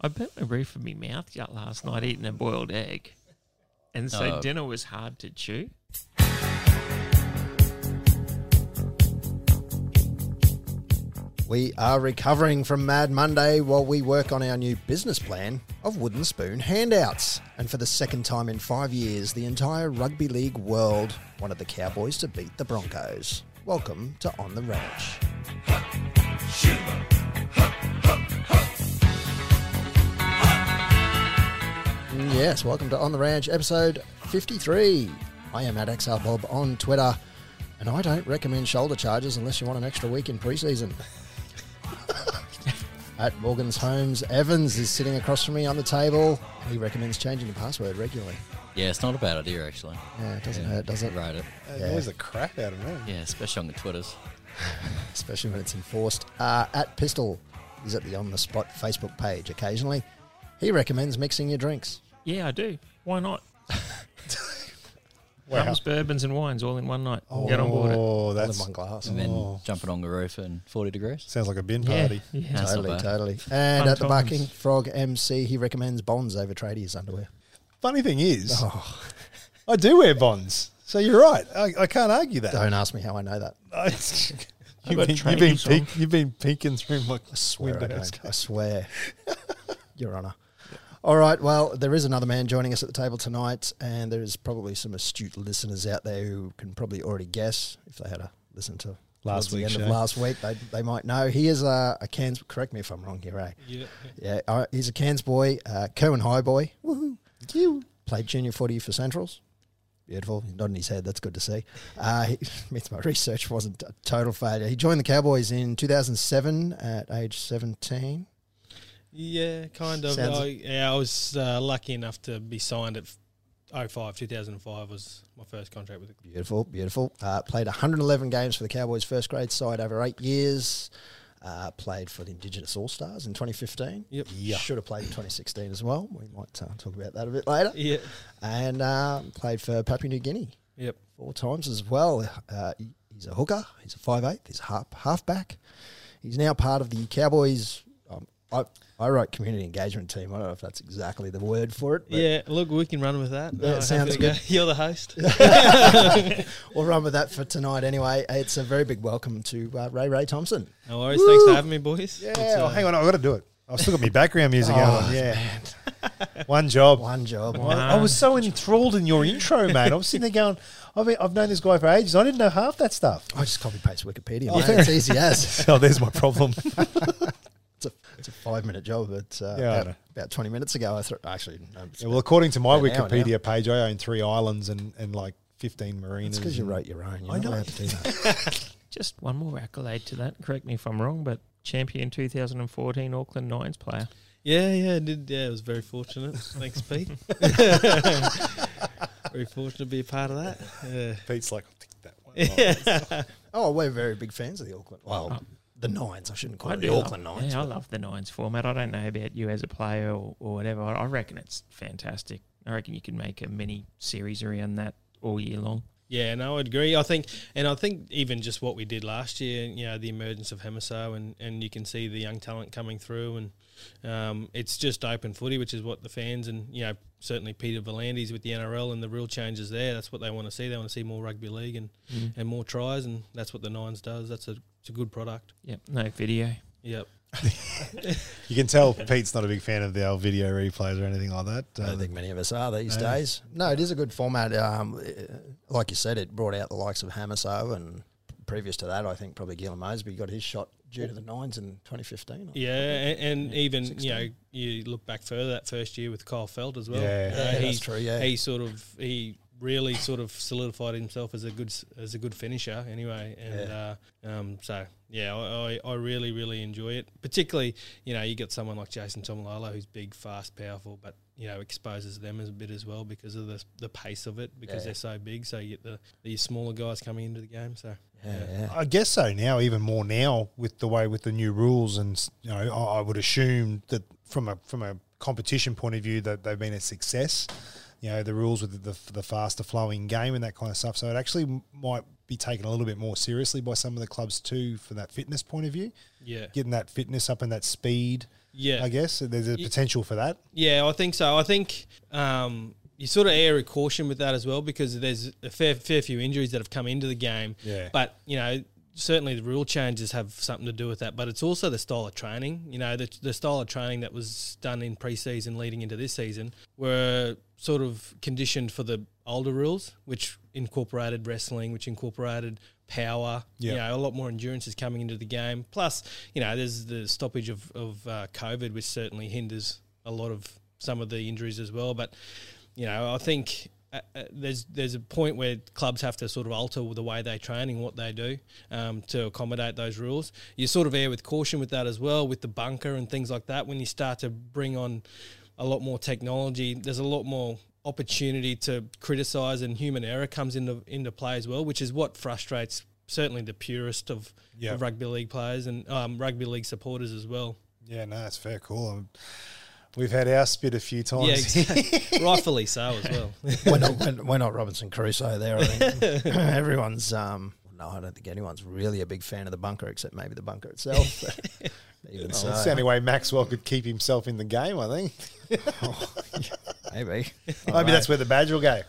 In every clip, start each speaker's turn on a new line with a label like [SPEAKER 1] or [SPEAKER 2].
[SPEAKER 1] I bit the roof of my mouth shut last night eating a boiled egg, and so
[SPEAKER 2] Uh,
[SPEAKER 3] Oh.
[SPEAKER 1] dinner was hard to chew.
[SPEAKER 2] We are recovering from Mad Monday while we work on our new business plan of wooden spoon handouts. And for the second time in five years, the entire rugby league world wanted the Cowboys to beat the Broncos. Welcome to On the Ranch. Mm, Yes, welcome to On the Ranch, episode 53. I am at XR Bob on Twitter, and I don't recommend shoulder charges unless you want an extra week in preseason. at Morgan's Homes, Evans is sitting across from me on the table. He recommends changing your password regularly.
[SPEAKER 3] Yeah, it's not a bad idea actually.
[SPEAKER 2] Yeah, it doesn't hurt, does it?
[SPEAKER 3] Wrote it.
[SPEAKER 4] It
[SPEAKER 2] Yeah.
[SPEAKER 4] annoys the crap out of me.
[SPEAKER 3] Yeah, especially on the Twitters.
[SPEAKER 2] especially when it's enforced. Uh, at Pistol is at the On the Spot Facebook page occasionally. He recommends mixing your drinks.
[SPEAKER 1] Yeah, I do. Why not?
[SPEAKER 4] Wow.
[SPEAKER 1] Rums, bourbons, and wines all in one night. Get on board it.
[SPEAKER 4] Oh,
[SPEAKER 2] All in
[SPEAKER 4] that's
[SPEAKER 2] one glass.
[SPEAKER 3] And then
[SPEAKER 4] Oh.
[SPEAKER 3] jumping on the roof in 40 degrees.
[SPEAKER 4] sounds like a bin
[SPEAKER 1] Yeah,
[SPEAKER 4] party.
[SPEAKER 1] yeah.
[SPEAKER 3] That's not
[SPEAKER 2] totally,
[SPEAKER 3] bad.
[SPEAKER 2] totally. And
[SPEAKER 1] Fun
[SPEAKER 2] at the
[SPEAKER 1] times.
[SPEAKER 2] Barking Frog MC, he recommends bonds over tradies underwear.
[SPEAKER 4] Funny thing is,
[SPEAKER 2] Oh,
[SPEAKER 4] I do wear bonds, so you're right. I, I can't argue that.
[SPEAKER 2] don't ask me how I know that.
[SPEAKER 4] I- you've,
[SPEAKER 1] got
[SPEAKER 4] been, you've been
[SPEAKER 1] tradies on.
[SPEAKER 4] peek, you've been peeking through my
[SPEAKER 2] I swear I
[SPEAKER 4] windows.
[SPEAKER 2] don't. I swear, Your Honour. All right. Well, there is another man joining us at the table tonight, and there is probably some astute listeners out there who can probably already guess if they had a listen to
[SPEAKER 4] Last
[SPEAKER 2] towards the
[SPEAKER 4] week's
[SPEAKER 2] end of
[SPEAKER 4] show.
[SPEAKER 2] last week, they, they might know. He is a, a Cairns. Correct me if I'm wrong here, eh? Yeah. Yeah. all right, he's a Cairns boy, uh, Kerwin High boy. Woohoo! You played junior footy for Centrals. Beautiful. He's nodding his head. That's good to see. Uh, he, means my research wasn't a total failure. He joined the Cowboys in 2007 at age 17.
[SPEAKER 5] Yeah, kind of.
[SPEAKER 2] Sounds-
[SPEAKER 5] I, yeah, I was uh, lucky enough to be signed at oh f- 05, 2005 was my first contract with the club.
[SPEAKER 2] Beautiful, beautiful. Uh, played 111 games for the Cowboys first grade side over eight years. Uh, played for the Indigenous All Stars in 2015.
[SPEAKER 5] Yep.
[SPEAKER 4] Yeah.
[SPEAKER 2] Should have played in 2016 as well. We might uh, talk about that a bit later.
[SPEAKER 5] Yeah.
[SPEAKER 2] And uh, played for Papua New Guinea
[SPEAKER 5] Yep.
[SPEAKER 2] four times as well. Uh, he- he's a hooker. He's a five eighth. He's a half halfback. He's now part of the Cowboys. Um, I I wrote community engagement team. I don't know if that's exactly the word for it. but
[SPEAKER 5] yeah, look, we can run with that.
[SPEAKER 2] That
[SPEAKER 5] Uh,
[SPEAKER 2] sounds
[SPEAKER 5] happy to go. You're the host.
[SPEAKER 2] We'll run with that for tonight. Anyway, it's a very big welcome to uh, Ray Ray Thompson.
[SPEAKER 5] No worries. Thanks for having me, boys.
[SPEAKER 4] Yeah,
[SPEAKER 5] It's,
[SPEAKER 4] oh,
[SPEAKER 5] uh,
[SPEAKER 4] hang on, I've got to do it. I've still got my background music
[SPEAKER 2] Oh,
[SPEAKER 4] going on. Yeah, one job.
[SPEAKER 2] One job.
[SPEAKER 1] One.
[SPEAKER 4] I, I was so enthralled in your intro, mate. I was sitting there going, I've, been, I've known this guy for ages. I didn't know half that stuff.
[SPEAKER 2] I just copy paste Wikipedia. mate. It's easy as.
[SPEAKER 4] Oh, there's my problem.
[SPEAKER 2] It's a, it's a five minute job. But uh,
[SPEAKER 4] Yeah, I
[SPEAKER 2] about,
[SPEAKER 4] know.
[SPEAKER 2] about 20 minutes ago, I thought, actually, no, it's
[SPEAKER 4] Yeah, well, according to my
[SPEAKER 2] An hour now.
[SPEAKER 4] Wikipedia page, I own three islands and, and like 15 marinas.
[SPEAKER 2] because you
[SPEAKER 4] and-
[SPEAKER 2] wrote your own. You're
[SPEAKER 4] I
[SPEAKER 2] not
[SPEAKER 4] know.
[SPEAKER 2] allowed to do that.
[SPEAKER 1] Just one more accolade to that. Correct me if I'm wrong, but champion 2014 Auckland Nines player.
[SPEAKER 5] Yeah, yeah, I did. Yeah, it was very fortunate. Thanks, Pete. very fortunate to be a part of that. Yeah.
[SPEAKER 4] Pete's like, I'll take that one.
[SPEAKER 2] oh, we're very big fans of the Auckland. Well,
[SPEAKER 1] Oh.
[SPEAKER 2] the Nines. I shouldn't call
[SPEAKER 1] I
[SPEAKER 2] it
[SPEAKER 1] do
[SPEAKER 2] the
[SPEAKER 1] love-
[SPEAKER 2] Auckland Nines.
[SPEAKER 1] Yeah, I love the Nines format. I don't know about you as a player or, or whatever. I, I reckon it's fantastic. I reckon you can make a mini series around that all year long.
[SPEAKER 5] Yeah, no, I'd agree. I think, and I think even just what we did last year, you know, the emergence of Hemiso, and and you can see the young talent coming through, and um, it's just open footy, which is what the fans and you know certainly Peter Volandis with the NRL and the real changes there. That's what they want to see. They want to see more rugby league and
[SPEAKER 2] Mm.
[SPEAKER 5] and more tries, and that's what the Nines does. That's a it's a good product.
[SPEAKER 1] Yep, no video.
[SPEAKER 5] Yep.
[SPEAKER 4] You can tell Pete's not a big fan of the old video replays or anything like that.
[SPEAKER 2] I
[SPEAKER 4] Um,
[SPEAKER 2] don't think many of us are these days. No, it is a good format. Um, uh, like you said, it brought out the likes of Hamaso and previous to that, I think probably Gillam Mosby got his shot due to the Nines in 2015.
[SPEAKER 5] Yeah, and, and even
[SPEAKER 2] 16.
[SPEAKER 5] you know you look back further that first year with Kyle Feld as well.
[SPEAKER 4] Yeah.
[SPEAKER 5] You know,
[SPEAKER 2] Yeah,
[SPEAKER 5] he-
[SPEAKER 2] that's true. Yeah,
[SPEAKER 5] he sort of he really sort of solidified himself as a good as a good finisher anyway and uh, um, so yeah I, I, I really really enjoy it particularly you know you get someone like Jason Tomalolo who's big fast powerful but you know exposes them as a bit as well because of the, the pace of it because
[SPEAKER 2] Yeah.
[SPEAKER 5] they're so big so you get the these smaller guys coming into the game so
[SPEAKER 2] yeah, yeah.
[SPEAKER 4] I guess so now, even more now with the way with the new rules, and you know, I, I would assume that from a from a competition point of view, that they've been a success. You know, the rules with the, the, the faster flowing game and that kind of stuff. So it actually m- might be taken a little bit more seriously by some of the clubs too, for that fitness point of view,
[SPEAKER 5] yeah
[SPEAKER 4] getting that fitness up and that speed.
[SPEAKER 5] Yeah.
[SPEAKER 4] I guess there's a
[SPEAKER 5] Ye-
[SPEAKER 4] potential for that.
[SPEAKER 5] Yeah, I think so. I think um, you sort of err a caution with that as well because there's a fair fair few injuries that have come into the game.
[SPEAKER 4] Yeah.
[SPEAKER 5] But you know, certainly the rule changes have something to do with that. But it's also the style of training. You know, the, the style of training that was done in preseason leading into this season were sort of conditioned for the older rules, which incorporated wrestling, which incorporated power. You
[SPEAKER 4] Yeah.
[SPEAKER 5] know, a lot more endurance is coming into the game. Plus, you know, there's the stoppage of of uh, COVID, which certainly hinders a lot of some of the injuries as well. But you know, I think uh, uh, there's there's a point where clubs have to sort of alter the way they train and what they do um, to accommodate those rules. You sort of err with caution with that as well, with the bunker and things like that. When you start to bring on a lot more technology, there's a lot more opportunity to criticize, and human error comes into into play as well, which is what frustrates certainly the purest of,
[SPEAKER 4] Yeah.
[SPEAKER 5] of rugby league players and um, rugby league supporters as well.
[SPEAKER 4] Yeah, no, that's fair. Cool. Um, we've had our spit a few times.
[SPEAKER 5] Yeah, exactly. rightfully so as well.
[SPEAKER 2] we're not we're, we're not Robinson Crusoe there. I think everyone's um no, I don't think anyone's really a big fan of the bunker except maybe the bunker itself. but Even
[SPEAKER 4] Oh, that's the only
[SPEAKER 2] so,
[SPEAKER 4] way Maxwell could keep himself in the game, I think.
[SPEAKER 2] maybe
[SPEAKER 4] Maybe that's where the badge will go.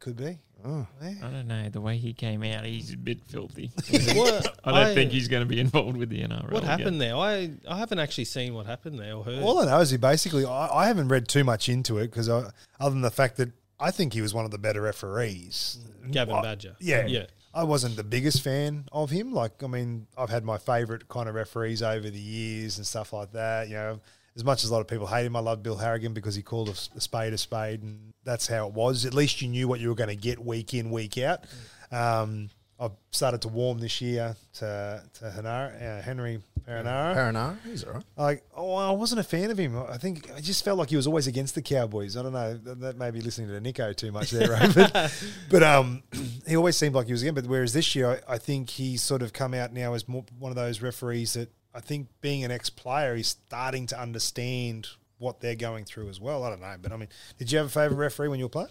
[SPEAKER 4] Could be. Oh.
[SPEAKER 1] I don't know. The way he came out, he's a bit filthy.
[SPEAKER 5] What-
[SPEAKER 1] I don't think he's going to be involved with the NRL.
[SPEAKER 5] What
[SPEAKER 1] again.
[SPEAKER 5] happened there? I, I haven't actually seen what happened there or heard.
[SPEAKER 4] All I know is he basically, I, I haven't read too much into it because other than the fact that I think he was one of the better referees.
[SPEAKER 5] Gavin
[SPEAKER 4] I-
[SPEAKER 5] Badger.
[SPEAKER 4] Yeah.
[SPEAKER 5] Yeah.
[SPEAKER 4] I wasn't the biggest fan of him. Like, I mean, I've had my favourite kind of referees over the years and stuff like that. You know, as much as a lot of people hate him, I love Bill Harrigan because he called a, s- a spade a spade, and that's how it was. At least you knew what you were going to get week in, week out. Um, I've started to warm this year to to Hanara, uh, Henry Paranara.
[SPEAKER 2] Paranar, he's all right.
[SPEAKER 4] Like, oh, I wasn't a fan of him. I think I just felt like he was always against the Cowboys. I don't know. That, that may be listening to Nico too much there, right? But, but um, he always seemed like he was again. But whereas this year, I, I think he's sort of come out now as more, one of those referees that I think being an ex-player, he's starting to understand what they're going through as well. I don't know. But I mean, did you have a favourite referee when you were playing?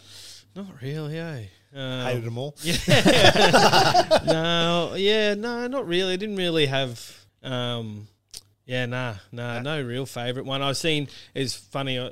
[SPEAKER 5] Not really, eh?
[SPEAKER 4] Hated
[SPEAKER 5] Um,
[SPEAKER 4] them all.
[SPEAKER 5] no, yeah, no, not really. I didn't really have. Um, yeah, nah, nah,
[SPEAKER 4] Uh,
[SPEAKER 5] no real favourite one. I've seen is funny. I,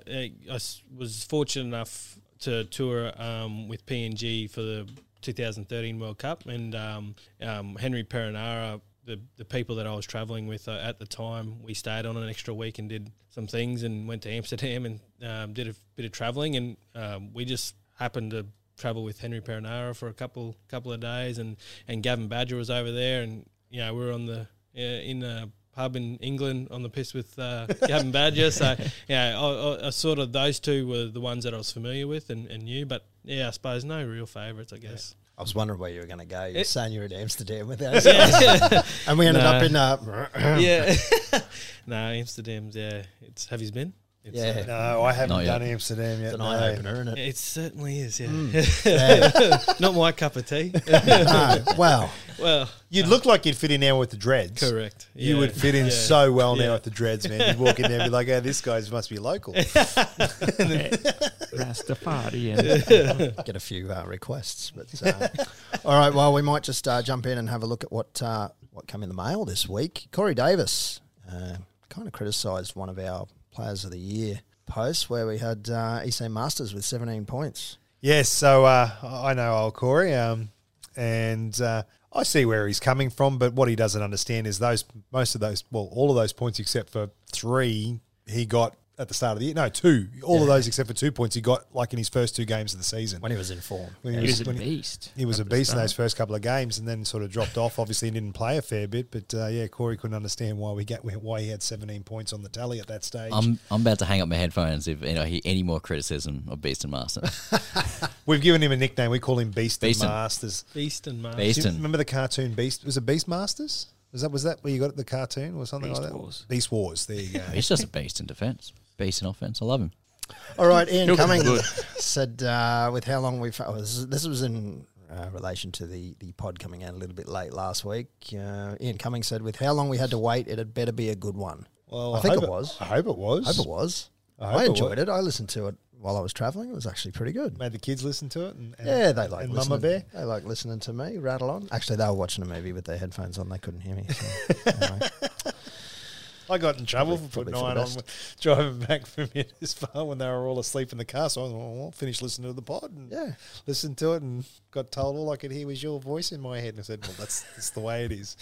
[SPEAKER 5] I s- was fortunate enough to tour um, with PNG for the 2013 World Cup, and um, um, Henry Perinara, the the people that I was travelling with uh, at the time, we stayed on an extra week and did some things, and went to Amsterdam and um, did a bit of travelling, and um, we just happened to travel with Henry Perinara for a couple couple of days, and and Gavin Badger was over there, and you know we were on the uh, in a pub in England on the piss with uh, Gavin Badger. So yeah, I, I, I sort of those two were the ones that I was familiar with and, and knew, but yeah, I suppose no real favourites, I guess.
[SPEAKER 2] I was wondering where you were going to go. You were
[SPEAKER 5] It-
[SPEAKER 2] saying you were in Amsterdam with us, and we ended up in uh,
[SPEAKER 5] yeah, no Amsterdam's yeah, it's have you been? It's, uh,
[SPEAKER 2] yeah,
[SPEAKER 4] No, I haven't
[SPEAKER 3] Not yet.
[SPEAKER 4] done
[SPEAKER 2] it's
[SPEAKER 4] Amsterdam yet.
[SPEAKER 2] an
[SPEAKER 4] no.
[SPEAKER 2] eye opener,
[SPEAKER 4] Uh,
[SPEAKER 2] isn't it?
[SPEAKER 5] it certainly is, yeah.
[SPEAKER 4] mm,
[SPEAKER 5] Not my cup of tea.
[SPEAKER 2] No, wow,
[SPEAKER 5] well,
[SPEAKER 4] You'd look like you'd fit in now with the dreads.
[SPEAKER 5] correct.
[SPEAKER 4] You
[SPEAKER 5] yeah,
[SPEAKER 4] would fit in
[SPEAKER 5] yeah.
[SPEAKER 4] so well
[SPEAKER 5] Yeah.
[SPEAKER 4] now at the Dreads, man. You'd walk in there and be like, oh, this guy's must be local.
[SPEAKER 1] Rastafari. And,
[SPEAKER 2] get a few uh, requests, but uh, all right. Well, we might just uh, jump in and have a look at what uh, what came in the mail this week. Corey Davis uh, kind of criticised one of our players of the year posts where we had uh, EC Masters with 17 points.
[SPEAKER 4] Yes, so uh, I know old Corey, um, and uh, I see where he's coming from. But what he doesn't understand is those most of those, well, all of those points except for three he got at the start of the year. No, two. All of those except for two points he got like in his first two games of the season.
[SPEAKER 2] When he was in form,
[SPEAKER 4] When
[SPEAKER 1] he was a
[SPEAKER 4] when he-
[SPEAKER 1] beast.
[SPEAKER 4] he was a
[SPEAKER 1] at the
[SPEAKER 4] beast in
[SPEAKER 1] start.
[SPEAKER 4] those first couple of games, and then sort of dropped off. Obviously, he didn't play a fair bit, but uh, yeah, Corey couldn't understand why we get why he had 17 points on the tally at that stage.
[SPEAKER 3] I'm I'm about to hang up my headphones if you know, I hear any more criticism of Beast and Master.
[SPEAKER 4] We've given him a nickname. We call him Beast
[SPEAKER 3] Beaston.
[SPEAKER 4] Masters.
[SPEAKER 5] Beast and Mars.
[SPEAKER 4] Do you
[SPEAKER 3] Beaston.
[SPEAKER 4] remember the cartoon Beast? Was it Beast Masters? Was that was that where you got it, the cartoon or something
[SPEAKER 1] Beast
[SPEAKER 4] like that?
[SPEAKER 1] Wars.
[SPEAKER 4] Beast Wars. There you go.
[SPEAKER 3] He's just a beast in defence. Beast in offence. I love him.
[SPEAKER 2] All right, Ian
[SPEAKER 1] You're
[SPEAKER 2] Cummings
[SPEAKER 1] good.
[SPEAKER 2] said uh, with how long we've. Oh, this, this was in uh, relation to the, the pod coming out a little bit late last week. Uh, Ian Cummings said with how long we had to wait, it had better be a good one.
[SPEAKER 4] well,
[SPEAKER 2] I think
[SPEAKER 4] hope
[SPEAKER 2] it was.
[SPEAKER 4] I hope it was.
[SPEAKER 2] I hope it was.
[SPEAKER 4] I
[SPEAKER 2] I,
[SPEAKER 4] hope it
[SPEAKER 2] enjoyed it, I listened to it while I was travelling. It was actually pretty good.
[SPEAKER 4] Made the kids listen to it. And, and-
[SPEAKER 2] Yeah, they like
[SPEAKER 4] and
[SPEAKER 2] listening.
[SPEAKER 4] Mama Bear.
[SPEAKER 2] They like listening to me rattle on. Actually, they were watching a movie with their headphones on. They couldn't hear me. so, anyway.
[SPEAKER 4] I got in trouble
[SPEAKER 2] Probably-
[SPEAKER 4] for putting
[SPEAKER 2] probably for
[SPEAKER 4] iron
[SPEAKER 2] the
[SPEAKER 4] on driving back from here this far when they were all asleep in the car. So I was like, well, I'll finish listening to the pod and
[SPEAKER 2] Yeah.
[SPEAKER 4] listened to it and got told all I could hear was your voice in my head. And I said, well, that's, that's the way it is.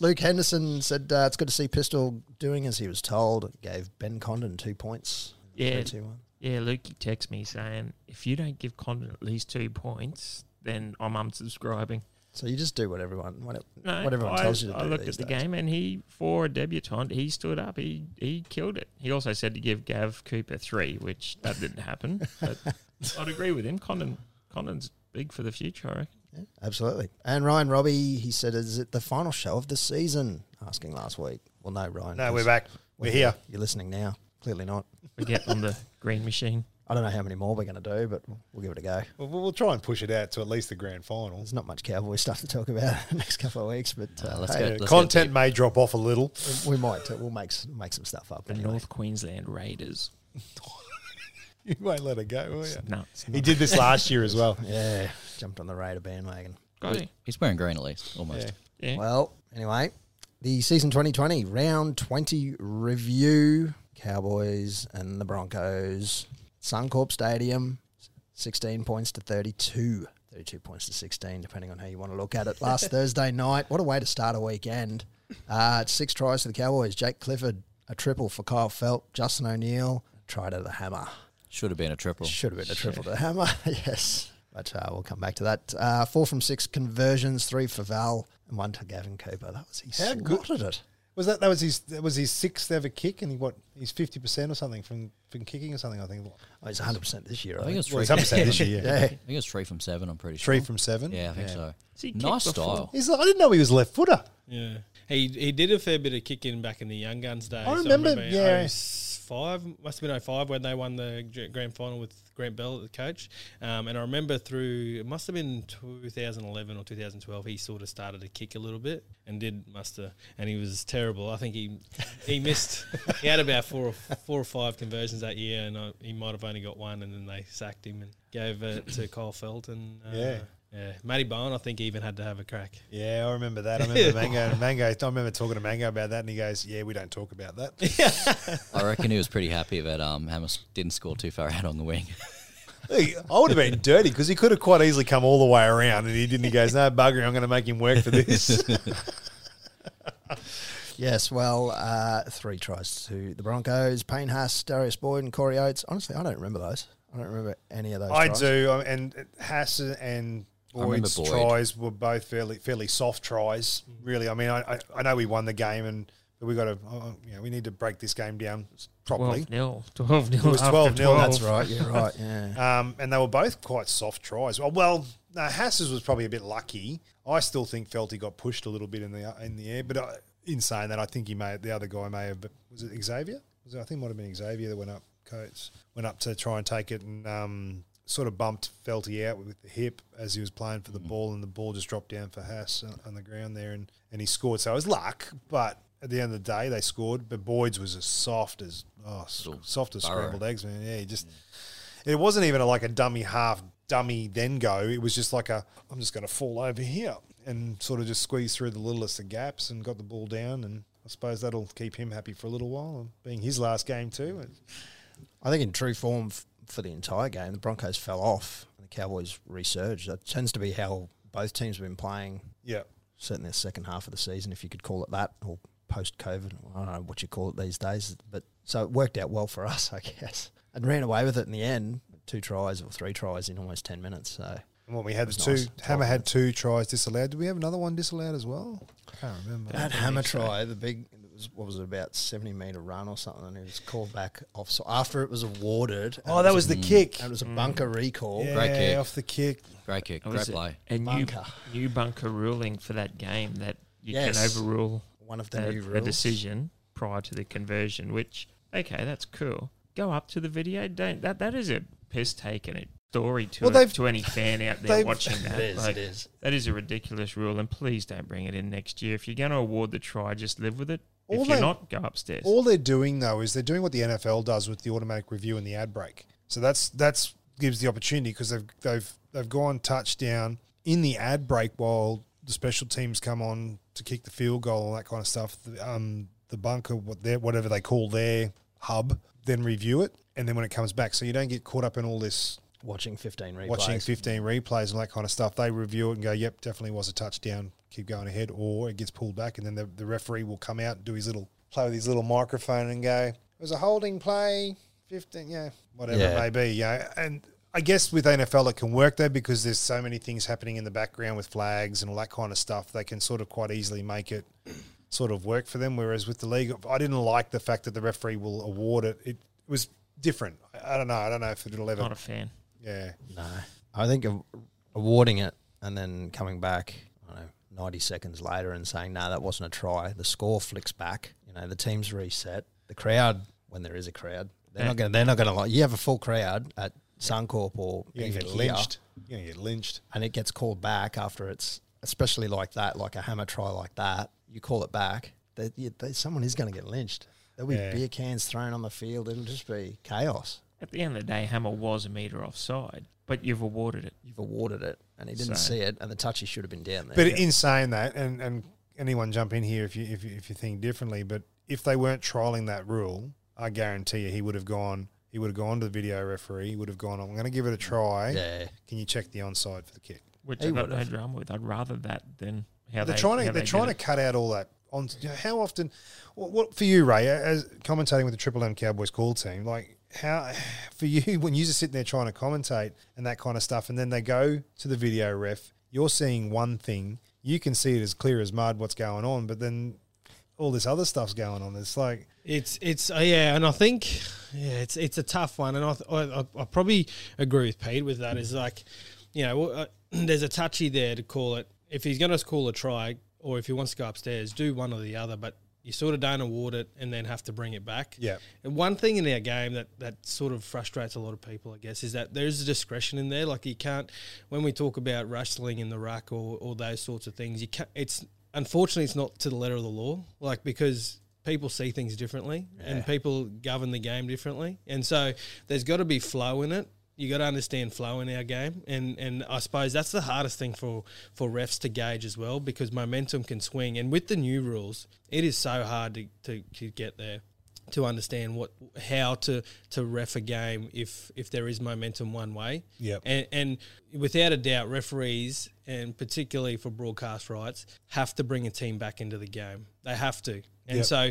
[SPEAKER 2] Luke Henderson said uh, it's good to see Pistol doing as he was told. Gave Ben Condon two points.
[SPEAKER 1] Yeah,
[SPEAKER 2] 3-2-1.
[SPEAKER 1] yeah. Lukey texts me saying, if you don't give Condon at least two points, then I'm unsubscribing.
[SPEAKER 2] So you just do what everyone what,
[SPEAKER 1] No,
[SPEAKER 2] what everyone
[SPEAKER 1] I,
[SPEAKER 2] tells you to
[SPEAKER 1] I
[SPEAKER 2] do.
[SPEAKER 1] looked
[SPEAKER 2] these
[SPEAKER 1] at the
[SPEAKER 2] days.
[SPEAKER 1] game and he, for a debutant, he stood up. He he killed it. He also said to give Gav Cooper three, which that didn't happen. But I'd agree with him. Condon Condon's big for the future. I reckon.
[SPEAKER 2] Yeah, absolutely. And Ryan Robbie, he said, "Is it the final show of the season?" Asking last week. Well, no, Ryan.
[SPEAKER 4] no,
[SPEAKER 2] 'cause
[SPEAKER 4] we're back. We're here.
[SPEAKER 2] You're listening now. Clearly not.
[SPEAKER 1] We get on the green machine.
[SPEAKER 2] I don't know how many more we're going to do, but we'll- we'll give it a go.
[SPEAKER 4] We'll, we'll try and push it out to at least the grand final.
[SPEAKER 2] There's not much cowboy stuff to talk about the next couple of weeks, but uh,
[SPEAKER 3] Uh, let's
[SPEAKER 2] hey,
[SPEAKER 3] go.
[SPEAKER 4] Yeah,
[SPEAKER 3] Let's Go
[SPEAKER 4] Content may drop off a little.
[SPEAKER 2] we we might. uh, We'll make s- make some stuff up.
[SPEAKER 1] The
[SPEAKER 2] anyway.
[SPEAKER 1] North Queensland Raiders.
[SPEAKER 4] You won't let it go, will Oh, you?
[SPEAKER 1] It's nuts.
[SPEAKER 4] He did this last year as well.
[SPEAKER 2] Yeah, jumped on the Raider bandwagon.
[SPEAKER 1] Got it.
[SPEAKER 3] He's wearing green at least, almost.
[SPEAKER 4] Yeah.
[SPEAKER 1] Yeah.
[SPEAKER 2] Well, anyway, the season 2020 round 20 review Cowboys and the Broncos, Suncorp Stadium, 16 points to 32. 32 points to 16, depending on how you want to look at it. Last Thursday night, what a way to start a weekend. Uh, it's six tries for the Cowboys. Jake Clifford, a triple for Kyle Felt, Justin O'Neill, try to the hammer.
[SPEAKER 3] Should have been a triple.
[SPEAKER 2] Should have been a triple to hammer, yes. But uh, we'll come back to that. Uh, four from six conversions, three for Val and one to Gavin Cooper. That was he
[SPEAKER 4] How good-
[SPEAKER 2] slotted it.
[SPEAKER 4] Was that that was his that was his sixth ever kick and he what he's fifty percent or something from from kicking or something I think.
[SPEAKER 2] Oh, he's 100 percent this year. I
[SPEAKER 3] I think it
[SPEAKER 2] think.
[SPEAKER 3] was
[SPEAKER 4] Well,
[SPEAKER 3] three.
[SPEAKER 4] he's
[SPEAKER 3] from
[SPEAKER 4] up percent this year. Yeah.
[SPEAKER 2] Yeah,
[SPEAKER 3] I think it was three from seven. I'm pretty sure.
[SPEAKER 4] Three from seven.
[SPEAKER 3] Yeah, I think so.
[SPEAKER 1] Has he kicked
[SPEAKER 3] Nice
[SPEAKER 1] before?
[SPEAKER 3] style.
[SPEAKER 4] He's like, I didn't know he was left footer.
[SPEAKER 5] Yeah, he he did a fair bit of kicking back in the Young Guns days.
[SPEAKER 4] remember,
[SPEAKER 5] in
[SPEAKER 4] yeah.
[SPEAKER 5] 05, must have been 05 when they won the gr- grand final with Grant Bell, the coach. Um, and I remember through it must have been 2011 or 2012, he sort of started to kick a little bit and did muster, and he was terrible. I think he he missed. he had about four or four or five conversions that year, and I, he might have only got one, and then they sacked him and gave it to Kyle Felt and uh,
[SPEAKER 4] Yeah.
[SPEAKER 5] yeah, Matty Bowen. I think even had to have a crack.
[SPEAKER 4] Yeah, I remember that. I remember Mango and Mango. I remember talking to Mango about that and he goes, Yeah, we don't talk about that.
[SPEAKER 3] I reckon he was pretty happy that um, Hammers didn't score too far out on the wing.
[SPEAKER 4] Hey, I would have been dirty because he could have quite easily come all the way around and he didn't. He goes, No, bugger, I'm going to make him work for this.
[SPEAKER 2] Yes, well, uh, three tries to the Broncos, Payne Haas, Darius Boyd, and Corey Oates. Honestly, I don't remember those. I don't remember any of those.
[SPEAKER 4] I
[SPEAKER 2] tries.
[SPEAKER 4] do. um, And Hass and
[SPEAKER 3] I remember
[SPEAKER 4] Boyd's
[SPEAKER 3] Boyd.
[SPEAKER 4] tries were both fairly fairly soft tries. Really, I mean, I, I, I know we won the game, and but we got to uh, you know we need to break this game down properly.
[SPEAKER 1] 12 0. 12 0.
[SPEAKER 4] It was 12 nil,
[SPEAKER 2] That's right. You're right. Yeah.
[SPEAKER 4] Um, and they were both quite soft tries. Well, well, no, Hass's was probably a bit lucky. I still think Felty got pushed a little bit in the in the air, but I, in saying that, I think he may the other guy may have was it Xavier? Was it, I think it might have been Xavier that went up. Coates went up to try and take it and um, sort of bumped Felty out with the hip as he was playing for the ball, and the ball just dropped down for Hass on, on the ground there, and and he scored. So it was luck, but. At the end of the day, they scored, but Boyd's was as soft as oh, s-
[SPEAKER 3] Little
[SPEAKER 4] soft as
[SPEAKER 3] burrow.
[SPEAKER 4] scrambled eggs, man. Yeah, he just it wasn't even a, like a dummy half dummy then go. It was just like a I'm just going to fall over here and sort of just squeeze through the littlest of gaps and got the ball down. And I suppose that'll keep him happy for a little while, and being his last game too. And
[SPEAKER 2] I think in true form f- for the entire game, the Broncos fell off and the Cowboys resurged. That tends to be how both teams have been playing,
[SPEAKER 4] yeah,
[SPEAKER 2] certainly the second half of the season, if you could call it that, or post COVID. I don't know what you call it these days, but so it worked out well for us, I guess, and ran away with it in the end. Two tries or three tries in almost ten minutes. So
[SPEAKER 4] and when we had the
[SPEAKER 2] was
[SPEAKER 4] two,
[SPEAKER 2] nice.
[SPEAKER 4] Hammer had two tries disallowed. Did we have another one disallowed as well? I can't remember.
[SPEAKER 2] that hammer try, the big, it was, what was it about seventy meter run or something, and it was called back off. So after it was awarded,
[SPEAKER 4] Oh, that was the kick.
[SPEAKER 2] and it was a bunker recall.
[SPEAKER 4] Yeah,
[SPEAKER 3] Great kick.
[SPEAKER 4] off the kick.
[SPEAKER 3] Great kick,
[SPEAKER 1] That
[SPEAKER 3] great
[SPEAKER 1] was
[SPEAKER 3] play.
[SPEAKER 1] A, a new,
[SPEAKER 2] Bunker.
[SPEAKER 1] new bunker ruling for that game that you can
[SPEAKER 2] Yes.
[SPEAKER 1] overrule
[SPEAKER 2] One of the new
[SPEAKER 1] a, a
[SPEAKER 2] rules.
[SPEAKER 1] decision prior to the conversion, which, okay, that's cool. Go up to the video. Don't that That is a piss taking it story to,
[SPEAKER 4] Well,
[SPEAKER 1] it-
[SPEAKER 4] they've-
[SPEAKER 1] to any fan out there
[SPEAKER 4] they've-
[SPEAKER 1] watching that.
[SPEAKER 2] It is.
[SPEAKER 1] Like,
[SPEAKER 2] it is.
[SPEAKER 1] That is a ridiculous rule, and please don't bring it in next year. If you're going to award the try, just live with it.
[SPEAKER 4] All
[SPEAKER 1] if you're
[SPEAKER 4] they-
[SPEAKER 1] not, go upstairs.
[SPEAKER 4] All they're doing though is they're doing what the NFL does with the automatic review and the ad break. So that's that's gives the opportunity because they've they've they've gone touchdown in the ad break while the special teams come on to kick the field goal and that kind of stuff. The, um, the bunker, what their whatever they call their hub, then review it, and then when it comes back, so you don't get caught up in all this
[SPEAKER 2] Watching 15 replays.
[SPEAKER 4] watching 15 replays and that kind of stuff. They review it and go, yep, definitely was a touchdown, keep going ahead, or it gets pulled back. And then the, the referee will come out and do his little play with his little microphone and go, it was a holding play, 15, yeah, whatever
[SPEAKER 2] Yeah.
[SPEAKER 4] it may be. Yeah. And I guess with NFL, it can work though because there's so many things happening in the background with flags and all that kind of stuff. They can sort of quite easily make it sort of work for them. Whereas with the league, I didn't like the fact that the referee will award it. It was different. I I don't know. I don't know if it'll ever.
[SPEAKER 1] Not a fan.
[SPEAKER 4] yeah.
[SPEAKER 2] No. I think of awarding it and then coming back, I don't know, 90 seconds later and saying, no, that wasn't a try. The score flicks back. You know, the team's reset. The crowd, when there is a crowd, they're
[SPEAKER 1] Yeah.
[SPEAKER 2] not going to, they're not going to like, you have a full crowd at Suncorp or
[SPEAKER 4] You're gonna
[SPEAKER 2] even
[SPEAKER 4] get
[SPEAKER 2] here,
[SPEAKER 4] lynched. You're gonna get lynched.
[SPEAKER 2] and it gets called back after it's, especially like that, like a hammer try like that, you call it back, that you- that someone is going to get lynched. There'll be
[SPEAKER 4] Yeah.
[SPEAKER 2] beer cans thrown on the field. It'll just be chaos.
[SPEAKER 1] At the end of the day, Hammer was a meter offside, but you've awarded it.
[SPEAKER 2] You've awarded it, and he didn't
[SPEAKER 1] So-
[SPEAKER 2] see it, and the touchy should have been down there.
[SPEAKER 4] But in saying that, and and anyone jump in here if you if you, if you think differently, but if they weren't trialing that rule, I guarantee you he would have gone. He would have gone to the video referee. He would have gone. I'm going to give it a try.
[SPEAKER 2] Mm. yeah.
[SPEAKER 4] Can you check the onside for the kick?
[SPEAKER 1] Which
[SPEAKER 2] He
[SPEAKER 1] I've got no
[SPEAKER 2] would've.
[SPEAKER 1] drama with. I'd rather that than how
[SPEAKER 4] they're
[SPEAKER 1] they,
[SPEAKER 4] trying
[SPEAKER 1] how
[SPEAKER 4] to they're
[SPEAKER 1] they
[SPEAKER 4] trying to
[SPEAKER 1] did it.
[SPEAKER 4] cut out all that. On you know, how often? What, what for you, Ray? As commentating with the Triple M Cowboys call team, like how for you when you're just sitting there trying to commentate and that kind of stuff, and then they go to the video ref. You're seeing one thing. You can see it as clear as mud what's going on, but then all this other stuff's going on. It's like
[SPEAKER 5] It's it's uh, yeah, and I think yeah, it's it's a tough one, and I th- I, I, I probably agree with Pete with that. Is like, you know, uh, there's a touchy there to call it. If he's going to call a try, or if he wants to go upstairs, do one or the other. But you sort of don't award it, and then have to bring it back.
[SPEAKER 4] Yeah.
[SPEAKER 5] And one thing in our game that that sort of frustrates a lot of people, I guess, is that there is a discretion in there. Like you can't, when we talk about wrestling in the ruck or or those sorts of things, you can't. It's unfortunately it's not to the letter of the law, like because people see things differently and people govern the game differently, and so there's got to be flow in it. You got to understand flow in our game, and and I suppose that's the hardest thing for for refs to gauge as well because momentum can swing, and with the new rules, it is so hard to to, to get there to understand what how to to ref a game if if there is momentum one way.
[SPEAKER 4] Yep.
[SPEAKER 5] And, and without a doubt, referees and particularly for broadcast rights have to bring a team back into the game. They have to. And
[SPEAKER 4] Yep.
[SPEAKER 5] so,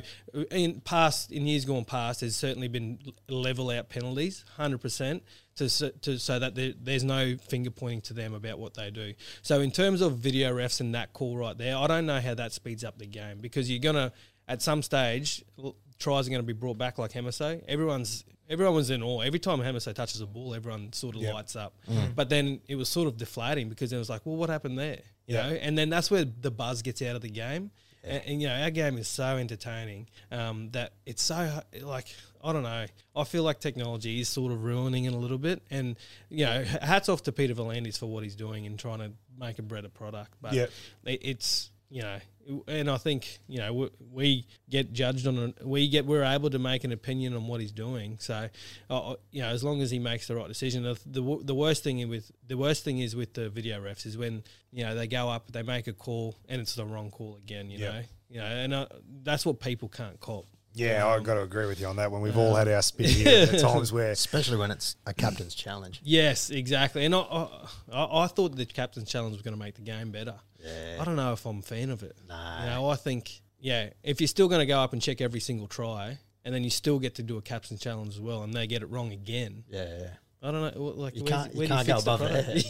[SPEAKER 5] in past in years gone past, there's certainly been level out penalties, hundred percent, to s- to so that there, there's no finger pointing to them about what they do. So in terms of video refs and that call right there, I don't know how that speeds up the game because you're gonna at some stage l- tries are going to be brought back like Hemiso. Everyone's everyone was in awe. Every time Hemiso touches a ball, everyone sort of lights up. But then it was sort of deflating because it was like, well, what happened there? You know, and then that's where the buzz gets out of the game. A- And, you know, our game is so entertaining um, that it's so h- like I don't know. I feel like technology is sort of ruining it a little bit. And you know, h- hats off to Peter Volandis for what he's doing and trying to make a better product. But
[SPEAKER 4] Yeah.
[SPEAKER 5] it, it's you know, and I think you know we, we get judged on a- we get we're able to make an opinion on what he's doing. So, uh, you know, as long as he makes the right decision, the, the wo- the worst thing with the worst thing is with the video refs is when you know they go up, they make a call, and it's the wrong call again. You
[SPEAKER 4] Yeah.
[SPEAKER 5] know, you know, and uh, that's what people can't cop.
[SPEAKER 4] yeah, I've got to agree with you on that. When we've all had our spin here at times where
[SPEAKER 2] Especially when it's a captain's challenge.
[SPEAKER 5] Yes, exactly. And I I, I I thought the captain's challenge was going to make the game better.
[SPEAKER 2] Yeah.
[SPEAKER 5] I don't know if I'm a fan of it.
[SPEAKER 2] Nah.
[SPEAKER 5] You know, I think yeah, if you're still going to go up and check every single try, and then you still get to do a captain's challenge as well, and they get it wrong again.
[SPEAKER 2] Yeah.
[SPEAKER 5] I don't know. what- Like
[SPEAKER 2] You
[SPEAKER 5] where's-
[SPEAKER 2] can't- you
[SPEAKER 5] where do
[SPEAKER 2] can't
[SPEAKER 5] fix
[SPEAKER 2] go
[SPEAKER 5] the
[SPEAKER 2] above
[SPEAKER 5] product?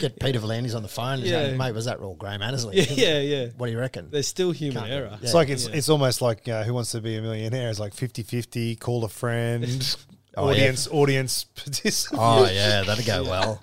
[SPEAKER 2] Get Peter Volandis on the phone and say,
[SPEAKER 5] Yeah.
[SPEAKER 2] mate, was that all Graham Annesley?
[SPEAKER 5] yeah, yeah, yeah.
[SPEAKER 2] What do you reckon?
[SPEAKER 5] There's still human
[SPEAKER 2] Can't-
[SPEAKER 5] error.
[SPEAKER 2] yeah.
[SPEAKER 4] It's like it's it's almost like uh, who wants to be a millionaire is like 50-50, call a friend,
[SPEAKER 2] Oh, yeah.
[SPEAKER 4] audience audience participant.
[SPEAKER 2] Oh, yeah, that'd go well.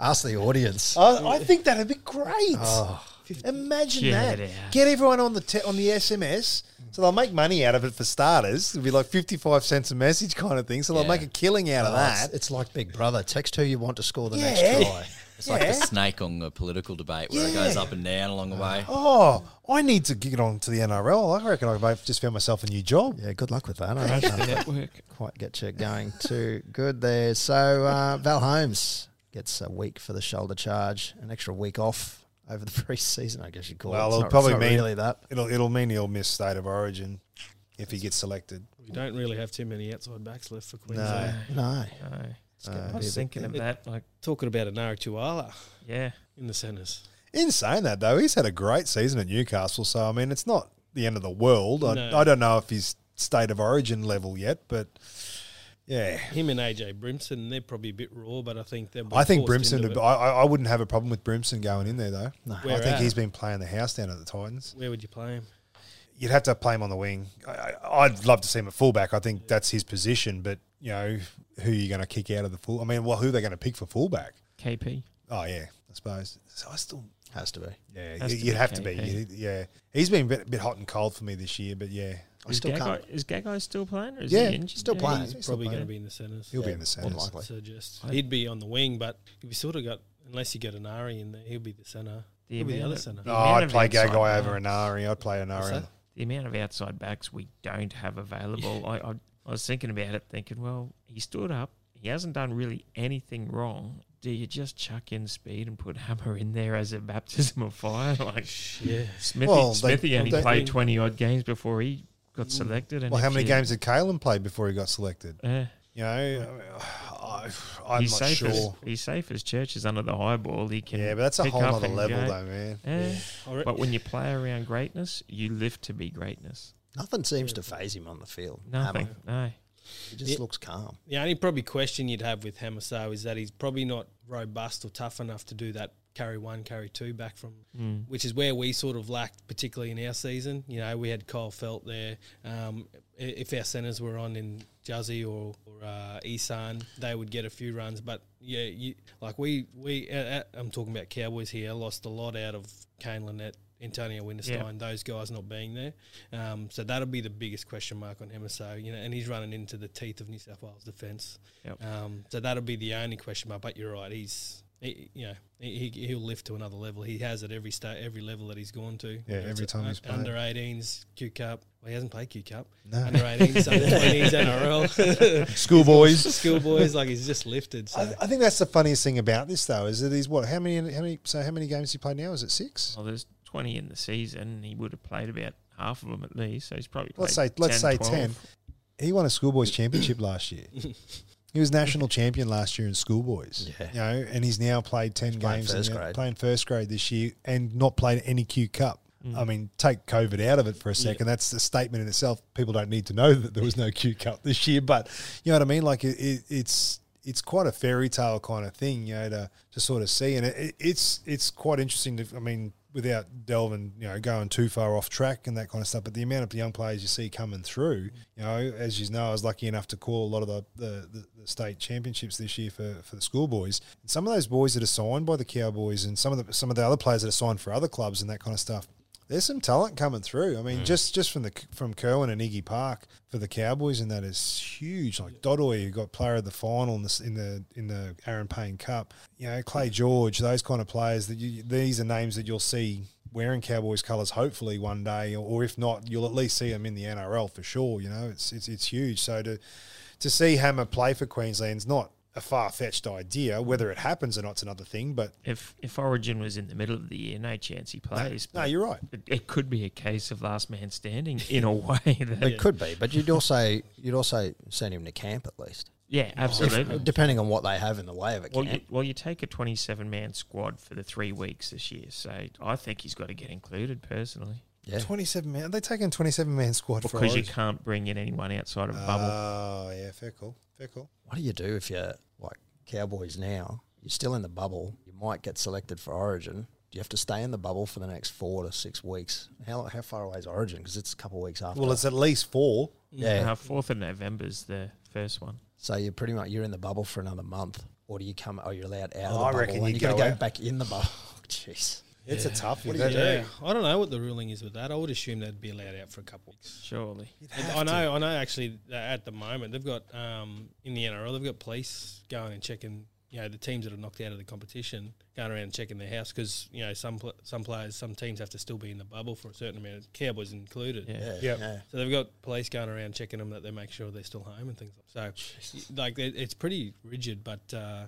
[SPEAKER 2] Ask the audience.
[SPEAKER 5] Oh,
[SPEAKER 4] I, I think that'd be great.
[SPEAKER 2] Oh.
[SPEAKER 4] Imagine
[SPEAKER 1] Get
[SPEAKER 4] that.
[SPEAKER 1] out.
[SPEAKER 4] Get everyone on the te- on the SMS, so they'll make money out of it for starters. It'd be like fifty-five cents a message kind of thing. So they'll
[SPEAKER 3] Yeah.
[SPEAKER 4] make a killing out of
[SPEAKER 2] Oh, it's-
[SPEAKER 4] that.
[SPEAKER 2] It's, like Big Brother. Text who you want to score the next
[SPEAKER 4] Yeah.
[SPEAKER 2] try.
[SPEAKER 3] It's like
[SPEAKER 4] Yeah.
[SPEAKER 3] the snake on a political debate where it goes
[SPEAKER 4] Yeah.
[SPEAKER 3] up and down along the way.
[SPEAKER 4] Oh, I need to get on to the NRL. I reckon I've just found myself a new job.
[SPEAKER 2] Yeah, good luck with that. I don't know if I
[SPEAKER 1] Network.
[SPEAKER 2] quite get you going too good there. So uh, Val Holmes gets a week for the shoulder charge, an extra week off over the preseason. I guess you call it.
[SPEAKER 4] Well,
[SPEAKER 2] It's
[SPEAKER 4] it'll
[SPEAKER 2] not,
[SPEAKER 4] probably
[SPEAKER 2] it's not
[SPEAKER 4] mean-
[SPEAKER 2] really that.
[SPEAKER 4] It'll it'll mean he'll miss state of origin if he gets selected.
[SPEAKER 5] We don't really have too many outside backs left for Queensland.
[SPEAKER 2] No, no.
[SPEAKER 1] No.
[SPEAKER 2] It's gonna
[SPEAKER 4] Uh,
[SPEAKER 1] I
[SPEAKER 2] be a
[SPEAKER 1] was
[SPEAKER 2] bit-
[SPEAKER 1] thinking of
[SPEAKER 5] it-
[SPEAKER 1] that. Like,
[SPEAKER 5] Talking about Anara Tuala
[SPEAKER 1] yeah,
[SPEAKER 5] in the centres.
[SPEAKER 4] In saying that though, he's had a great season at Newcastle, so I mean it's not the end of the world. I,
[SPEAKER 5] No.
[SPEAKER 4] I don't know if he's state of origin level yet, but yeah.
[SPEAKER 5] Him and AJ Brimson, they're probably a bit raw, but I think they're.
[SPEAKER 4] I think Brimson. Would, I, I I wouldn't have a problem with Brimson going in there though.
[SPEAKER 2] No.
[SPEAKER 5] Where
[SPEAKER 4] I think
[SPEAKER 5] at?
[SPEAKER 4] he's been playing the house down at the Titans.
[SPEAKER 5] Where would you play him?
[SPEAKER 4] You'd have to play him on the wing. I, I, I'd love to see him at fullback. I think that's his position. But you know, who are you going to kick out of the full? I mean, well, who are they going to pick for fullback?
[SPEAKER 1] KP.
[SPEAKER 4] Oh yeah, I suppose. So I still,
[SPEAKER 2] Has to be.
[SPEAKER 4] yeah,
[SPEAKER 1] Has
[SPEAKER 4] you,
[SPEAKER 1] to
[SPEAKER 4] you'd
[SPEAKER 1] be
[SPEAKER 4] have to be.
[SPEAKER 1] KP.
[SPEAKER 4] You'd- yeah, he's been a bit, bit hot and cold for me this year, but yeah,
[SPEAKER 2] I
[SPEAKER 1] is
[SPEAKER 2] still
[SPEAKER 1] Gagai,
[SPEAKER 2] can't.
[SPEAKER 1] is Gagai still playing? Or is
[SPEAKER 4] Yeah,
[SPEAKER 1] he injured?
[SPEAKER 2] still
[SPEAKER 1] Yeah,
[SPEAKER 2] playing.
[SPEAKER 1] he's-
[SPEAKER 4] He's still
[SPEAKER 5] probably going to
[SPEAKER 4] playing.
[SPEAKER 5] be in the centres.
[SPEAKER 4] he'll be
[SPEAKER 2] Yeah,
[SPEAKER 4] in the
[SPEAKER 2] More
[SPEAKER 4] centres.
[SPEAKER 2] than likely.
[SPEAKER 5] So just
[SPEAKER 1] I-
[SPEAKER 5] he'd be on the wing, but you've sort of got unless you get Anari in there, he'll be the centre.
[SPEAKER 1] The
[SPEAKER 5] He'll be the
[SPEAKER 1] amount
[SPEAKER 5] other
[SPEAKER 1] of-
[SPEAKER 5] centre.
[SPEAKER 1] the
[SPEAKER 4] No,
[SPEAKER 1] amount
[SPEAKER 4] I'd
[SPEAKER 1] of
[SPEAKER 4] oh, play
[SPEAKER 1] outside
[SPEAKER 4] Gagai over
[SPEAKER 1] backs-
[SPEAKER 4] Anari. I'd play
[SPEAKER 5] What's
[SPEAKER 4] Anari.
[SPEAKER 5] that?
[SPEAKER 1] The amount of outside backs we don't have available. I, I, I was thinking about it, thinking, well, he stood up. He hasn't done really anything wrong. Do you just chuck in speed and put Hammer in there as a baptism of fire? Like
[SPEAKER 5] Yeah,
[SPEAKER 1] Smithy,
[SPEAKER 4] Well, they-
[SPEAKER 1] Smithy only
[SPEAKER 4] they-
[SPEAKER 1] played twenty odd games before he got selected. And
[SPEAKER 4] Well, how
[SPEAKER 1] if
[SPEAKER 4] many
[SPEAKER 1] you-
[SPEAKER 4] games did Kalen play before he got selected?
[SPEAKER 1] Uh,
[SPEAKER 4] You know, I mean, I, am
[SPEAKER 1] he's
[SPEAKER 4] not
[SPEAKER 1] safe
[SPEAKER 4] sure.
[SPEAKER 1] As, he's safe as church is under the high ball. He can.
[SPEAKER 4] Yeah, but that's a
[SPEAKER 1] pick
[SPEAKER 4] whole
[SPEAKER 1] up
[SPEAKER 4] other
[SPEAKER 1] and
[SPEAKER 4] level,
[SPEAKER 1] go.
[SPEAKER 4] though, man.
[SPEAKER 1] Eh,
[SPEAKER 5] I re-
[SPEAKER 1] But when you play around greatness, you live to be greatness.
[SPEAKER 2] Nothing seems to phase him on the field.
[SPEAKER 1] Nothing.
[SPEAKER 2] Hammer.
[SPEAKER 1] No.
[SPEAKER 2] He just
[SPEAKER 5] Yeah.
[SPEAKER 2] looks calm.
[SPEAKER 5] the only probably question you'd have with Hamasau is that he's probably not robust or tough enough to do that carry one, carry two back from
[SPEAKER 1] Mm.
[SPEAKER 5] which is where we sort of lacked, particularly in our season. You know, we had Kyle Felt there. Um, i- if our centres were on in Juzzy or, or uh, Isan, they would get a few runs. But yeah, you, like we we uh, uh, I'm talking about Cowboys here lost a lot out of Kane Lynette. Antonio Winterstein, those guys not being there, um, so that'll be the biggest question mark on him. So you know, and he's running into the teeth of New South Wales defence.
[SPEAKER 1] Yep.
[SPEAKER 5] Um, so that'll be the only question mark. But you're right. He's he, you know he, he- he'll lift to another level. He has at every state, every level that he's gone to. uh,
[SPEAKER 4] Yeah, every time he's played.
[SPEAKER 5] under 18s Q Cup. Well, he hasn't played Q Cup.
[SPEAKER 4] No.
[SPEAKER 5] Under 18s, under 20s NRL,
[SPEAKER 4] Schoolboys.
[SPEAKER 5] schoolboys. Like he's just lifted. So
[SPEAKER 4] I, I think that's the funniest thing about this, though, is that he's what? How many? How many? So how many games he played now? Is it six?
[SPEAKER 1] Well, there's 20 in the season, and he would have played about half of them at least. So he's probably
[SPEAKER 4] Let's
[SPEAKER 1] played
[SPEAKER 4] say- let's
[SPEAKER 1] 10,
[SPEAKER 4] say
[SPEAKER 1] 12.
[SPEAKER 4] 10. He won a schoolboys championship last year. He was national champion last year in schoolboys.
[SPEAKER 2] Yeah.
[SPEAKER 4] You know, and he's now played ten
[SPEAKER 2] playing
[SPEAKER 4] games, and
[SPEAKER 2] first
[SPEAKER 4] now
[SPEAKER 2] grade.
[SPEAKER 4] playing first grade this year, and not played any Q Cup.
[SPEAKER 2] Mm.
[SPEAKER 4] I mean, take COVID out of it for a second. That's a statement in itself. People don't need to know that there was no Q Cup this year, but you know what I mean. Like it, it, it's it's quite a fairy tale kind of thing, you know, to, to sort of see. And it- it, it's it's quite interesting. To, I mean, without delving, you know, going too far off track and that kind of stuff. But the amount of young players you see coming through, you know, as you know, I was lucky enough to call a lot of the, the, the, the state championships this year for, for the schoolboys. And some of those boys that are signed by the Cowboys and some of the some of the other players that are signed for other clubs and that kind of stuff there's some talent coming through. I mean, just just from the from Kerwin and Iggy Park for the Cowboys, and that is huge. Like Dodoy, who got player of the final in the s- in the in the Aaron Payne Cup. You know, Clay George, those kind of players. That you, these are names that you'll see wearing Cowboys colours hopefully one day, or, or if not, you'll at least see them in the NRL for sure. You know, it's it's it's huge. So to to see Hammer play for Queensland's not a far fetched idea. Whether it happens or not's another thing, but
[SPEAKER 1] If, if Origin was in the middle of the year, no chance he plays.
[SPEAKER 4] no,
[SPEAKER 1] but
[SPEAKER 4] you're right.
[SPEAKER 1] it, it could be a case of last man standing in a way that.
[SPEAKER 2] It could be, but you'd also you'd also send him to camp at least,
[SPEAKER 1] Yeah, absolutely.
[SPEAKER 2] depending on what they have in the way of a
[SPEAKER 1] Well
[SPEAKER 2] camp.
[SPEAKER 1] you, well, you take a 27 man squad for the three weeks this year. So I think he's got to get included personally
[SPEAKER 2] yeah,
[SPEAKER 4] 27 man. Are they taking 27 man squad for
[SPEAKER 1] because you
[SPEAKER 4] Origin?
[SPEAKER 1] can't bring in anyone outside of bubble.
[SPEAKER 4] Oh, yeah, fair call. Fair call.
[SPEAKER 2] what do you do if you're like Cowboys now? You're still in the bubble. You might get selected for Origin. Do you have to stay in the bubble for the next four to six weeks? How, how far away is Origin? Because it's a couple of weeks after.
[SPEAKER 4] Well, it's at least four.
[SPEAKER 2] yeah.
[SPEAKER 1] Uh, 4th of November's the first one.
[SPEAKER 2] So you're pretty much you're in the bubble for another month, or do you come? Oh, you're allowed out of
[SPEAKER 4] Oh,
[SPEAKER 2] the
[SPEAKER 4] I
[SPEAKER 2] bubble.
[SPEAKER 4] reckon
[SPEAKER 2] and
[SPEAKER 4] you
[SPEAKER 2] you got to
[SPEAKER 4] go
[SPEAKER 2] go
[SPEAKER 4] out.
[SPEAKER 2] back in the bubble. Jeez.
[SPEAKER 4] It's a tough one.
[SPEAKER 5] yeah, I don't know what the ruling is with that. I would assume they'd be allowed out for a couple weeks.
[SPEAKER 1] Surely.
[SPEAKER 5] I know, uh, I know. Actually, that at the moment, they've got um, in the NRL, they've got police going and checking you know the teams that are knocked out of the competition going around and checking their house because you know some pl- some players, some teams have to still be in the bubble for a certain amount, of Cowboys included.
[SPEAKER 1] Yeah.
[SPEAKER 4] Yep.
[SPEAKER 2] yeah.
[SPEAKER 5] So they've got police going around checking them that they make sure they're still home and things like so. y- Like it- it's pretty rigid, but uh,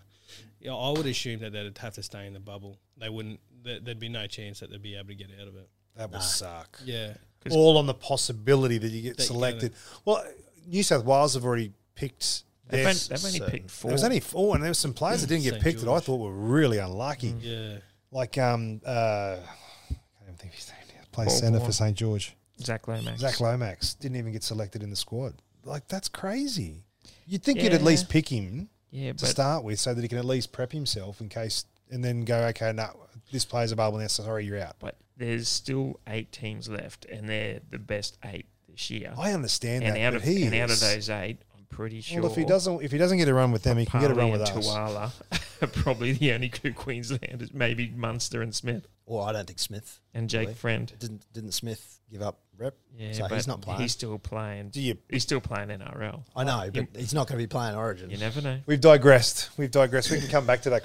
[SPEAKER 5] yeah, I would assume that they'd have to stay in the bubble. They wouldn't. there- There'd be no chance that they'd be able to get out of it.
[SPEAKER 4] That will suck.
[SPEAKER 5] Yeah.
[SPEAKER 1] 'Cause-
[SPEAKER 4] All on the possibility that you get
[SPEAKER 5] That you get
[SPEAKER 4] selected. well, New South Wales have already picked.
[SPEAKER 1] They've,
[SPEAKER 4] their-
[SPEAKER 1] on- they've only
[SPEAKER 2] certain-
[SPEAKER 1] picked four.
[SPEAKER 4] there was only four, and there were some players that didn't get
[SPEAKER 5] St.
[SPEAKER 4] picked that I
[SPEAKER 5] George.
[SPEAKER 4] thought were really unlucky.
[SPEAKER 1] Mm.
[SPEAKER 5] Yeah.
[SPEAKER 4] Like um, uh, I can't even think of his name. now. Plays
[SPEAKER 1] Paul
[SPEAKER 4] centre
[SPEAKER 1] Vaughan.
[SPEAKER 4] for St George.
[SPEAKER 1] Zach Lomax.
[SPEAKER 4] Zach Lomax didn't even get selected in the squad. Like that's crazy. You'd think you'd
[SPEAKER 1] Yeah.
[SPEAKER 4] at least pick him
[SPEAKER 1] Yeah,
[SPEAKER 4] to
[SPEAKER 1] but
[SPEAKER 4] start with, so that he can at least prep himself in case, and then go, okay, no, this player's available now. So sorry, you're out.
[SPEAKER 1] but there's still eight teams left, and they're the best eight this year.
[SPEAKER 4] I understand
[SPEAKER 1] and
[SPEAKER 4] that,
[SPEAKER 1] out
[SPEAKER 4] but
[SPEAKER 1] of
[SPEAKER 4] he
[SPEAKER 1] and out of
[SPEAKER 4] is-
[SPEAKER 1] those eight, I'm pretty sure.
[SPEAKER 4] Well, if he doesn't, if he doesn't get a run with them, he can get a run
[SPEAKER 1] Parley
[SPEAKER 4] with
[SPEAKER 1] and
[SPEAKER 4] us.
[SPEAKER 1] Tuala are probably the only two Queenslanders, maybe Munster and Smith
[SPEAKER 2] Well, I don't think Smith
[SPEAKER 1] and Jake
[SPEAKER 2] Really?
[SPEAKER 1] Friend.
[SPEAKER 2] didn't didn't Smith give up rep.
[SPEAKER 1] Yeah,
[SPEAKER 2] So
[SPEAKER 1] but
[SPEAKER 2] he's not playing.
[SPEAKER 1] He's still playing.
[SPEAKER 4] Do you?
[SPEAKER 1] He's still playing NRL.
[SPEAKER 2] I know, but he's not going to be playing Origin.
[SPEAKER 1] You never know.
[SPEAKER 4] We've digressed. We've digressed. We can come back to that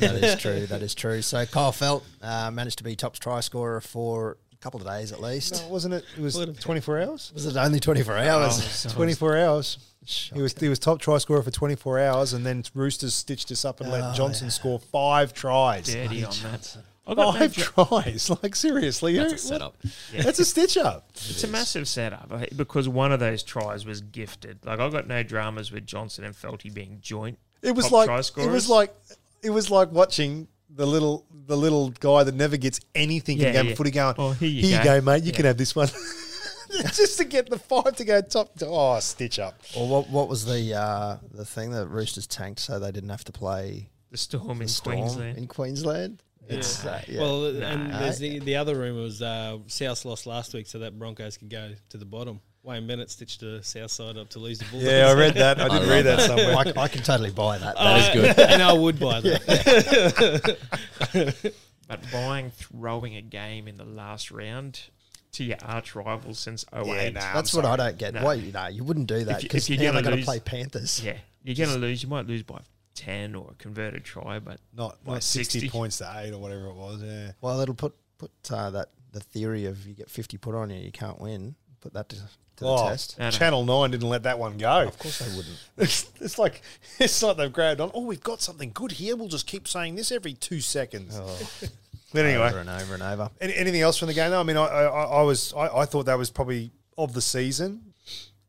[SPEAKER 2] that is true. That is true. So Kyle Felt uh, managed to be tops try scorer for a couple of days at least.
[SPEAKER 4] No, Oh, wasn't it? It was
[SPEAKER 5] What a-
[SPEAKER 4] 24 hours.
[SPEAKER 2] Was it only 24 hours?
[SPEAKER 1] so-
[SPEAKER 4] 24 hours. He was he was top try scorer for 24 hours, and then Roosters stitched us up and
[SPEAKER 2] Oh,
[SPEAKER 4] let Johnson score five tries.
[SPEAKER 1] dirty on that. I got no
[SPEAKER 4] Five
[SPEAKER 1] dr-
[SPEAKER 4] tries. Like seriously,
[SPEAKER 3] That's
[SPEAKER 4] who-
[SPEAKER 3] a setup.
[SPEAKER 4] what- That's a stitch up.
[SPEAKER 1] It's a massive setup eh, because one of those tries was gifted. Like I got no dramas with Johnson and Felty being joint.
[SPEAKER 4] It was
[SPEAKER 1] top
[SPEAKER 4] like
[SPEAKER 1] try
[SPEAKER 4] it was
[SPEAKER 1] scorers.
[SPEAKER 4] like it was like watching the little the little guy that never gets anything in
[SPEAKER 1] Yeah,
[SPEAKER 4] the game
[SPEAKER 1] yeah.
[SPEAKER 4] of footy going.
[SPEAKER 1] Oh, here you
[SPEAKER 4] here
[SPEAKER 1] go."
[SPEAKER 4] you go, mate. You
[SPEAKER 1] Yeah.
[SPEAKER 4] can have this one. Just to get the five to go top. Oh, stitch up.
[SPEAKER 2] Or what, what was the uh, the thing that Roosters tanked so they didn't have to play
[SPEAKER 1] The storm in
[SPEAKER 2] the Storm
[SPEAKER 1] Queensland.
[SPEAKER 2] in Queensland? It's, uh, yeah.
[SPEAKER 5] Well, and
[SPEAKER 2] Nah.
[SPEAKER 5] there's the, the other rumour was uh, South lost last week, so that Broncos could go to the bottom. Wayne Bennett stitched the South side up to lose the Bulldogs.
[SPEAKER 4] Yeah, I read that. I
[SPEAKER 3] I
[SPEAKER 4] did
[SPEAKER 3] love
[SPEAKER 4] read that
[SPEAKER 3] that.
[SPEAKER 4] somewhere.
[SPEAKER 2] I, I can totally buy
[SPEAKER 1] Uh,
[SPEAKER 2] that.
[SPEAKER 3] That is good.
[SPEAKER 5] and I would buy that.
[SPEAKER 1] But buying throwing a game in the last round to your arch rival since 08. Yeah,
[SPEAKER 4] nah.
[SPEAKER 2] That's
[SPEAKER 4] I'm
[SPEAKER 2] what I don't get.
[SPEAKER 1] um, No.
[SPEAKER 2] Why you know you wouldn't do that
[SPEAKER 1] If you- if
[SPEAKER 2] because
[SPEAKER 1] you're
[SPEAKER 2] now
[SPEAKER 1] gonna
[SPEAKER 2] they're going to
[SPEAKER 1] lose-
[SPEAKER 2] play Panthers.
[SPEAKER 1] you're going to lose. You might lose by 10 or a converted try, but
[SPEAKER 4] Not
[SPEAKER 1] Like
[SPEAKER 4] like 60,
[SPEAKER 1] 60.
[SPEAKER 4] points to eight or whatever it was. Yeah.
[SPEAKER 2] Well, it'll put put uh, that the theory of you get fifty put on you, you can't win. Put that to, to the
[SPEAKER 4] Oh,
[SPEAKER 2] test.
[SPEAKER 1] No, no.
[SPEAKER 4] Channel Nine didn't let that one go.
[SPEAKER 2] Of course, they wouldn't.
[SPEAKER 4] It's, it's like it's like they've grabbed on. Oh, we've got something good here. We'll just keep saying this every two seconds.
[SPEAKER 1] Oh.
[SPEAKER 4] But anyway,
[SPEAKER 2] over and over and over.
[SPEAKER 4] Any, anything else from the game? though? I mean, I, I, I was I, I thought that was probably of the season,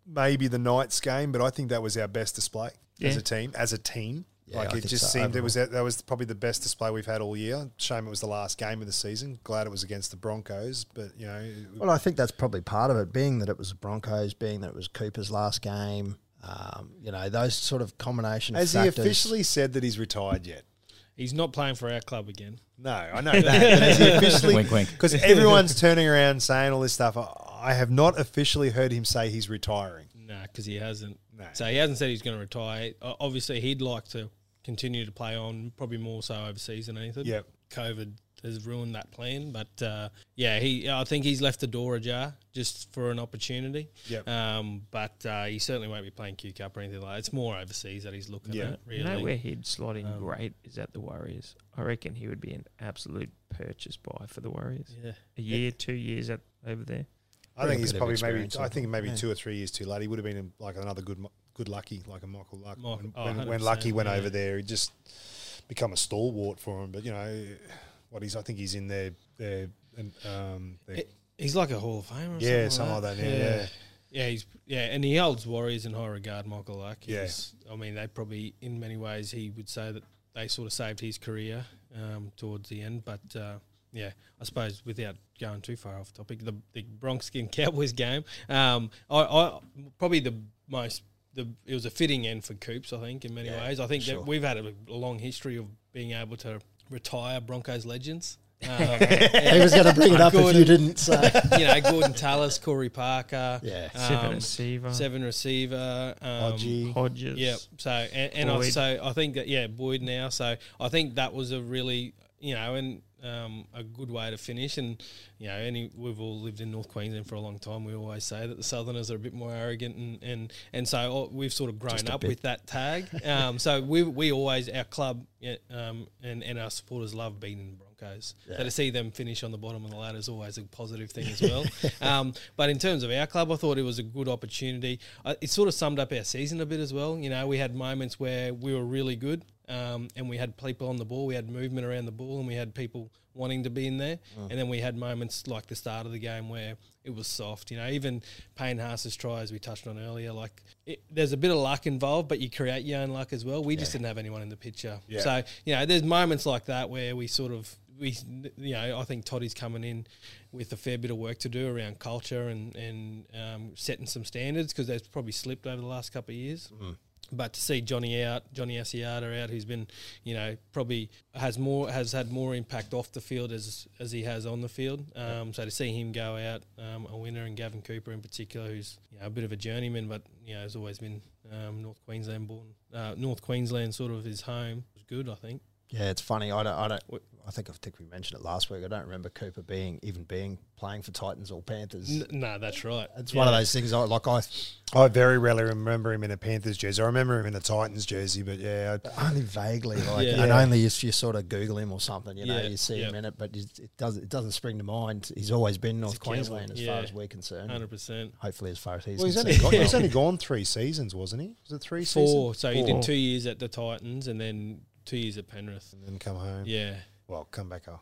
[SPEAKER 4] maybe the Knights game, but I think that was our best display as
[SPEAKER 1] Yeah.
[SPEAKER 4] a team. As a team,
[SPEAKER 2] Yeah,
[SPEAKER 4] like
[SPEAKER 2] I
[SPEAKER 4] it
[SPEAKER 2] think
[SPEAKER 4] just
[SPEAKER 2] so,
[SPEAKER 4] seemed it was that that was probably the best display we've had all year. Shame it was the last game of the season. Glad it was against the Broncos, but you know, it-
[SPEAKER 2] Well, I think that's probably part of it, being that it was the Broncos, being that it was Cooper's last game. Um, you know, those sort of combination. of
[SPEAKER 4] has he
[SPEAKER 2] factors.
[SPEAKER 4] officially said that he's retired yet?
[SPEAKER 5] He's not playing for our club again.
[SPEAKER 4] No, I know that. but has he officially?
[SPEAKER 3] Wink, wink.
[SPEAKER 4] Because everyone's turning around saying all this stuff. I, I have not officially heard him say he's retiring.
[SPEAKER 5] No, because he hasn't.
[SPEAKER 4] No.
[SPEAKER 5] So he hasn't said he's going to retire. O- Obviously, he'd like to continue to play on, probably more so overseas than anything.
[SPEAKER 4] Yep.
[SPEAKER 5] COVID has ruined that plan, but uh, yeah, he. I think he's left the door ajar just for an opportunity.
[SPEAKER 4] Yep.
[SPEAKER 5] Um, but uh, he certainly won't be playing Q Cup or anything like. that. It's more overseas that he's looking
[SPEAKER 4] Yeah.
[SPEAKER 5] at. Really. Um,
[SPEAKER 1] you know where he'd slot in great is at the Warriors. I reckon he would be an absolute purchase buy for the Warriors.
[SPEAKER 5] yeah.
[SPEAKER 1] A year, two years at, over there.
[SPEAKER 4] I think
[SPEAKER 2] a
[SPEAKER 4] he's
[SPEAKER 2] bit of
[SPEAKER 4] probably maybe.
[SPEAKER 2] experience,
[SPEAKER 4] I think maybe
[SPEAKER 2] yeah.
[SPEAKER 4] two or three years too late. He would have been in, like another good, mo- good lucky, like a Michael Luck.
[SPEAKER 5] Michael-
[SPEAKER 4] when,
[SPEAKER 5] oh,
[SPEAKER 4] when, when
[SPEAKER 5] 100%,
[SPEAKER 4] Lucky went
[SPEAKER 5] yeah.
[SPEAKER 4] over there, he just become a stalwart for him. But you know, what he's. I think he's in their their and, um their,
[SPEAKER 5] He- He's like a Hall of Famer. Or
[SPEAKER 4] yeah,
[SPEAKER 5] something
[SPEAKER 4] something like that. Yeah, yeah.
[SPEAKER 5] Yeah, he's yeah, and he holds Warriors in high regard, Michael Luck.
[SPEAKER 4] Yeah.
[SPEAKER 5] He's- I mean, they probably, in many ways, he would say that they sort of saved his career um, towards the end. But uh, yeah, I suppose without going too far off topic, the, the Bronxkin Cowboys game, um, I, I probably the most. The, it was a fitting end for Coops, I think, in many
[SPEAKER 2] Yeah,
[SPEAKER 5] ways. I think
[SPEAKER 2] sure.
[SPEAKER 5] that we've had a long history of being able to retire Broncos legends. Um, and-
[SPEAKER 2] He was going to bring it up if you
[SPEAKER 5] Gordon.
[SPEAKER 2] didn't. So.
[SPEAKER 5] you know, Gordon Tallis, Corey Parker,
[SPEAKER 2] Yeah. Oh,
[SPEAKER 1] Seven
[SPEAKER 5] um,
[SPEAKER 1] receiver,
[SPEAKER 5] seven receiver, um,
[SPEAKER 4] Hodgie.
[SPEAKER 1] Hodges.
[SPEAKER 5] yeah. So and, and I,
[SPEAKER 1] Boyd.
[SPEAKER 5] so I think that yeah, Boyd now. So I think that was a really you know, and um, a good way to finish. And you know, any we've all lived in North Queensland for a long time. We always say that the Southerners are a bit more arrogant, and and, and so all- we've sort of grown
[SPEAKER 2] Just a
[SPEAKER 5] up
[SPEAKER 2] bit.
[SPEAKER 5] with that tag. Um, so we we always our club yeah, um, and and our supporters love beating the Broncos. So to see them finish on the bottom of the ladder is always a positive thing as well. um, but in terms of our club, I thought it was a good opportunity. Uh, it sort of summed up our season a bit as well. You know, we had moments where we were really good um, and we had people on the ball, we had movement around the ball, and we had people wanting to be in there. And then we had moments like the start of the game where it was soft. You know, even Payne Haas's try, as we touched on earlier, like it, there's a bit of luck involved, but you create your own luck as well. We just didn't have anyone in the picture.
[SPEAKER 4] Yeah.
[SPEAKER 5] So, you know, there's moments like that where we sort of, we, you know, I think Toddy's coming in with a fair bit of work to do around culture and, and um, setting some standards because they've probably slipped over the last couple of years. But to see Johnny out, Johnny Asiata out, who's been, you know, probably has more has had more impact off the field as as he has on the field. Um, So to see him go out, um, a winner, and Gavin Cooper in particular, who's you know, a bit of a journeyman, but you know, has always been um, North Queensland born, uh, North Queensland sort of his home. It was good, I think.
[SPEAKER 2] Yeah, it's funny. I don't. I don't. I think I think we mentioned it last week. I don't remember Cooper being even being playing for Titans or Panthers.
[SPEAKER 5] N- no, that's right.
[SPEAKER 2] It's
[SPEAKER 5] Yeah.
[SPEAKER 2] one of those things. I like. I
[SPEAKER 4] I very rarely remember him in a Panthers jersey. I remember him in a Titans jersey, but yeah, I,
[SPEAKER 2] only vaguely like,
[SPEAKER 5] Yeah.
[SPEAKER 2] and
[SPEAKER 4] Yeah.
[SPEAKER 2] only if you sort of Google him or something, you know,
[SPEAKER 5] Yeah,
[SPEAKER 2] you see him
[SPEAKER 5] yeah.
[SPEAKER 2] in it, but it it does it doesn't spring to mind. He's always been North
[SPEAKER 5] Campbell,
[SPEAKER 2] Queensland as far
[SPEAKER 5] yeah.
[SPEAKER 2] as we're concerned.
[SPEAKER 5] Hundred percent.
[SPEAKER 2] Hopefully, as far as he's
[SPEAKER 4] well, he's only
[SPEAKER 2] concerned,
[SPEAKER 4] gone, he's only gone three seasons, wasn't he? Was it three
[SPEAKER 5] Four.
[SPEAKER 4] seasons?
[SPEAKER 5] So he did
[SPEAKER 1] Four.
[SPEAKER 5] two years at the Titans and then two years at Penrith.
[SPEAKER 4] and then come home.
[SPEAKER 5] Yeah.
[SPEAKER 4] Well, come back home.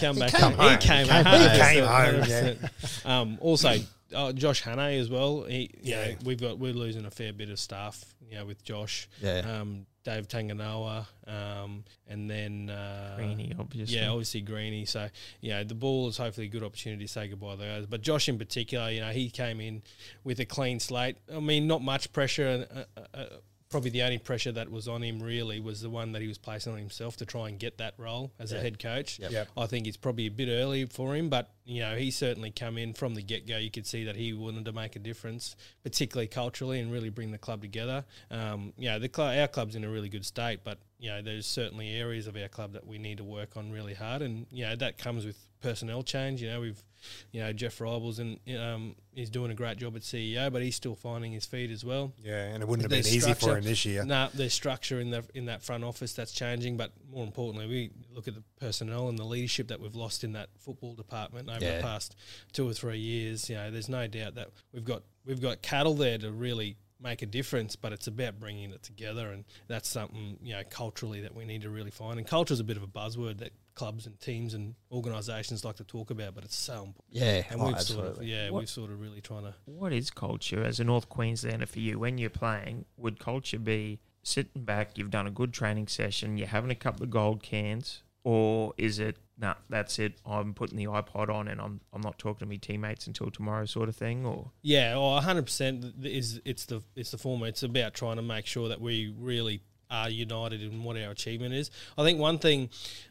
[SPEAKER 5] Come back.
[SPEAKER 4] came home.
[SPEAKER 5] He came
[SPEAKER 4] He came
[SPEAKER 5] home.
[SPEAKER 4] home,
[SPEAKER 5] 100%. Um, also, uh, Josh Hannay as well. He, yeah,
[SPEAKER 4] Yeah.
[SPEAKER 5] we've got we're losing a fair bit of staff. You know, with Josh,
[SPEAKER 2] yeah,
[SPEAKER 5] um, Dave Tanganoa, um, and then uh,
[SPEAKER 1] Greeny, obviously.
[SPEAKER 5] Yeah, obviously Greeny. So you know, the ball is hopefully a good opportunity to say goodbye to those. But Josh in particular, you know, he came in with a clean slate. I mean, not much pressure. And, uh, uh, uh, probably the only pressure that was on him really was the one that he was placing on himself to try and get that role as a head coach.
[SPEAKER 4] Yep.
[SPEAKER 5] I think it's probably a bit early for him, but you know, he certainly come in from the get go. You could see that he wanted to make a difference, particularly culturally, and really bring the club together. Um, you know, the club, our club's in a really good state, but you know, there's certainly areas of our club that we need to work on really hard, and you know, that comes with personnel change. You know, we've, you know, Jeff Ribals and um, he's doing a great job at CEO, but he's still finding his feet as well.
[SPEAKER 4] Yeah, and it wouldn't have
[SPEAKER 5] Their
[SPEAKER 4] been easy for
[SPEAKER 5] structure-
[SPEAKER 4] him this year.
[SPEAKER 5] Nah, there's structure in the in that front office that's changing, but more importantly, we look at the personnel and the leadership that we've lost in that football department over
[SPEAKER 3] Yeah.
[SPEAKER 5] the past two or three years. You know, there's no doubt that we've got we've got cattle there to really make a difference, but it's about bringing it together, and that's something you know culturally that we need to really find. And culture is a bit of a buzzword that clubs and teams and organisations like to talk about, but it's so important.
[SPEAKER 2] yeah,
[SPEAKER 5] And
[SPEAKER 2] oh,
[SPEAKER 5] we've sort of
[SPEAKER 2] absolutely.
[SPEAKER 5] yeah,
[SPEAKER 1] What-
[SPEAKER 5] we've sort of really trying to
[SPEAKER 1] What is culture as a North Queenslander for you when you're playing? Would culture be sitting back, you've done a good training session, you're having a couple of gold cans, or is it, nah, that's it, I'm putting the iPod on and I'm, I'm not talking to my teammates until tomorrow sort of thing? Or
[SPEAKER 5] Yeah, well, hundred percent is it's the it's the former. It's about trying to make sure that we really are united in what our achievement is. I think one thing,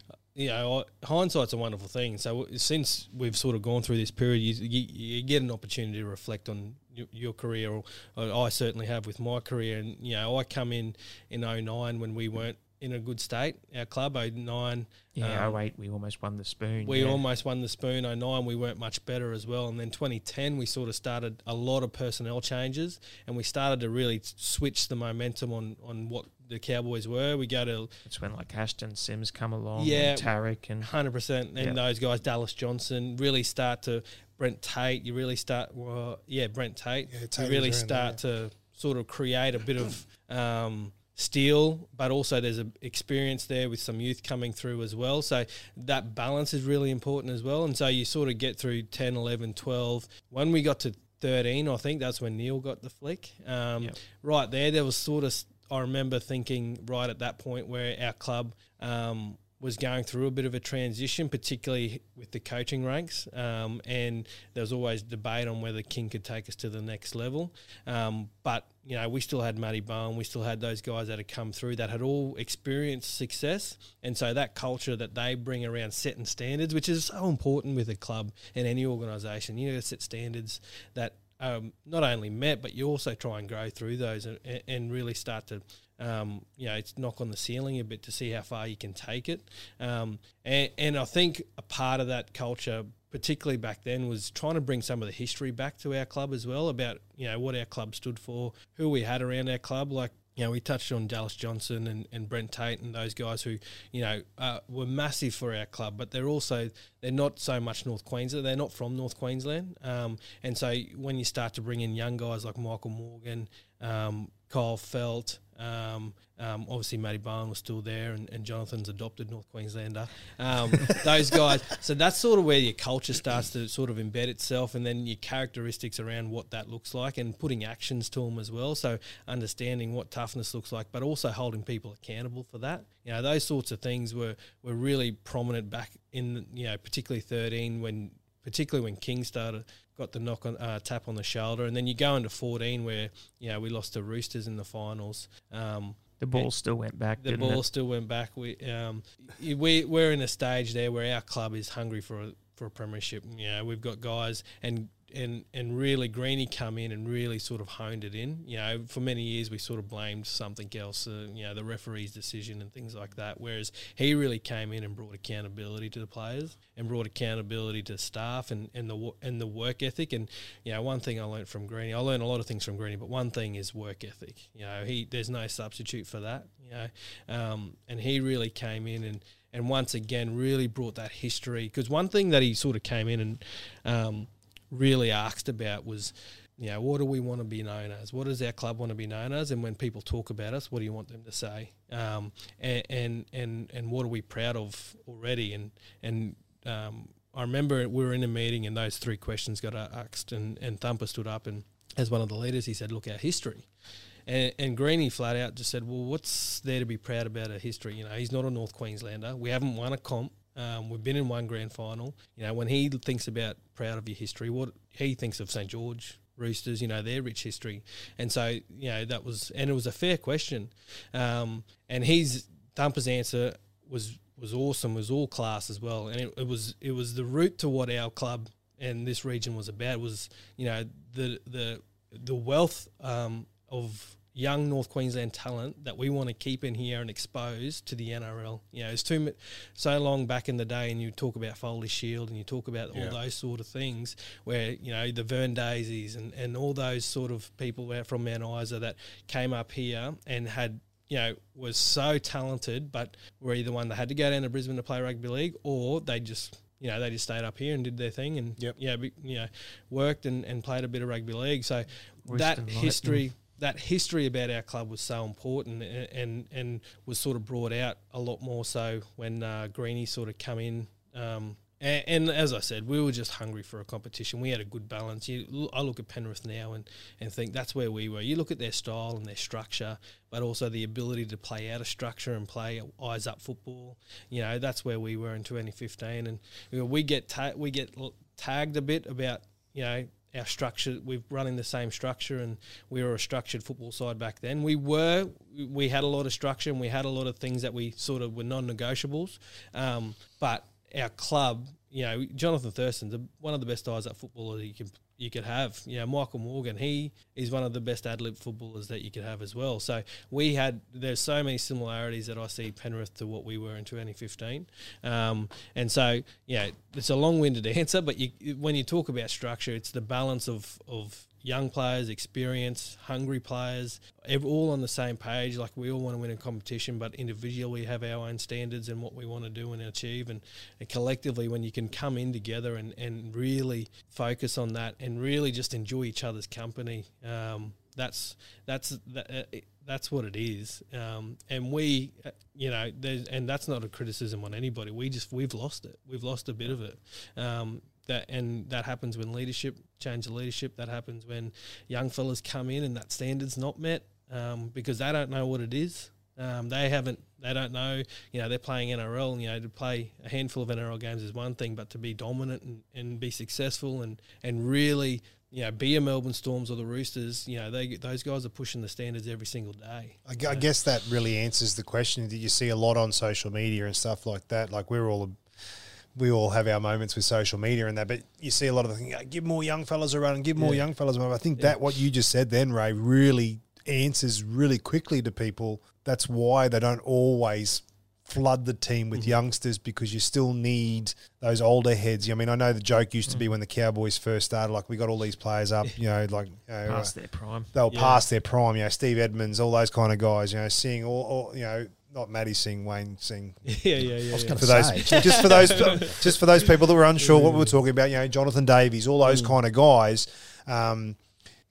[SPEAKER 5] uh, you know, I- hindsight's a wonderful thing. So since we've sort of gone through this period, you, you, you get an opportunity to reflect on your, your career, or, or I certainly have with my career. And you know, I come in in 09 when we weren't in a good state. Our club 09
[SPEAKER 1] Yeah,
[SPEAKER 5] Um,
[SPEAKER 1] oh wait, we almost won the spoon.
[SPEAKER 5] we
[SPEAKER 1] yeah.
[SPEAKER 5] almost won the spoon 09 we weren't much better as well and then 2010 we sort of started a lot of personnel changes and we started to really s- switch the momentum on on what the cowboys were we go to
[SPEAKER 1] It's when like Ashton Sims come along,
[SPEAKER 5] Yeah.
[SPEAKER 1] and Tarek, and
[SPEAKER 5] 100% and
[SPEAKER 1] Mm. Yeah.
[SPEAKER 5] those guys dallas johnson really start to brent tate you really start well yeah brent tate
[SPEAKER 4] Yeah, Tate
[SPEAKER 5] you
[SPEAKER 4] was
[SPEAKER 5] really
[SPEAKER 4] around there,
[SPEAKER 5] start
[SPEAKER 4] yeah.
[SPEAKER 5] to sort of create a bit of um, steel, but also there's a experience there with some youth coming through as well. So that balance is really important as well. And so you sort of get through 10, 11, 12. When we got to 13, I think that's when Neil got the flick. Um,
[SPEAKER 1] Yep.
[SPEAKER 5] Right there, there was sort of, I remember thinking right at that point where our club um, was going through a bit of a transition, particularly with the coaching ranks. Um, and there was always debate on whether King could take us to the next level. Um, but you know, we still had Matty Bowen, we still had those guys that had come through that had all experienced success, and so that culture that they bring around setting standards, which is so important with a club and any organisation, you know, to set standards that um, not only met, but you also try and grow through those and, and- and really start to, um, you know, it's knock on the ceiling a bit to see how far you can take it. Um, and, and I think a part of that culture, particularly back then, was trying to bring some of the history back to our club as well about, you know, what our club stood for, who we had around our club. Like, you know, we touched on Dallas Johnson and, and Brent Tate and those guys who, you know, uh, were massive for our club, but they're also, they're not so much North Queensland. They're not from North Queensland. Um, and so when you start to bring in young guys like Michael Morgan, um, Kyle Felt, um, um, obviously Matty Barn was still there and, and Jonathan's adopted North Queenslander. Um, those guys. So that's sort of where your culture starts to sort of embed itself and then your characteristics around what that looks like and putting actions to them as well. So understanding what toughness looks like, but also holding people accountable for that. You know, those sorts of things were, were really prominent back in, you know, particularly 13 when particularly when King started got the knock on uh, tap on the shoulder, and then you go into fourteen where you know we lost to Roosters in the finals. Um,
[SPEAKER 1] The ball still went back.
[SPEAKER 5] the
[SPEAKER 1] didn't
[SPEAKER 5] ball
[SPEAKER 1] It?
[SPEAKER 5] still went back. We um, y- we we're in a stage there where our club is hungry for a, for a premiership. You know, we've got guys and. And, and really, Greeny come in and really sort of honed it in. You know, for many years we sort of blamed something else, uh, you know, the referee's decision and things like that. Whereas he really came in and brought accountability to the players and brought accountability to staff and, and the wo- and the work ethic. And you know, one thing I learned from Greeny, I learned a lot of things from Greeny, but one thing is work ethic. You know, he there's no substitute for that. You know, um, and he really came in and and once again really brought that history because one thing that he sort of came in and um, really asked about was. You know, what do we want to be known as? What does our club want to be known as? And when people talk about us, what do you want them to say? Um, and, and and and what are we proud of already? And and um, I remember we were in a meeting and those three questions got a- asked, and, and Thumper stood up and, as one of the leaders, he said, "Look, our history." And, and Greeny flat out just said, "Well, what's there to be proud about our history? You know, he's not a North Queenslander. We haven't won a comp. Um, we've been in one grand final. You know, when he thinks about proud of your history, what he thinks of St George." Roosters, you know their rich history, and so you know that was, and it was a fair question, um, and he's Thumper's answer was was awesome. Was all class as well, and it, it was it was the route to what our club and this region was about. Was you know the the the wealth um, of young North Queensland talent that we want to keep in here and expose to the NRL. You know, it's too mu- so long back in the day, and you talk about Foley Shield and you talk about all those sort of things where you know the Vern Daisies and and all those sort of people out from Mount Isa that came up here and had you know, was so talented, but were either one that had to go down to Brisbane to play rugby league, or they just, you know, they just stayed up here and did their thing and,
[SPEAKER 4] Yep.
[SPEAKER 5] yeah, be, you know, worked and, and played a bit of rugby league. So that
[SPEAKER 1] Lightning.
[SPEAKER 5] history, that history about our club was so important and and, and was sort of brought out a lot more so when uh, Greeny sort of come in. Um, and, and as I said, we were just hungry for a competition. We had a good balance. You, I look at Penrith now and, and think that's where we were. You look at their style and their structure, but also the ability to play out of structure and play eyes up football. You know that's where we were in 2015, and you know, we get ta- we get l- tagged a bit about you know our structure we've run in the same structure and we were a structured football side back then we were we had a lot of structure and we had a lot of things that we sort of were non-negotiables um, but our club you know jonathan thurston's a- one of the best eyes at footballer that you could you could have you know michael morgan he is one of the best ad-lib footballers that you could have as well so we had there's so many similarities that i see penrith to what we were in 2015 um, and so yeah it's a long-winded answer but you, when you talk about structure it's the balance of of young players experience hungry players ev- all on the same page like we all want to win a competition but individually we have our own standards and what we want to do and achieve and, and collectively when you can come in together and, and really focus on that and really just enjoy each other's company um, that's that's that, uh, it- that's what it is um, and we uh, you know there's, and that's not a criticism on anybody we just we've lost it we've lost a bit of it um, that and that happens when leadership change of leadership that happens when young fellas come in and that standard's not met um, because they don't know what it is um, they haven't they don't know you know they're playing NRL and, you know to play a handful of NRL games is one thing but to be dominant and, and be successful and and really you know, be a Melbourne Storms or the Roosters. You know, they those guys are pushing the standards every single day.
[SPEAKER 4] I, gu- I guess that really answers the question that you see a lot on social media and stuff like that. Like we're all we all have our moments with social media and that, but you see a lot of the thing, "Oh, give more young fellas a run, give more young fellas a run. I think that what you just said then, Ray, really answers really quickly to people. That's why they don't always flood the team with youngsters because you still need those older heads. I mean, I know the joke used to be when the Cowboys first started, like we got all these players up, you know, like you know,
[SPEAKER 1] past their prime.
[SPEAKER 4] they were
[SPEAKER 5] Yeah.
[SPEAKER 4] past their prime. You know, Steve Edmonds, all those kind of guys. You know, seeing all, all you know, not Matty Singh, Wayne Singh.
[SPEAKER 5] yeah, yeah, yeah.
[SPEAKER 2] was
[SPEAKER 5] yeah.
[SPEAKER 2] gonna
[SPEAKER 4] For those,
[SPEAKER 2] say.
[SPEAKER 4] just for those, just for those people that were unsure what we were talking about. You know, Jonathan Davies, all
[SPEAKER 5] Mm.
[SPEAKER 4] those kind of guys. Um,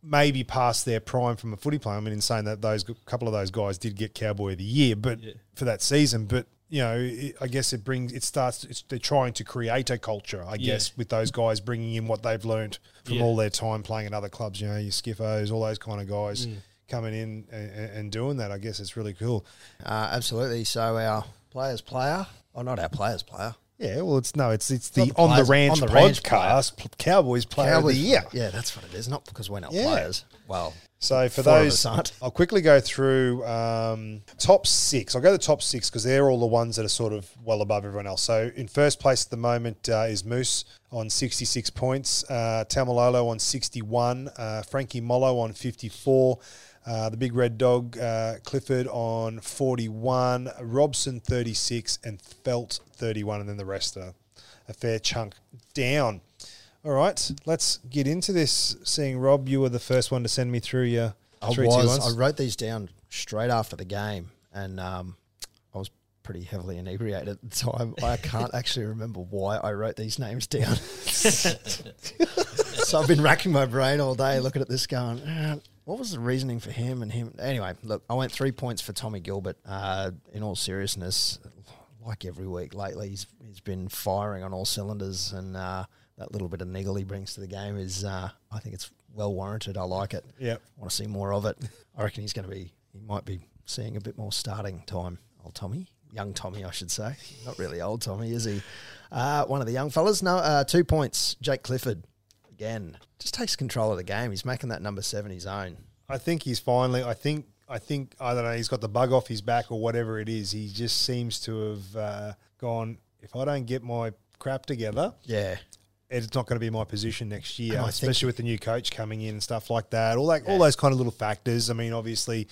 [SPEAKER 4] maybe past their prime from a footy player. I mean, in saying that, those couple of those guys did get Cowboy of the Year, but
[SPEAKER 5] Yeah.
[SPEAKER 4] for that season, but. You know, it, I guess it brings it starts. It's, they're trying to create a culture, I
[SPEAKER 5] Yeah.
[SPEAKER 4] guess, with those guys bringing in what they've learned from
[SPEAKER 5] Yeah.
[SPEAKER 4] all their time playing at other clubs. You know, your skiffos, all those kind of guys
[SPEAKER 5] Mm.
[SPEAKER 4] coming in and, and and doing that. I guess it's really cool.
[SPEAKER 2] Uh, absolutely. So our players player, or not our players player,
[SPEAKER 4] Yeah, well, it's no, it's it's
[SPEAKER 2] Not
[SPEAKER 4] the,
[SPEAKER 2] the
[SPEAKER 4] on
[SPEAKER 2] players-
[SPEAKER 4] the ranch
[SPEAKER 2] on the ranch
[SPEAKER 4] podcast p- Cowboys player
[SPEAKER 2] Cowboys.
[SPEAKER 4] of the year.
[SPEAKER 2] Yeah, that's what it is. Not because we're not
[SPEAKER 4] Yeah.
[SPEAKER 2] players. Well,
[SPEAKER 4] So for
[SPEAKER 2] Four of us
[SPEAKER 4] those,
[SPEAKER 2] aren't.
[SPEAKER 4] I'll quickly go through um, top six. I'll go the top six because they're all the ones that are sort of well above everyone else. So in first place at the moment uh, is Moose on 66 points, uh, Tamalolo on 61, uh, Frankie Mollo on 54. Uh, the Big Red Dog, uh, Clifford on 41, Robson 36, and Felt 31, and then the rest are a fair chunk down. All right, let's get into this. Seeing Rob, you were the first one to send me through your
[SPEAKER 2] I
[SPEAKER 4] three, two, ones.
[SPEAKER 2] was. I wrote these down straight after the game, and um, I was pretty heavily inebriated at the time. I can't actually remember why I wrote these names down. so I've been racking my brain all day looking at this, going, "Eh, what was the reasoning for him and him? Anyway, look, I went three points for Tommy Gilbert. Uh, in all seriousness, like every week lately, he's, he's been firing on all cylinders, and uh, that little bit of niggle he brings to the game is, uh, I think it's well warranted. I like it.
[SPEAKER 4] Yep.
[SPEAKER 2] I want to see more of it. I reckon he's going to be, he might be seeing a bit more starting time. Old Tommy, young Tommy, I should say. Not really old Tommy, is he? Uh, one of the young fellas. No, uh, two points. Jake Clifford, again, just takes control of the game. He's making that number seven his own.
[SPEAKER 4] I think he's finally. I think. I think. I don't know. He's got the bug off his back or whatever it is. He just seems to have uh, gone. If I don't get my crap together,
[SPEAKER 2] Yeah.
[SPEAKER 4] it's not going to be my position next year,
[SPEAKER 2] And I think-
[SPEAKER 4] especially with the new coach coming in and stuff like that. All that, all those kind of little factors. I mean, obviously,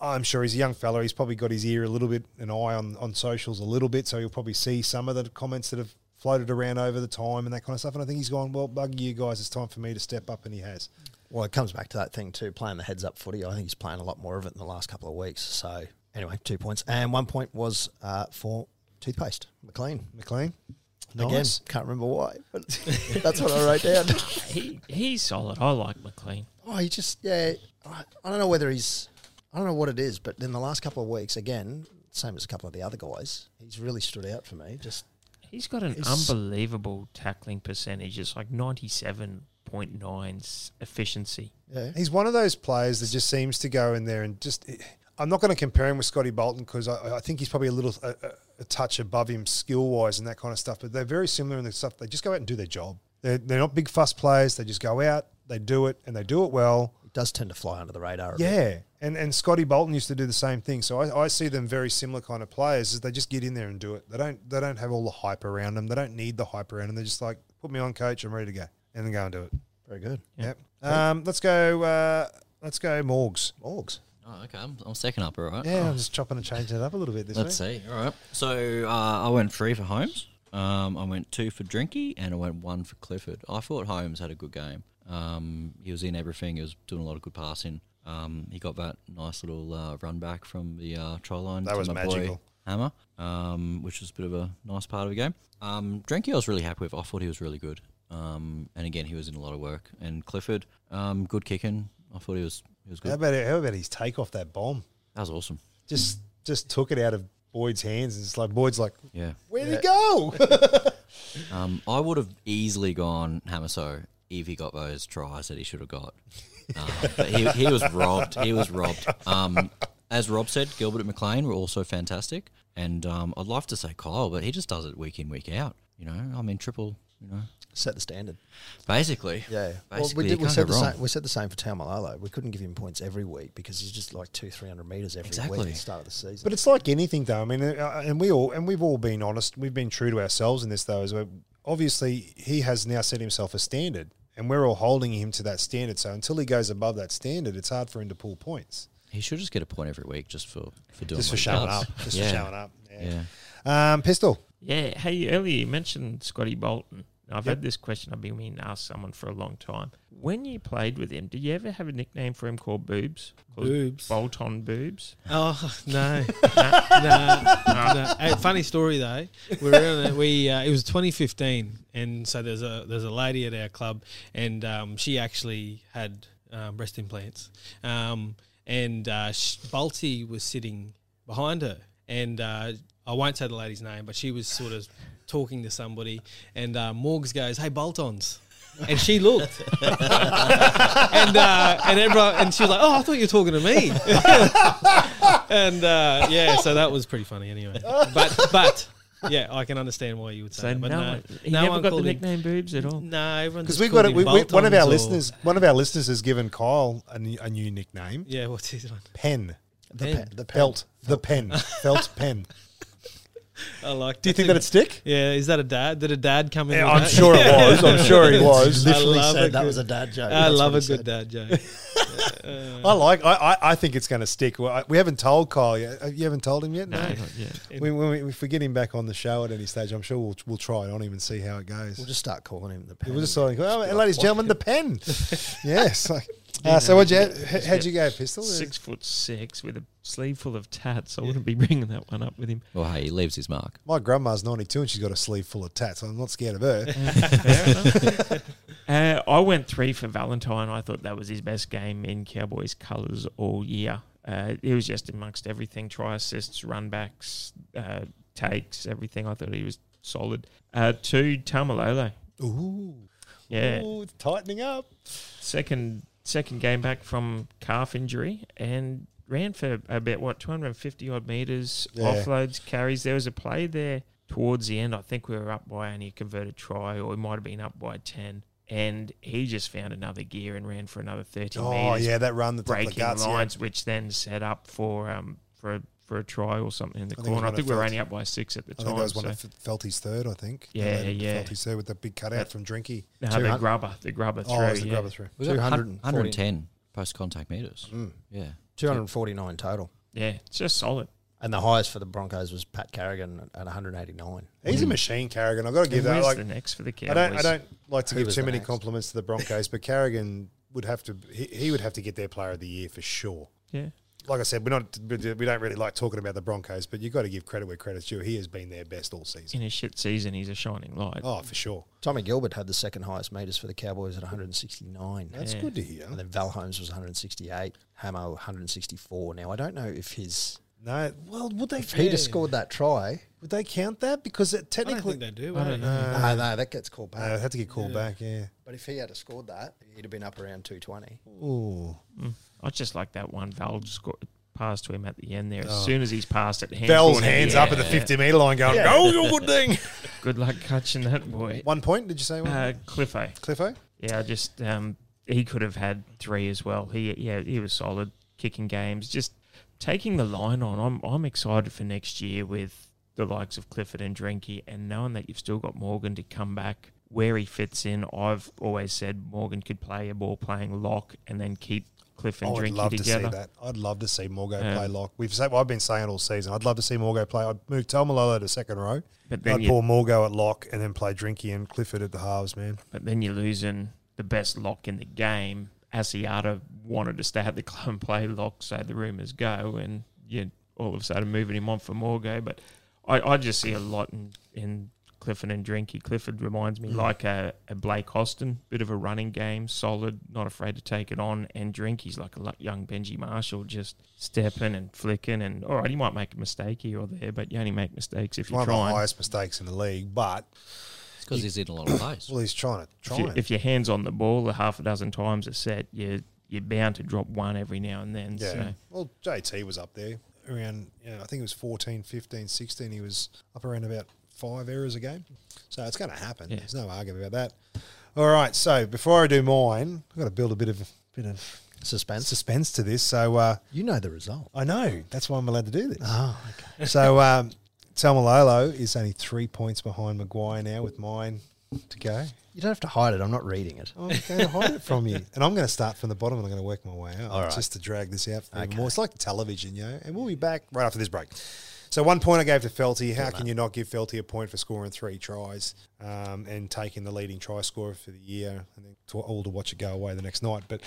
[SPEAKER 4] I'm sure he's a young fella. He's probably got his ear a little bit, an eye on on socials a little bit, so you'll probably see some of the comments that have floated around over the time and that kind of stuff. And I think he's gone, well, bug you guys, it's time for me to step up, and he has.
[SPEAKER 2] Well, it comes back to that thing too, playing the heads up footy. I think he's playing a lot more of it in the last couple of weeks. So, anyway, two points. And one point was uh, for toothpaste, McLean.
[SPEAKER 4] McLean,
[SPEAKER 2] Again,
[SPEAKER 4] nice.
[SPEAKER 2] can't remember why, but that's what I wrote down.
[SPEAKER 1] He he's solid. I like McLean.
[SPEAKER 2] Oh, he just yeah. I, I don't know whether he's. I don't know what it is, but in the last couple of weeks, again, same as a couple of the other guys, he's really stood out for me. Just
[SPEAKER 1] He's got an
[SPEAKER 2] He's-
[SPEAKER 1] unbelievable tackling percentage. It's like ninety seven point nine efficiency.
[SPEAKER 2] yeah,
[SPEAKER 4] He's one of those players that just seems to go in there and just. I'm not going to compare him with Scotty Bolton because I, I think he's probably a little a, a, a touch above him skill wise and that kind of stuff. But they're very similar in the stuff. They just go out and do their job. They're, they're not big fuss players. They just go out, they do it, and they do it well.
[SPEAKER 2] he does tend to fly under the radar. a bit.
[SPEAKER 4] Yeah, and and Scotty Bolton used to do the same thing. So I, I see them very similar kind of players. Is they just get in there and do it. They don't they don't have all the hype around them. They don't need the hype around them. They're just like put me on, coach. I'm ready to go, and then go and do it.
[SPEAKER 2] very good.
[SPEAKER 4] Yep. Um, let's go. Uh, let's go, Morgs.
[SPEAKER 2] Orgs.
[SPEAKER 3] Oh, okay. I'm, I'm second up, all right.
[SPEAKER 4] Yeah, I'm just chopping and changing it up a little bit this
[SPEAKER 3] Let's
[SPEAKER 4] week.
[SPEAKER 3] see. All right. So uh, I went three for Holmes. Um, I went two for Drinky, and I went one for Clifford. I thought Holmes had a good game. Um, he was in everything. He was doing a lot of good passing. Um, he got that nice little uh, run back from the uh, try line.
[SPEAKER 4] That
[SPEAKER 3] to
[SPEAKER 4] was
[SPEAKER 3] my boy
[SPEAKER 4] magical.
[SPEAKER 3] Hammer, um, which was a bit of a nice part of the game. Um, Drinky, I was really happy with. I thought he was really good. Um, and again, he was in a lot of work. And Clifford, um, good kicking. I thought he was he was good.
[SPEAKER 4] How about how about his take off that bomb?
[SPEAKER 3] That was awesome.
[SPEAKER 4] Just just took it out of Boyd's hands and it's like Boyd's like,
[SPEAKER 3] Yeah.
[SPEAKER 4] where'd he go?
[SPEAKER 3] Um, I would have easily gone Hamaso if he got those tries that he should have got. Um, but he, he was robbed. He was robbed. Um, as Rob said, Gilbert and McLean were also fantastic, and um, I'd love to say Kyle, but he just does it week in week out. You know, I mean triple You know,
[SPEAKER 2] Set the standard.
[SPEAKER 3] basically.
[SPEAKER 2] Yeah.
[SPEAKER 3] Basically,
[SPEAKER 2] we,
[SPEAKER 3] you
[SPEAKER 2] we,
[SPEAKER 3] can't
[SPEAKER 2] said
[SPEAKER 3] go
[SPEAKER 2] the
[SPEAKER 3] wrong.
[SPEAKER 2] same, we said the same for Taumalolo. We couldn't give him points every week because he's just like two, 300 metres every week
[SPEAKER 3] Exactly.
[SPEAKER 2] at the start of the season.
[SPEAKER 4] But it's like anything, though. I mean, uh, and we all and we've all been honest. We've been true to ourselves in this, though. Is we're- obviously he has now set himself a standard, and we're all holding him to that standard. So until he goes above that standard, it's hard for him to pull points.
[SPEAKER 3] He should just get a point every week just for for doing
[SPEAKER 4] Just for
[SPEAKER 3] what he
[SPEAKER 4] showing
[SPEAKER 3] does.
[SPEAKER 4] up. Just
[SPEAKER 3] Oh yeah.
[SPEAKER 4] for showing up. Yeah.
[SPEAKER 3] Yeah.
[SPEAKER 4] Um, pistol.
[SPEAKER 1] Yeah. Hey, earlier you mentioned Scotty Bolton. Now, I've
[SPEAKER 4] Yep.
[SPEAKER 1] had this question. I've been meaning to ask someone for a long time. When you played with him, did you ever have a nickname for him called Boobs? Called
[SPEAKER 5] Boobs.
[SPEAKER 1] Bolton Boobs.
[SPEAKER 5] Oh no, no, no. Hey, funny story though. We were in it. We uh, it was 2015, and so there's a there's a lady at our club, and um, she actually had uh, breast implants, um, and uh, sh- Balti was sitting behind her, and uh, I won't say the lady's name, but she was sort of talking to somebody, and uh, Morgs goes, "Hey, Boltons." And she looked, and uh, and everyone, and she was like, "Oh, I thought you were talking to me." and uh, yeah, so that was pretty funny anyway. But but yeah, I can understand why you would say
[SPEAKER 1] So
[SPEAKER 5] that.
[SPEAKER 1] no,
[SPEAKER 5] But no,
[SPEAKER 1] one, he
[SPEAKER 5] no
[SPEAKER 1] never got
[SPEAKER 5] one
[SPEAKER 1] the
[SPEAKER 5] called him-
[SPEAKER 1] nickname Boobs at all.
[SPEAKER 5] No, everyone
[SPEAKER 4] Because
[SPEAKER 5] just
[SPEAKER 4] we
[SPEAKER 5] called
[SPEAKER 4] got it.
[SPEAKER 5] him
[SPEAKER 4] We, we, one of
[SPEAKER 5] Boltons
[SPEAKER 4] our
[SPEAKER 5] or-
[SPEAKER 4] listeners, one of our listeners has given Kyle a new, a new nickname.
[SPEAKER 5] Yeah, what's his one?
[SPEAKER 4] Pen.
[SPEAKER 2] the,
[SPEAKER 5] pen.
[SPEAKER 2] pen, the pen.
[SPEAKER 4] Felt. The pen. Felt pen.
[SPEAKER 5] I like.
[SPEAKER 4] Do you think that'd stick?
[SPEAKER 5] Yeah, is that a dad? Did a dad come in?
[SPEAKER 4] Yeah,
[SPEAKER 5] with
[SPEAKER 4] I'm
[SPEAKER 5] that?
[SPEAKER 4] sure it was. I'm sure he was.
[SPEAKER 2] Literally
[SPEAKER 5] love a
[SPEAKER 2] said that
[SPEAKER 5] good-
[SPEAKER 2] was a dad joke.
[SPEAKER 5] I
[SPEAKER 2] That's
[SPEAKER 5] love
[SPEAKER 2] what
[SPEAKER 5] a
[SPEAKER 2] he said.
[SPEAKER 5] good dad joke.
[SPEAKER 4] I like. I, I, I think it's going to stick. Well, I- We haven't told Kyle yet. Uh, You haven't told him yet.
[SPEAKER 1] No, not yet.
[SPEAKER 4] We, when we, if we get him back on the show at any stage, I'm sure we'll we'll try it on him and see how it goes.
[SPEAKER 2] We'll just start calling him the pen.
[SPEAKER 4] We'll just, sort of go, oh, ladies and gentlemen, the pen. yes. Like, uh, so what'd you, how, how'd you go, pistol?
[SPEAKER 1] Six foot six with a sleeve full of tats. I wouldn't be bringing that one up with him.
[SPEAKER 3] Well, hey, he leaves his mark.
[SPEAKER 4] My grandma's 92 and she's got a sleeve full of tats. I'm not scared of her.
[SPEAKER 1] Fair enough. uh, I went three for Valentine. I thought that was his best game in Cowboys colours all year. Uh, it was just amongst everything try assists, run backs, uh, takes, everything. I thought he was solid. Uh, two, Tamalolo.
[SPEAKER 4] Ooh.
[SPEAKER 1] Yeah.
[SPEAKER 4] Ooh, it's tightening up.
[SPEAKER 1] Second second game back from calf injury and ran for about what 250 odd meters
[SPEAKER 4] Yeah.
[SPEAKER 1] offloads carries there was a play there towards the end i think we were up by only a converted try or we might have been up by 10 and he just found another gear and ran for another 30
[SPEAKER 4] Oh,
[SPEAKER 1] meters
[SPEAKER 4] yeah, that run that's up the
[SPEAKER 1] breaking
[SPEAKER 4] guts. Yeah.
[SPEAKER 1] lines which then set up for um for a, for a try or something in the
[SPEAKER 4] I think it was
[SPEAKER 1] corner i
[SPEAKER 4] one
[SPEAKER 1] think
[SPEAKER 4] of
[SPEAKER 1] we were
[SPEAKER 4] Felt's-
[SPEAKER 1] only up by six at the
[SPEAKER 4] I
[SPEAKER 1] time
[SPEAKER 4] think that was one
[SPEAKER 1] so-
[SPEAKER 4] of F- Felty's third, I think.
[SPEAKER 1] Yeah,
[SPEAKER 4] They had
[SPEAKER 1] yeah.
[SPEAKER 4] Felty's third with the big cutout from Drinky.
[SPEAKER 1] no, the
[SPEAKER 2] 200.
[SPEAKER 1] grubber the grubber
[SPEAKER 4] Oh,
[SPEAKER 1] through
[SPEAKER 4] it was the
[SPEAKER 1] yeah.
[SPEAKER 4] grubber through.
[SPEAKER 3] Was it
[SPEAKER 2] 240?
[SPEAKER 3] 110 post contact meters?
[SPEAKER 4] Mm.
[SPEAKER 3] Yeah.
[SPEAKER 2] 249 total.
[SPEAKER 1] yeah it's just solid
[SPEAKER 2] And the highest for the Broncos was Pat Carrigan at 189.
[SPEAKER 4] He's a machine, Carrigan. I've got to give
[SPEAKER 1] and
[SPEAKER 4] that.
[SPEAKER 1] where's
[SPEAKER 4] Like,
[SPEAKER 1] the next for the
[SPEAKER 4] I
[SPEAKER 1] Cowboys?
[SPEAKER 4] don't, I don't like to
[SPEAKER 2] Who
[SPEAKER 4] give
[SPEAKER 2] was
[SPEAKER 4] too
[SPEAKER 2] the
[SPEAKER 4] many
[SPEAKER 2] next?
[SPEAKER 4] compliments to the Broncos, but Carrigan would have to. He, he would have to get their Player of the Year for sure.
[SPEAKER 1] yeah
[SPEAKER 4] Like I said, we're not. We don't really like talking about the Broncos, but you've got to give credit where credit's due. He has been their best all season.
[SPEAKER 1] in a shit season, he's a shining light.
[SPEAKER 4] Oh, for sure.
[SPEAKER 2] Tommy Gilbert had the second highest metres for the Cowboys at 169.
[SPEAKER 4] That's
[SPEAKER 1] Yeah.
[SPEAKER 4] good to hear.
[SPEAKER 2] And then Val Holmes was 168, Hamo 164. Now, I don't know if his.
[SPEAKER 4] No, well, would they?
[SPEAKER 2] If he'd have scored that try.
[SPEAKER 4] Would they count that? Because it
[SPEAKER 5] I don't
[SPEAKER 4] technically,
[SPEAKER 5] think they do.
[SPEAKER 1] I
[SPEAKER 5] eh?
[SPEAKER 1] don't know.
[SPEAKER 2] no, no, that gets called
[SPEAKER 4] uh,
[SPEAKER 2] back.
[SPEAKER 4] had to get called back. Yeah.
[SPEAKER 2] But if he had have scored that, he'd have been up around 220.
[SPEAKER 4] Ooh.
[SPEAKER 1] I just like that one Val scored pass to him at the end there. As soon as he's passed it, hands
[SPEAKER 4] Bell's
[SPEAKER 1] going in the
[SPEAKER 4] Oh. hands
[SPEAKER 1] air.
[SPEAKER 4] up at the 50 metre line going, oh, you good thing.
[SPEAKER 1] Good luck catching that boy.
[SPEAKER 4] One point, did you say one?
[SPEAKER 1] Uh, Cliffo,
[SPEAKER 4] Cliffo?
[SPEAKER 1] yeah, I just um, he could have had three as well. He yeah, he was solid kicking games, just taking the line on. I'm I'm excited for next year with the likes of Clifford and Drinky, and knowing that you've still got Morgan to come back. Where he fits in, I've always said Morgan could play a ball playing lock and then keep Cliff
[SPEAKER 4] I
[SPEAKER 1] and
[SPEAKER 4] would
[SPEAKER 1] Drinky
[SPEAKER 4] love
[SPEAKER 1] together.
[SPEAKER 4] to see that. I'd love to see Morgo
[SPEAKER 1] Yeah.
[SPEAKER 4] play lock. We've said, well, I've been saying it all season. I'd love to see Morgo play. I'd move Talmalolo to second row.
[SPEAKER 1] But then
[SPEAKER 4] I'd
[SPEAKER 1] you
[SPEAKER 4] pull Morgo at lock and then play Drinky and Clifford at the halves, man.
[SPEAKER 1] But then you're losing the best lock in the game. Asiata wanted to stay at the club and play lock, so the rumours go, and you all of a sudden moving him on for Morgo. But I, I just see a lot in, in Clifford and Drinky. Clifford reminds
[SPEAKER 4] Mm.
[SPEAKER 1] me like a, a Blake Austin, bit of a running game, solid, not afraid to take it on. And Drinky's like a lo- young Benji Marshall, just stepping and flicking. And all right, he might make a mistake here or there, but you only make mistakes if
[SPEAKER 4] One
[SPEAKER 1] you're
[SPEAKER 4] of the
[SPEAKER 1] trying.
[SPEAKER 4] highest mistakes in the league, but,
[SPEAKER 3] It's because he's in a lot of plays.
[SPEAKER 4] well, he's trying to
[SPEAKER 1] if,
[SPEAKER 4] try
[SPEAKER 1] you,
[SPEAKER 4] it.
[SPEAKER 1] if your hands on the ball a half a dozen times a set, you you're bound to drop one every now and then.
[SPEAKER 4] Yeah.
[SPEAKER 1] So
[SPEAKER 4] Well, JT was up there around, you know, I think it was 14, 15, 16. He was up around about five errors a game. So it's going to happen.
[SPEAKER 1] Yeah.
[SPEAKER 4] There's no argument about that. All right. So before I do mine, I've got to build a bit of bit of
[SPEAKER 2] Suspense.
[SPEAKER 4] suspense to this. So uh,
[SPEAKER 2] you know the result.
[SPEAKER 4] I know that's why I'm allowed to do this.
[SPEAKER 2] Oh, okay.
[SPEAKER 4] So um, Tamalolo is only three points behind Maguire now with mine to go.
[SPEAKER 2] You don't have to hide it. I'm not reading it.
[SPEAKER 4] I'm going to hide it from you. And I'm going to start from the bottom and I'm going to work my way out
[SPEAKER 2] All right.
[SPEAKER 4] just to drag this out for
[SPEAKER 2] Okay.
[SPEAKER 4] more. It's like television, you know. And we'll be back right after this break. So, one point I gave to Felty. How can you not give Felty a point for scoring three tries um, and taking the leading try scorer for the year and then to, all to watch it go away the next night? But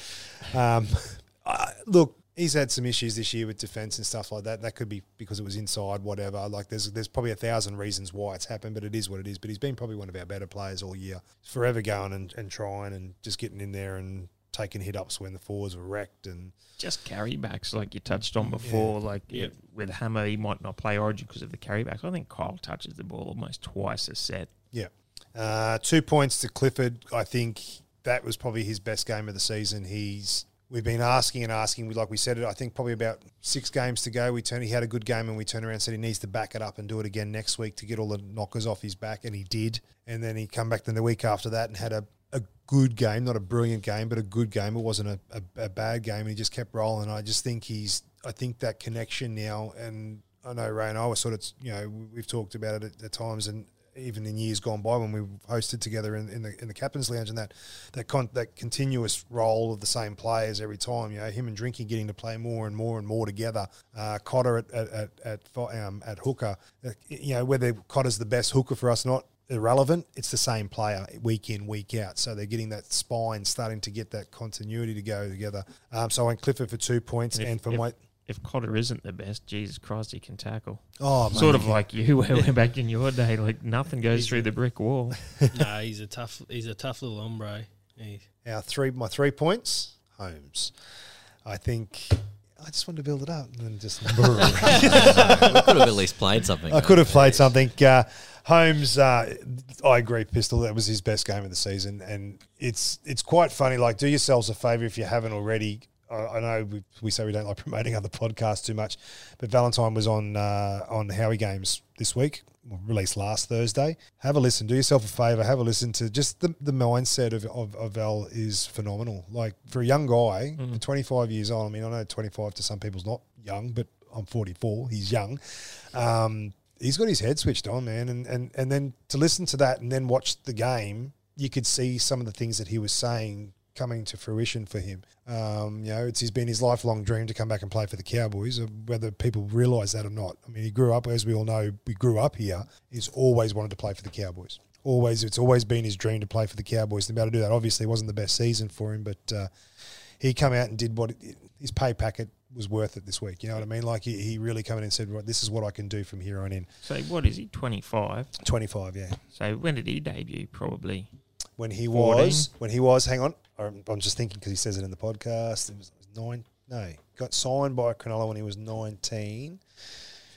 [SPEAKER 4] um, I, look, he's had some issues this year with defence and stuff like that. That could be because it was inside, whatever. Like there's there's probably a thousand reasons why it's happened, but it is what it is. But he's been probably one of our better players all year, forever going and, and trying and just getting in there and taking hit ups when the forwards were wrecked and
[SPEAKER 1] Just carrybacks, like you touched on before. Like
[SPEAKER 5] Yeah.
[SPEAKER 1] with Hammer, he might not play Origin because of the carrybacks. I think Kyle touches the ball almost twice a set.
[SPEAKER 4] Yeah. Uh, two points to Clifford. I think that was probably his best game of the season. He's we've been asking and asking. We like we said it. I think probably about six games to go. We turn. He had a good game, and we turned around and said he needs to back it up and do it again next week to get all the knockers off his back, and he did. And then he come back then the week after that and had a. A good game, not a brilliant game, but a good game. It wasn't a, a, a bad game, and he just kept rolling. I just think he's, I think that connection now, and I know Ray and I were sort of, you know, we- we've talked about it at, at times, and even in years gone by when we hosted together in, in the in the captain's lounge and that that con- that continuous role of the same players every time. You know, him and Drinky getting to play more and more and more together. Uh, Cotter at at at at, fo- um, at hooker. Uh, you know, whether Cotter's the best hooker for us, or not irrelevant. It's the same player week in, week out. So they're getting that spine starting to get that continuity to go together. Um, so I went Clifford for two points and,
[SPEAKER 1] if-
[SPEAKER 4] for my
[SPEAKER 1] If Cotter isn't the best, Jesus Christ, he can tackle.
[SPEAKER 4] oh
[SPEAKER 1] sort
[SPEAKER 4] mate,
[SPEAKER 1] of like you were back in your day. Like nothing goes through the brick wall.
[SPEAKER 5] nah, he's a tough. He's a tough little hombre. He,
[SPEAKER 4] our three my three points Holmes. I think I just wanted to build it up and then just I
[SPEAKER 3] I could have at least played something. though.
[SPEAKER 4] could have played something. Uh, Holmes, uh, I agree, Pistol. That was his best game of the season, and it's it's quite funny. Like, do yourselves a favor if you haven't already. I, I know we, we say we don't like promoting other podcasts too much, but Valentine was on uh, on Howie Games this week, released last Thursday. Have a listen. Do yourself a favor. Have a listen to just the, the mindset of, of, of Val is phenomenal. Like for a young guy, for 25 years on, I mean, I know 25 to some people's not young, but I'm 44. He's young. Um, he's got his head switched on, man. And, and, and then to listen to that and then watch the game, you could see some of the things that he was saying coming to fruition for him. Um, you know, it's he's been his lifelong dream to come back and play for the Cowboys, uh, whether people realise that or not. I mean, he grew up, as we all know, we grew up here. He's always wanted to play for the Cowboys. Always, it's always been his dream to play for the Cowboys. To be able to do that, obviously, it wasn't the best season for him, but uh, he come out and did what it, his pay packet was worth it this week. You know what I mean? Like he, he really come in and said, "Right, this is what I can do from here on in."
[SPEAKER 1] So what is he? Twenty five.
[SPEAKER 4] Twenty five, yeah.
[SPEAKER 1] So when did he debut? Probably
[SPEAKER 4] when he
[SPEAKER 1] 14.
[SPEAKER 4] was when he was hang on I'm, I'm just thinking because he says it in the podcast it was, it was nine no he got signed by Cronulla when he was 19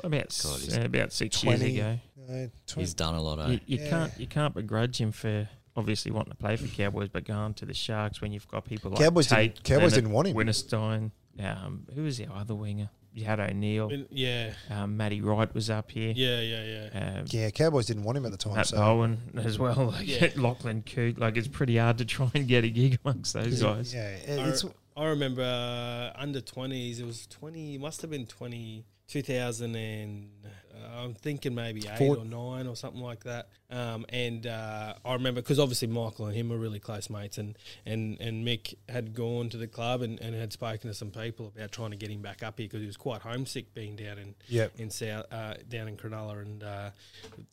[SPEAKER 1] about s-
[SPEAKER 3] God, he's
[SPEAKER 1] uh, about six
[SPEAKER 4] 20.
[SPEAKER 1] years ago.
[SPEAKER 4] no, 20
[SPEAKER 3] He's done a lot. Eh?
[SPEAKER 1] You, you
[SPEAKER 4] Yeah.
[SPEAKER 1] can't you can't begrudge him for obviously wanting to play for Cowboys, but going to the Sharks when you've got people like
[SPEAKER 4] Cowboys
[SPEAKER 1] Tate,
[SPEAKER 4] didn't- Cowboys
[SPEAKER 1] Leonard,
[SPEAKER 4] didn't want him.
[SPEAKER 1] Winterstein, um, who was the other winger? You had O'Neill,
[SPEAKER 5] yeah,
[SPEAKER 1] um, Matty Wright was up here,
[SPEAKER 5] yeah, yeah, yeah.
[SPEAKER 1] um,
[SPEAKER 4] yeah Cowboys didn't want him eh? at the time
[SPEAKER 1] Matt
[SPEAKER 4] so
[SPEAKER 1] Bowen as well, like
[SPEAKER 5] Yeah.
[SPEAKER 1] Lachlan Coote. Like it's pretty hard to try and get a gig amongst those guys.
[SPEAKER 4] yeah it-
[SPEAKER 5] I,
[SPEAKER 4] it's
[SPEAKER 5] I remember uh, under 20s. It was 20. Must have been 20. 2000 and uh, I'm thinking maybe eight
[SPEAKER 4] Four-
[SPEAKER 5] or nine or something like that. Um, and uh, I remember because obviously Michael and him were really close mates, and and, and Mick had gone to the club and, and had spoken to some people about trying to get him back up here because he was quite homesick being down in
[SPEAKER 4] Yep.
[SPEAKER 5] in South, uh, down in Cronulla, and uh,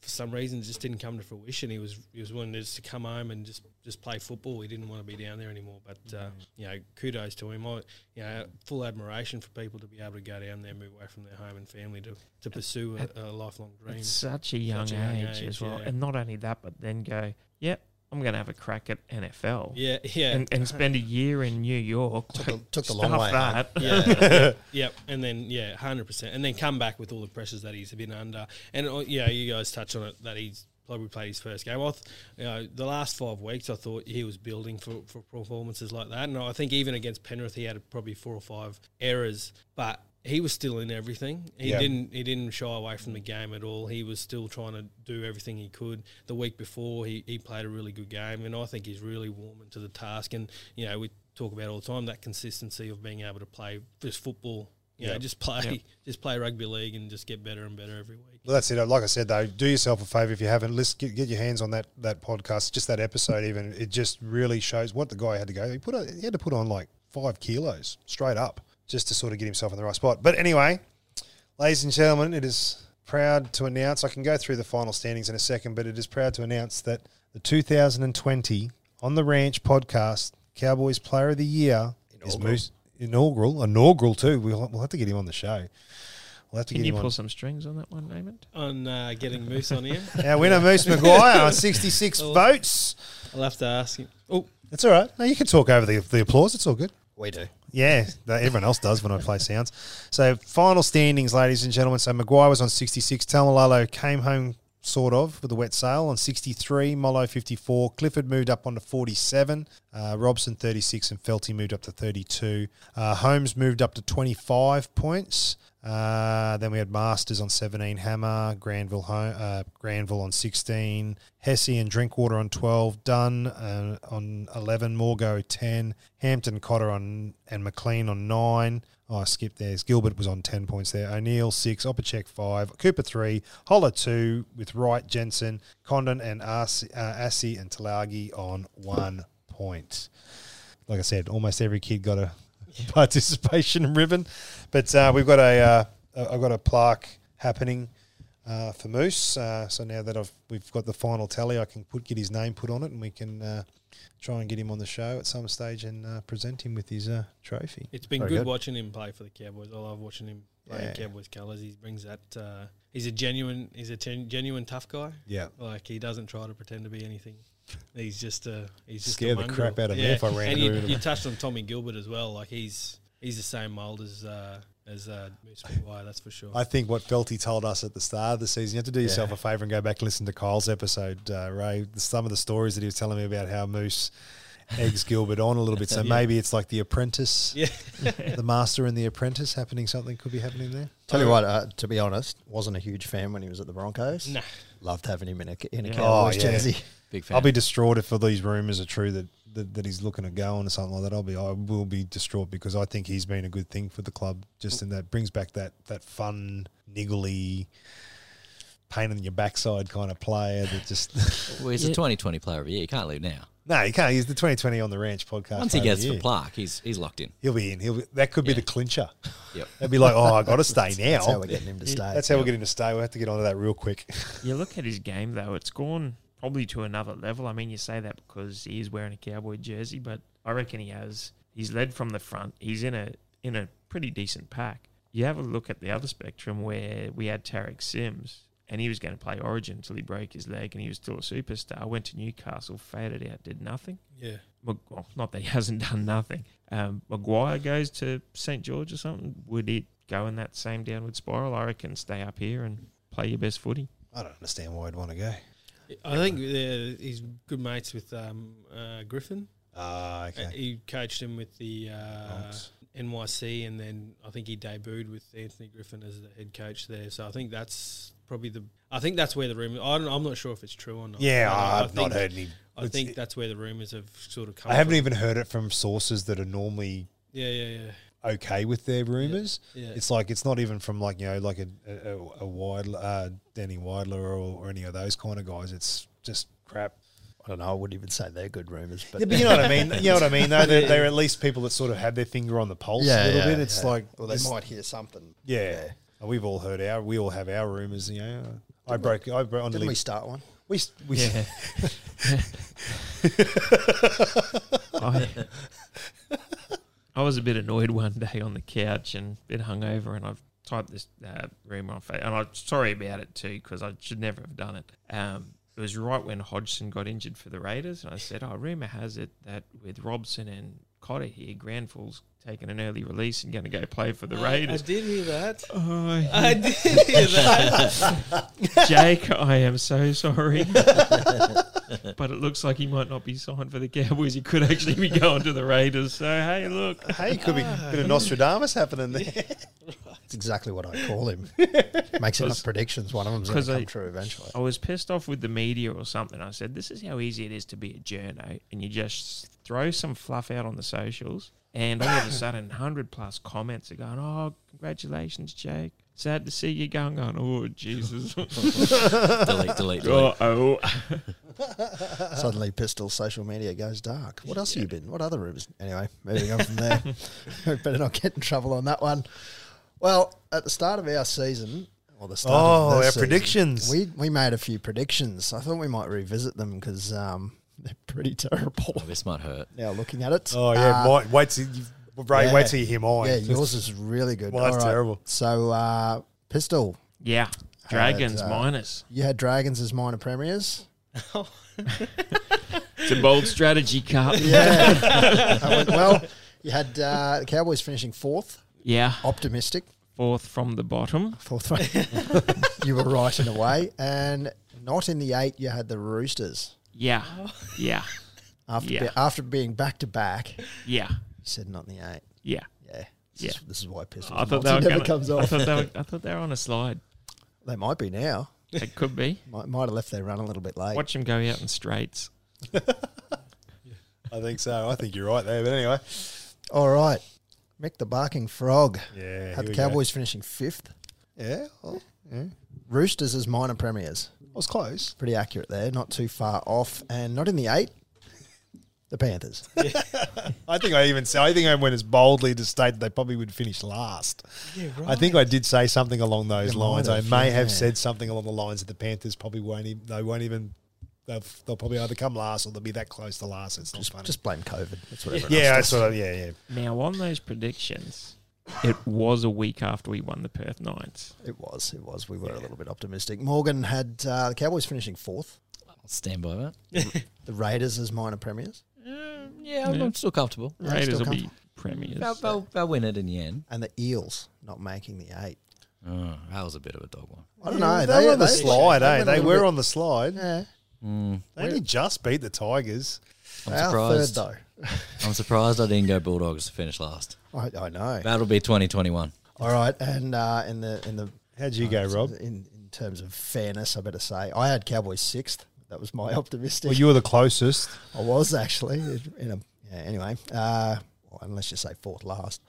[SPEAKER 5] for some reason it just didn't come to fruition. He was he was willing just to come home and just, just play football. He didn't want to be down there anymore. But uh,
[SPEAKER 1] Mm-hmm.
[SPEAKER 5] you know, kudos to him. I, you know, full admiration for people to be able to go down there, move away from their home and family to, to pursue a, a lifelong dream.
[SPEAKER 1] At such a young,
[SPEAKER 5] Such a young
[SPEAKER 1] age,
[SPEAKER 5] age,
[SPEAKER 1] as well.
[SPEAKER 5] yeah.
[SPEAKER 1] And not only that, but then go, yep, I'm going to have a crack at NFL.
[SPEAKER 5] Yeah, yeah,
[SPEAKER 1] And, and spend a year in New York.
[SPEAKER 2] Took the, took the long
[SPEAKER 1] Stuff
[SPEAKER 2] way. home.
[SPEAKER 1] that.
[SPEAKER 5] yeah, yep, and then yeah, hundred percent, and then come back with all the pressures that he's been under, and uh, yeah, you guys touched on it that he's probably played his first game. I th- you know, the last five weeks, I thought he was building for, for performances like that, and I think even against Penrith, he had probably four or five errors, but he was still in everything. He
[SPEAKER 4] Yeah.
[SPEAKER 5] didn't he didn't shy away from the game at all. He was still trying to do everything he could. The week before, he, he played a really good game, and I think he's really warming to the task. And you know, we talk about it all the time that consistency of being able to play just football. You know,
[SPEAKER 4] Yep.
[SPEAKER 5] just play
[SPEAKER 1] Yep.
[SPEAKER 5] just play rugby league and just get better and better every week.
[SPEAKER 4] Well, that's it. Like I said, though, do yourself a favor if you haven't. List, get, get your hands on that that podcast, just that episode. Even it just really shows what the guy had to go. He put on, he had to put on like five kilos straight up just to sort of get himself in the right spot. But anyway, ladies and gentlemen, it is proud to announce. I can go through the final standings in a second, but it is proud to announce that the 2020 on the ranch podcast Cowboys Player of the Year is
[SPEAKER 3] Inaugural.
[SPEAKER 4] Moose inaugural inaugural too. We'll, we'll have to get him on the show. We'll have to
[SPEAKER 1] Can
[SPEAKER 4] get
[SPEAKER 1] you
[SPEAKER 4] him on.
[SPEAKER 1] pull some strings on that one, Raymond?
[SPEAKER 5] On uh, getting Moose on here,
[SPEAKER 4] Our winner, Moose McGuire, on 66
[SPEAKER 5] Oh.
[SPEAKER 4] votes.
[SPEAKER 5] I'll have to ask him. Oh,
[SPEAKER 4] That's all right. No, you can talk over the, the applause. It's all good.
[SPEAKER 2] We do.
[SPEAKER 4] Yeah, that everyone else does when I play sounds. So, final standings, ladies and gentlemen. So, Maguire was on 66. Tamalalo came home, sort of, with a wet sail on 63. Molo 54. Clifford moved up onto 47. Uh, Robson 36. And Felty moved up to 32. Uh, Holmes moved up to 25 points. Uh, then we had Masters on 17, Hammer, Granville, Ho- uh, Granville on 16, Hesse and Drinkwater on 12, Dunn uh, on 11, Morgo 10, Hampton, Cotter on and McLean on 9. Oh, I skipped theirs. Gilbert was on 10 points there. O'Neill 6, Opacek 5, Cooper 3, Holler 2 with Wright, Jensen, Condon and Arce- uh, Assi and Talagi on 1 point like I said, almost every kid got a participation ribbon. But uh, we've got a, uh, I- I've got a plaque happening uh, for Moose. Uh, so now that I've we've got the final tally, I can put get his name put on it, and we can uh, try and get him on the show at some stage and uh, present him with his uh, trophy.
[SPEAKER 5] It's been
[SPEAKER 4] Very
[SPEAKER 5] good,
[SPEAKER 4] good.
[SPEAKER 5] watching him play for the Cowboys. I love watching him play in
[SPEAKER 4] Yeah.
[SPEAKER 5] Cowboys colours. He brings that. Uh, he's a genuine. He's a ten, genuine tough guy.
[SPEAKER 4] Yeah.
[SPEAKER 5] Like he doesn't try to pretend to be anything. He's just a. He's just
[SPEAKER 4] Scare
[SPEAKER 5] a
[SPEAKER 4] the
[SPEAKER 5] mongrel.
[SPEAKER 4] crap out of me if I ran
[SPEAKER 5] And
[SPEAKER 4] into
[SPEAKER 5] you,
[SPEAKER 4] him in
[SPEAKER 5] you
[SPEAKER 4] a-
[SPEAKER 5] touched on Tommy Gilbert as well. Like he's he's the same mould as uh, as uh, Moose McGuire. That's for sure.
[SPEAKER 4] I think what Felty told us at the start of the season, you have to do yourself
[SPEAKER 3] Yeah.
[SPEAKER 4] a favour and go back and listen to Kyle's episode, uh, Ray. Some of the stories that he was telling me about how Moose eggs Gilbert on a little bit. So
[SPEAKER 5] Yeah.
[SPEAKER 4] maybe it's like the apprentice.
[SPEAKER 5] yeah.
[SPEAKER 4] the master and the apprentice happening something could be happening there
[SPEAKER 2] Tell you what, uh, to be honest, wasn't a huge fan when he was at the Broncos.
[SPEAKER 5] Nah.
[SPEAKER 2] Loved having him in a, in a
[SPEAKER 1] Yeah.
[SPEAKER 2] Cowboys
[SPEAKER 4] Oh, yeah.
[SPEAKER 2] jersey.
[SPEAKER 3] Big fan.
[SPEAKER 4] i'll be distraught if all these rumors are true that, that that he's looking to go on or something like that i'll be i will be distraught because i think he's been a good thing for the club just in that brings back that that fun niggly pain in your backside kind of player that just
[SPEAKER 3] well, he's
[SPEAKER 1] Yeah.
[SPEAKER 3] a 2020 player of the year. You can't leave now.
[SPEAKER 4] no he can't he's the 2020 on the ranch podcast
[SPEAKER 3] Once he
[SPEAKER 4] player of
[SPEAKER 3] gets
[SPEAKER 4] the
[SPEAKER 3] the
[SPEAKER 4] year.
[SPEAKER 3] plaque, he's he's locked in.
[SPEAKER 4] he'll be in he'll be, that could be
[SPEAKER 5] Yeah.
[SPEAKER 4] the clincher
[SPEAKER 3] Yep.
[SPEAKER 4] they'd be like oh i gotta stay now
[SPEAKER 2] That's how we're getting him to stay.
[SPEAKER 4] that's how we're getting to stay we'll have to get onto that real quick
[SPEAKER 1] You look at his game though; it's gone probably to another level. I mean, you say that because he is wearing a cowboy jersey, but I reckon he has. He's led from the front. He's in a in a pretty decent pack. You have a look at the other spectrum where we had Tarek Sims, and he was going to play Origin until he broke his leg, and he was still a superstar. Went to Newcastle, faded out, did nothing.
[SPEAKER 5] Yeah.
[SPEAKER 1] Mag- well, not that he hasn't done nothing. Um, Maguire goes to St George or something. Would it go in that same downward spiral? I reckon stay up here and play your best footy.
[SPEAKER 4] i don't understand why i'd want to go
[SPEAKER 5] I think uh, he's good mates with um, uh, Griffin.
[SPEAKER 4] ah okay
[SPEAKER 5] Uh, He coached him with the uh,
[SPEAKER 4] Bronx.
[SPEAKER 5] NYC, and then I think he debuted with Anthony Griffin as the head coach there. So I think that's probably the. I think that's where the rumor. I don't, I'm not sure if it's true or not.
[SPEAKER 4] Yeah,
[SPEAKER 5] But I- I
[SPEAKER 4] I've not
[SPEAKER 5] think-
[SPEAKER 4] heard any.
[SPEAKER 5] I think that's where the rumors have sort of come.
[SPEAKER 4] I haven't
[SPEAKER 5] from.
[SPEAKER 4] even heard it from sources that are normally
[SPEAKER 5] Yeah, yeah, yeah.
[SPEAKER 4] okay with their rumors.
[SPEAKER 5] yeah.
[SPEAKER 4] It's like it's not even from like you know like a a, a wide uh, Danny Widler or, or any of those kind of guys. It's just crap.
[SPEAKER 2] I don't know. I wouldn't even say they're good rumours, but
[SPEAKER 4] Yeah, but you know what I mean. You know what I mean. Though they're, they're at least people that sort of have their finger on the pulse a little bit. It's like
[SPEAKER 2] well, they
[SPEAKER 4] it's-
[SPEAKER 2] might hear something.
[SPEAKER 4] Yeah. We've all heard our. We all have our rumors. You know, I broke. I broke. on
[SPEAKER 2] Didn't we start one?
[SPEAKER 4] we, we
[SPEAKER 1] Yeah. I, I was a bit annoyed one day on the couch and a bit hungover, and I've typed this uh, rumor on Facebook. And I'm sorry about it too, because I should never have done it. Um, it was right when Hodgson got injured for the Raiders, and I said, "Oh, rumor has it that with Robson and Cotter here, Granville's taking an early release and going to go play for the
[SPEAKER 5] I-
[SPEAKER 1] Raiders."
[SPEAKER 5] I did hear that.
[SPEAKER 1] Oh,
[SPEAKER 5] I did hear that.
[SPEAKER 1] Jake, I am so sorry. but it looks like he might not be signed for the Cowboys. He could actually be going to the Raiders. So, hey, look.
[SPEAKER 4] Hey, could be a bit of Nostradamus happening there.
[SPEAKER 2] exactly what I call him. Makes enough predictions. One of them's going
[SPEAKER 1] 'cause
[SPEAKER 2] to come
[SPEAKER 1] I-
[SPEAKER 2] true eventually.
[SPEAKER 1] I was pissed off with the media or something. I said, "This is how easy it is to be a journo, and you just throw some fluff out on the socials, and all of a sudden, hundred plus comments are going, oh, congratulations, Jake. Sad to see you going on. Oh, Jesus.
[SPEAKER 3] delete, delete, delete.
[SPEAKER 1] oh, oh.
[SPEAKER 2] Suddenly, pistol social media goes dark. What else have you been? What other rumors? Anyway, moving on from there. We Better not get in trouble on that one. Well, at the start of our season, or the start
[SPEAKER 4] Oh,
[SPEAKER 2] of
[SPEAKER 4] our
[SPEAKER 2] this season,
[SPEAKER 4] predictions.
[SPEAKER 2] We we made a few predictions. I thought we might revisit them because um, they're pretty terrible.
[SPEAKER 3] Oh, this might hurt.
[SPEAKER 2] Now looking at it.
[SPEAKER 4] Oh yeah,
[SPEAKER 2] Uh,
[SPEAKER 4] mine. Wait till you, Ray.
[SPEAKER 2] yeah.
[SPEAKER 4] Wait till you hear mine.
[SPEAKER 2] yeah, yours is really good.
[SPEAKER 4] Well, that's
[SPEAKER 2] All right.
[SPEAKER 4] terrible.
[SPEAKER 2] So, uh, pistol.
[SPEAKER 1] yeah. Dragons
[SPEAKER 2] uh,
[SPEAKER 1] minus.
[SPEAKER 2] You had dragons as minor premiers.
[SPEAKER 1] It's a bold strategy cup.
[SPEAKER 2] Yeah, that went well. You had uh, the Cowboys finishing fourth.
[SPEAKER 1] Yeah.
[SPEAKER 2] Optimistic.
[SPEAKER 1] Fourth from the bottom.
[SPEAKER 2] Fourth one. you were right in a way. And not in the eight, you had the Roosters.
[SPEAKER 1] Yeah. Yeah.
[SPEAKER 2] After,
[SPEAKER 1] Yeah.
[SPEAKER 2] be- after being back to back, you
[SPEAKER 1] Yeah.
[SPEAKER 2] said not in the eight.
[SPEAKER 1] Yeah.
[SPEAKER 2] Yeah. This,
[SPEAKER 1] Yeah.
[SPEAKER 2] Is, this is why pistol
[SPEAKER 1] I thought, they were
[SPEAKER 2] never
[SPEAKER 1] gonna,
[SPEAKER 2] comes
[SPEAKER 1] I,
[SPEAKER 2] off.
[SPEAKER 1] thought they were, I thought they were on a slide.
[SPEAKER 2] They might be now.
[SPEAKER 1] It could be.
[SPEAKER 2] Might, might have left their run a little bit late.
[SPEAKER 1] Watch them go out in straights.
[SPEAKER 4] I think so. I think you're right there. But anyway,
[SPEAKER 2] All right. Mick the Barking Frog.
[SPEAKER 4] yeah. here
[SPEAKER 2] had the
[SPEAKER 4] we go.
[SPEAKER 2] Cowboys finishing fifth.
[SPEAKER 4] Yeah, well, yeah.
[SPEAKER 2] Roosters as minor premiers.
[SPEAKER 4] I was close.
[SPEAKER 2] Pretty accurate there. Not too far off. And not in the eight, the Panthers.
[SPEAKER 4] I think I even said, I think I went as boldly to state that they probably would finish last. Yeah, right. I think I did say something along those
[SPEAKER 2] You might
[SPEAKER 4] lines. I
[SPEAKER 2] have,
[SPEAKER 4] may have
[SPEAKER 2] yeah.
[SPEAKER 4] said something along the lines that the Panthers probably won't even, they won't even, they'll, they'll probably either come last or they'll be that close to last. It's not funny.
[SPEAKER 2] Just blame COVID. That's what everyone
[SPEAKER 4] yeah,
[SPEAKER 2] else
[SPEAKER 4] I
[SPEAKER 2] does.
[SPEAKER 4] sort of, yeah, yeah.
[SPEAKER 1] Now, on those predictions, it was a week after we won the Perth Knights.
[SPEAKER 2] It was. It was. We were a little bit optimistic. Morgan had uh, the Cowboys finishing fourth.
[SPEAKER 3] I'll stand by that.
[SPEAKER 2] The Raiders as minor premiers.
[SPEAKER 3] yeah, I'm,
[SPEAKER 1] Yeah.
[SPEAKER 3] I'm still comfortable. uh,
[SPEAKER 2] Yeah,
[SPEAKER 1] Raiders
[SPEAKER 2] still
[SPEAKER 1] will be premiers.
[SPEAKER 3] They'll, they'll, they'll win it in the end.
[SPEAKER 2] And the Eels not making the eight.
[SPEAKER 3] Oh, that was a bit of a dog one.
[SPEAKER 2] I don't know.
[SPEAKER 4] They, were on the slide, eh?
[SPEAKER 2] went a
[SPEAKER 4] They
[SPEAKER 2] little
[SPEAKER 4] were
[SPEAKER 2] bit-
[SPEAKER 4] on the slide.
[SPEAKER 2] Yeah.
[SPEAKER 1] Mm.
[SPEAKER 4] They only just beat the Tigers.
[SPEAKER 3] I'm
[SPEAKER 2] Our
[SPEAKER 3] surprised.
[SPEAKER 2] third,
[SPEAKER 3] I'm surprised I didn't go Bulldogs to finish last.
[SPEAKER 2] though. I, I know.
[SPEAKER 3] That'll be 2021.
[SPEAKER 2] All right. And uh, in the in the
[SPEAKER 4] How'd you go, Rob?
[SPEAKER 2] in, in terms of fairness, I better say I had Cowboys sixth. That was my optimistic.
[SPEAKER 4] Well, you were the closest.
[SPEAKER 2] I was actually in a yeah, anyway. Uh, well, unless you say fourth last.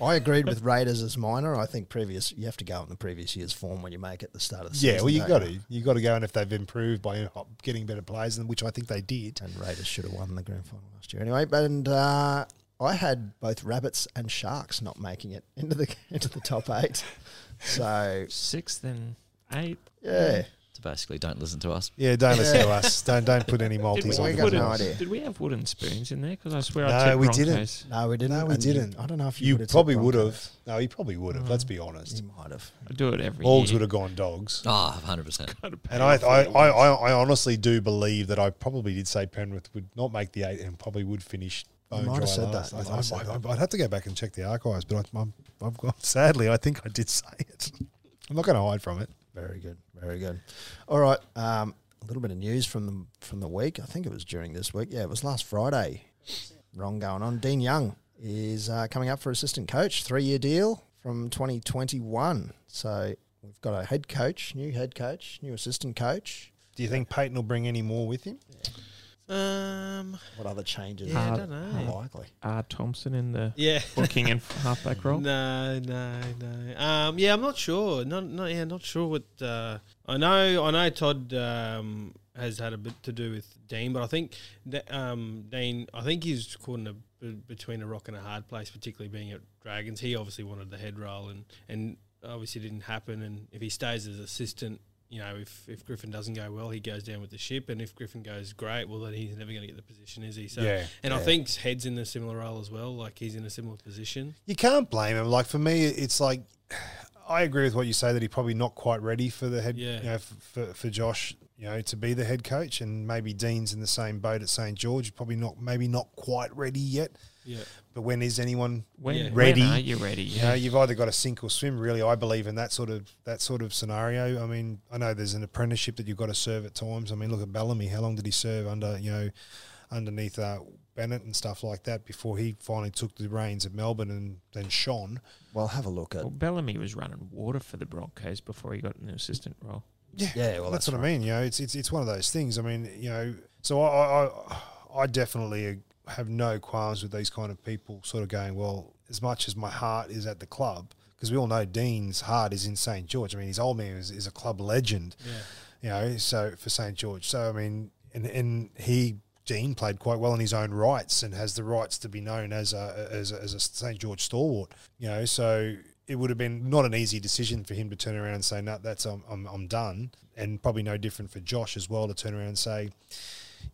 [SPEAKER 2] I agreed with Raiders as minor. I think previous you have to go on the previous year's form when you make it at the start of the
[SPEAKER 4] Yeah,
[SPEAKER 2] season.
[SPEAKER 4] well, you
[SPEAKER 2] don't
[SPEAKER 4] got to you got to go, and if they've improved by getting better players, than which I think they did.
[SPEAKER 2] And Raiders should have won the grand final last year anyway. But and uh, I had both rabbits and sharks not making it into the into the top eight. So
[SPEAKER 1] Sixth and eighth.
[SPEAKER 2] yeah,
[SPEAKER 3] So basically, don't listen to us.
[SPEAKER 4] Yeah, don't listen to us. Don't don't put any
[SPEAKER 1] Did we,
[SPEAKER 4] multis on
[SPEAKER 2] we
[SPEAKER 1] have
[SPEAKER 2] got
[SPEAKER 4] the
[SPEAKER 1] wooden,
[SPEAKER 2] no
[SPEAKER 4] board.
[SPEAKER 2] idea.
[SPEAKER 1] did we have wooden spoons in there? Because I swear
[SPEAKER 4] No,
[SPEAKER 1] I tipped
[SPEAKER 4] we
[SPEAKER 1] Broncos.
[SPEAKER 4] didn't.
[SPEAKER 2] no, we didn't.
[SPEAKER 4] No, we
[SPEAKER 2] And you-
[SPEAKER 4] didn't.
[SPEAKER 2] I don't know if you,
[SPEAKER 4] You
[SPEAKER 2] would've said
[SPEAKER 4] probably would have.
[SPEAKER 2] Broncos.
[SPEAKER 4] No, he probably would have. Let's be honest.
[SPEAKER 2] You might have.
[SPEAKER 1] I do it Mm. every
[SPEAKER 4] Augs would
[SPEAKER 1] year.
[SPEAKER 4] have gone dogs.
[SPEAKER 3] Ah, 100%.
[SPEAKER 4] And I, I, I, I I honestly do believe that I probably did say Penrith would not make the eight and probably would finish.
[SPEAKER 2] You
[SPEAKER 4] bone
[SPEAKER 2] might have
[SPEAKER 4] dry
[SPEAKER 2] said
[SPEAKER 4] last.
[SPEAKER 2] that.
[SPEAKER 4] I,
[SPEAKER 2] You might have said
[SPEAKER 4] I, would have to go back and check the archives, but I, I'm, I've got sadly, I think I did say it. I'm not going to hide from it.
[SPEAKER 2] Very good, very good. All right, um, a little bit of news from the from the week. I think it was during this week. Yeah, it was last Friday. Wrong going on. Dean Young is uh, coming up for assistant coach, three year deal from 2021. So we've got a head coach, new head coach, new assistant coach.
[SPEAKER 4] Do you think Peyton will bring any more with him?
[SPEAKER 5] Um,
[SPEAKER 2] What other changes?
[SPEAKER 5] yeah,
[SPEAKER 1] Uh,
[SPEAKER 5] I don't
[SPEAKER 2] are
[SPEAKER 5] know.
[SPEAKER 2] likely.
[SPEAKER 1] R. Thompson in the
[SPEAKER 5] Yeah.
[SPEAKER 1] booking and halfback role.
[SPEAKER 5] No, no, no. Um, yeah, I'm not sure. Not, not, yeah, not sure what. Uh, I know, I know. Todd um, has had a bit to do with Dean, but I think that, um, Dean, I think he's caught in a b- between a rock and a hard place, particularly being at Dragons. He obviously wanted the head role, and and obviously didn't happen. And if he stays as assistant. You know, if, if Griffin doesn't go well, he goes down with the ship, and if Griffin goes great, well, then he's never going to get the position, is he? So,
[SPEAKER 4] Yeah.
[SPEAKER 5] and I
[SPEAKER 2] Yeah.
[SPEAKER 5] think Head's in a similar role as well. Like he's in a similar position.
[SPEAKER 4] you can't blame him. Like for me, it's like I agree with what you say that he probably not quite ready for the head,
[SPEAKER 5] Yeah.
[SPEAKER 4] you know, f- for, for Josh, you know, to be the head coach, and maybe Dean's in the same boat at St George, probably not, maybe not quite ready yet.
[SPEAKER 5] Yeah.
[SPEAKER 4] But when is anyone
[SPEAKER 1] When,
[SPEAKER 5] Yeah.
[SPEAKER 1] when
[SPEAKER 4] Ready.
[SPEAKER 1] are you ready?
[SPEAKER 4] you know, you've either got to sink or swim. Really, I believe in that sort of that sort of scenario. I mean, I know there's an apprenticeship that you've got to serve at times. I mean, look at Bellamy. How long did he serve under you know underneath uh, Bennett and stuff like that before he finally took the reins of Melbourne and then shone.
[SPEAKER 2] Well, have a look at.
[SPEAKER 1] Well, Bellamy was running water for the Broncos before he got an assistant role.
[SPEAKER 4] Yeah,
[SPEAKER 2] Yeah, well,
[SPEAKER 4] that's,
[SPEAKER 2] that's,
[SPEAKER 4] what I mean. You know, it's it's it's one of those things. I mean, you know, so I I, I I definitely have no qualms with these kind of people sort of going. Well, as much as my heart is at the club, because we all know Dean's heart is in St George. I mean, his old man is, is a club legend. Yeah. You know, so for St George. So I mean, and and he. Dean played quite well in his own rights and has the rights to be known as a as a, as a St George stalwart. You know, so it would have been not an easy decision for him to turn around and say, "No, that's I'm, I'm I'm done," and probably no different for Josh as well to turn around and say,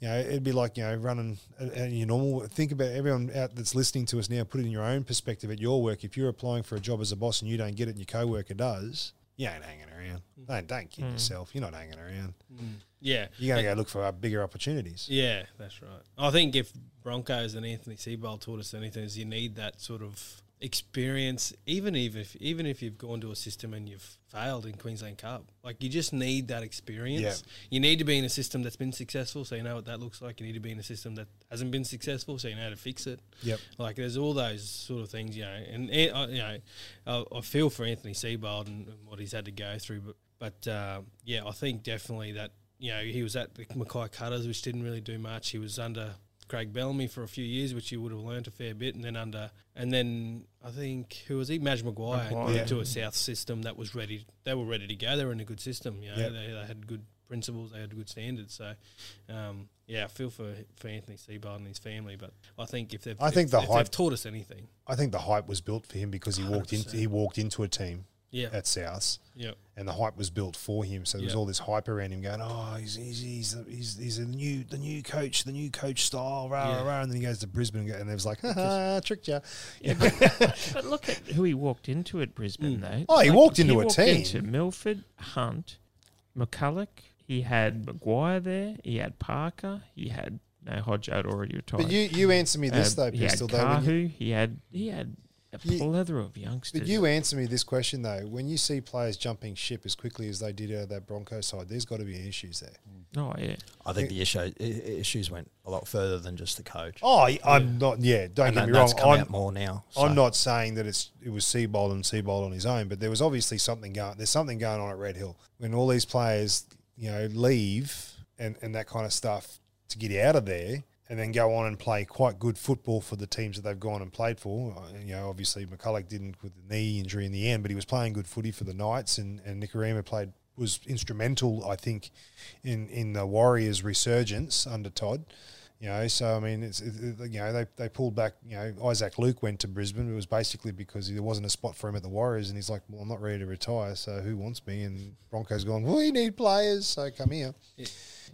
[SPEAKER 4] you know, it'd be like you know running uh, uh, your normal. Think about everyone out that's listening to us now. Put it in your own perspective at your work. If you're applying for a job as a boss and you don't get it, and your coworker does, you ain't hanging around. Don't don't kid yourself. You're not hanging around.
[SPEAKER 5] Mm. Yeah.
[SPEAKER 4] You're gonna go look for uh, bigger opportunities.
[SPEAKER 5] Yeah, that's right. I think if Broncos and Anthony Seabold taught us anything, is you need that sort of experience, even if even if you've gone to a system and you've failed in Queensland Cup. Like you just need that experience.
[SPEAKER 4] Yeah.
[SPEAKER 5] You need to be in a system that's been successful, so you know what that looks like. You need to be in a system that hasn't been successful, so you know how to fix it.
[SPEAKER 4] Yep.
[SPEAKER 5] Like there's all those sort of things, you know. And eh, I- you know, I, I feel for Anthony Seabold and, and what he's had to go through, but but uh, yeah, I think definitely that you know he was at the Mackay Cutters, which didn't really do much. He was under Craig Bellamy for a few years, which you would have learnt a fair bit, and then under and then I think who was he? Madge Maguire
[SPEAKER 1] Maguire.
[SPEAKER 5] moved
[SPEAKER 4] Yeah.
[SPEAKER 5] to a South system that was ready. They were ready to go. They were in a good system. You know,
[SPEAKER 4] Yep.
[SPEAKER 5] they, they had good principles. They had good standards. So. Um, yeah, I feel for, for Anthony Seabold and his family, but I think if they've
[SPEAKER 4] I
[SPEAKER 5] if-
[SPEAKER 4] think the
[SPEAKER 5] if they've
[SPEAKER 4] hype-
[SPEAKER 5] taught us anything,
[SPEAKER 4] I think the hype was built for him because he walked in.
[SPEAKER 5] 100%.
[SPEAKER 4] He walked into a team
[SPEAKER 5] yeah,
[SPEAKER 4] at South.
[SPEAKER 5] yeah,
[SPEAKER 4] and the hype was built for him. So there was
[SPEAKER 5] Yeah.
[SPEAKER 4] all this hype around him, going, "Oh, he's he's he's the, he's, he's the new the new coach, the new coach style, rah
[SPEAKER 5] Yeah.
[SPEAKER 4] rah rah." And then he goes to Brisbane, and, go, and they was like, "Ha ha, tricked you."
[SPEAKER 1] But look at who he walked into at
[SPEAKER 6] Hmm.
[SPEAKER 1] Brisbane, though.
[SPEAKER 4] Oh, he walked into a team.
[SPEAKER 1] Into Milford, Hunt, McCulloch. He had Maguire there. He had Parker. He had no Hodge had already retired.
[SPEAKER 6] But you, you answer me
[SPEAKER 1] Uh,
[SPEAKER 6] this though,
[SPEAKER 1] he had
[SPEAKER 6] Pistol. Though, when you,
[SPEAKER 1] Kahu, he had he had a
[SPEAKER 6] You-
[SPEAKER 1] plethora of youngsters.
[SPEAKER 6] but you answer me this question though. When you see players jumping ship as quickly as they did out of that Bronco side, there's got to be issues there.
[SPEAKER 1] oh yeah,
[SPEAKER 2] I think the issue, i- i- issues went a lot further than just the coach.
[SPEAKER 4] Oh, I- I'm not. Yeah, don't
[SPEAKER 2] and
[SPEAKER 4] get
[SPEAKER 2] that,
[SPEAKER 4] me
[SPEAKER 2] that's
[SPEAKER 4] wrong.
[SPEAKER 2] come
[SPEAKER 4] I'm,
[SPEAKER 2] out more now. so-
[SPEAKER 4] I'm not saying that it's it was Seabold and Seabold on his own, but there was obviously something going. There's something going on at Red Hill when all these players, you know, leave and and that kind of stuff to get out of there. And then go on and play quite good football for the teams that they've gone and played for. Uh, You know, obviously McCulloch didn't with the knee injury in the end, but he was playing good footy for the Knights, and and Nicarima played was instrumental, I think, in in the Warriors' resurgence under Todd. You know, so I mean, it's it, it- you know they, they pulled back. You know, Isaac Luke went to Brisbane. It was basically because there wasn't a spot for him at the Warriors, and he's like, "Well, I'm not ready to retire, so who wants me?" And Broncos going, "We need players, so come here."
[SPEAKER 5] Yeah.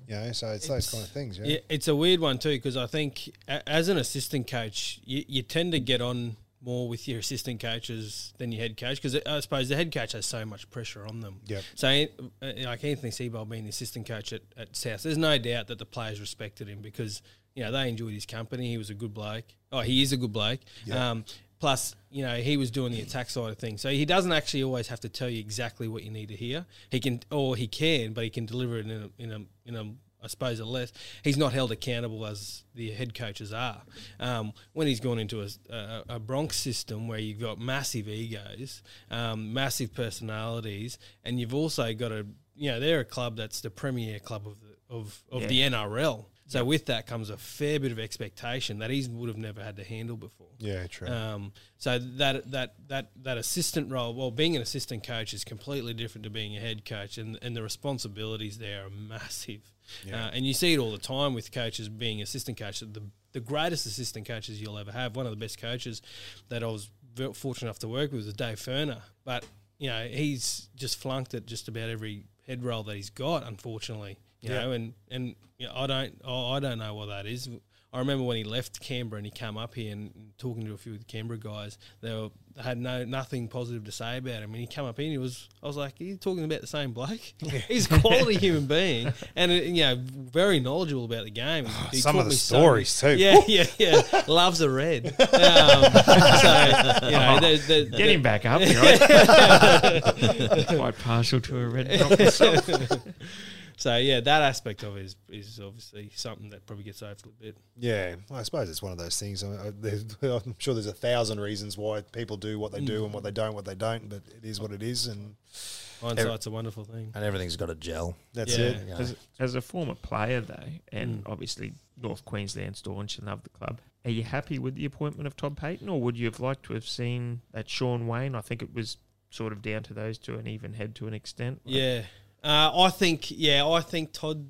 [SPEAKER 4] You know, so it's, those
[SPEAKER 5] It's-
[SPEAKER 4] kind of things. Yeah,
[SPEAKER 5] yeah. It's a weird one too because I think a- as an assistant coach, you, you tend to get on more with your assistant coaches than your head coach because I suppose the head coach has so much pressure on them.
[SPEAKER 4] Yep.
[SPEAKER 5] So uh, like Anthony Seabold being the assistant coach at, at South, there's no doubt that the players respected him because you know they enjoyed his company. He was a good bloke. Oh, he is a good bloke. Um, plus, you know, he was doing the attack side of things, so he doesn't actually always have to tell you exactly what you need to hear. He can, or he can, but he can deliver it in a in a in a I suppose a less. He's not held accountable as the head coaches are. Um, when he's gone into a, a, a Bronx system where you've got massive egos, um, massive personalities, and you've also got a you know they're a club that's the premier club of the, of, of the NRL. So with that comes a fair bit of expectation that he would have never had to handle before.
[SPEAKER 4] yeah, true.
[SPEAKER 5] Um, so that that that that assistant role, well, being an assistant coach is completely different to being a head coach, and and the responsibilities there are massive. Uh, and you see it all the time with coaches being assistant coaches. The the greatest assistant coaches you'll ever have. One of the best coaches that I was ve- fortunate enough to work with was Dave Ferner, but you know he's just flunked at just about every head role that he's got, unfortunately. You know, and and you know, I don't I I don't know what that is. I remember when he left Canberra and he came up here and talking to a few of the Canberra guys, they were, had no nothing positive to say about him. And he came up in, he was, I was like, "Are you talking about the same bloke? He's a quality human being, and uh, you know, very knowledgeable about the game. He
[SPEAKER 4] Oh, Some of
[SPEAKER 5] taught
[SPEAKER 4] the
[SPEAKER 5] me so
[SPEAKER 4] stories
[SPEAKER 5] much.
[SPEAKER 4] too.
[SPEAKER 5] Yeah, yeah, yeah. Loves a red. Um, so you
[SPEAKER 4] Oh.
[SPEAKER 5] know, the, the,
[SPEAKER 1] get him back up. You're right. Quite partial to a red drop myself.
[SPEAKER 5] So yeah, that aspect of it is, is obviously something that probably gets overlooked a bit.
[SPEAKER 6] Yeah, well, I suppose it's one of those things. I mean, I, there's- I'm sure there's a thousand reasons why people do what they do and what they don't, what they don't, but it is what it is, and
[SPEAKER 5] Hindsight's a wonderful thing.
[SPEAKER 2] and everything's got a gel.
[SPEAKER 6] that's
[SPEAKER 5] Yeah.
[SPEAKER 6] it.
[SPEAKER 2] you know.
[SPEAKER 1] As, as a former player, though, and
[SPEAKER 5] Hmm.
[SPEAKER 1] obviously North Queensland staunch and love the club, are you happy with the appointment of Todd Payton, or would you have liked to have seen that Sean Wayne? I think it was sort of down to those two and even head to an extent. Like,
[SPEAKER 5] Yeah, uh, I think yeah, I think Todd.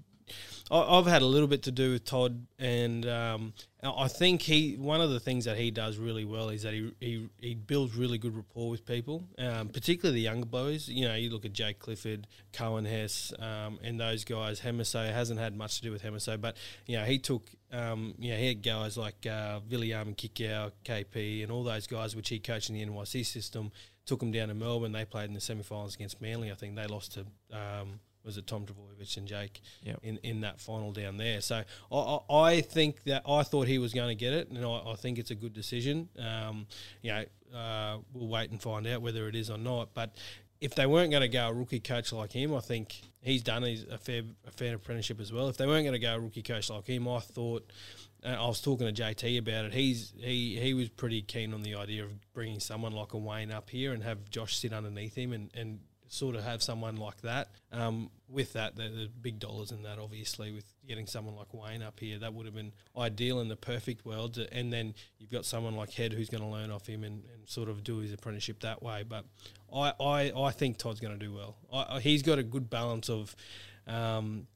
[SPEAKER 5] I, I've had a little bit to do with Todd, and um, I I think he one of the things that he does really well is that he he, he builds really good rapport with people, um, particularly the younger boys. You know, you look at Jake Clifford, Cohen Hess, um, and those guys. Hemiso hasn't had much to do with Hemiso, but you know he took um, you know he had guys like uh, William Kikau, KP, and all those guys which he coached in the NYC system took them down to Melbourne. They played in the semi-finals against Manly. I think they lost to um, was it Tom Dravovich and Jake
[SPEAKER 1] Yep.
[SPEAKER 5] in, in that final down there. So I, I, I think that I thought he was going to get it, and I, I think it's a good decision. Um, you know, uh, we'll wait and find out whether it is or not. But if they weren't going to go a rookie coach like him, I think he's done his, a fair a fair apprenticeship as well. If they weren't going to go a rookie coach like him, I thought. And I was talking to JT about it. He's he he was pretty keen on the idea of bringing someone like a Wayne up here and have Josh sit underneath him and, and sort of have someone like that. Um, with that, the, the big dollars in that, obviously, with getting someone like Wayne up here, that would have been ideal in the perfect world. To- And then you've got someone like Head who's going to learn off him and, and sort of do his apprenticeship that way. But I I, I think Todd's going to do well. I, I- he's got a good balance of. Um,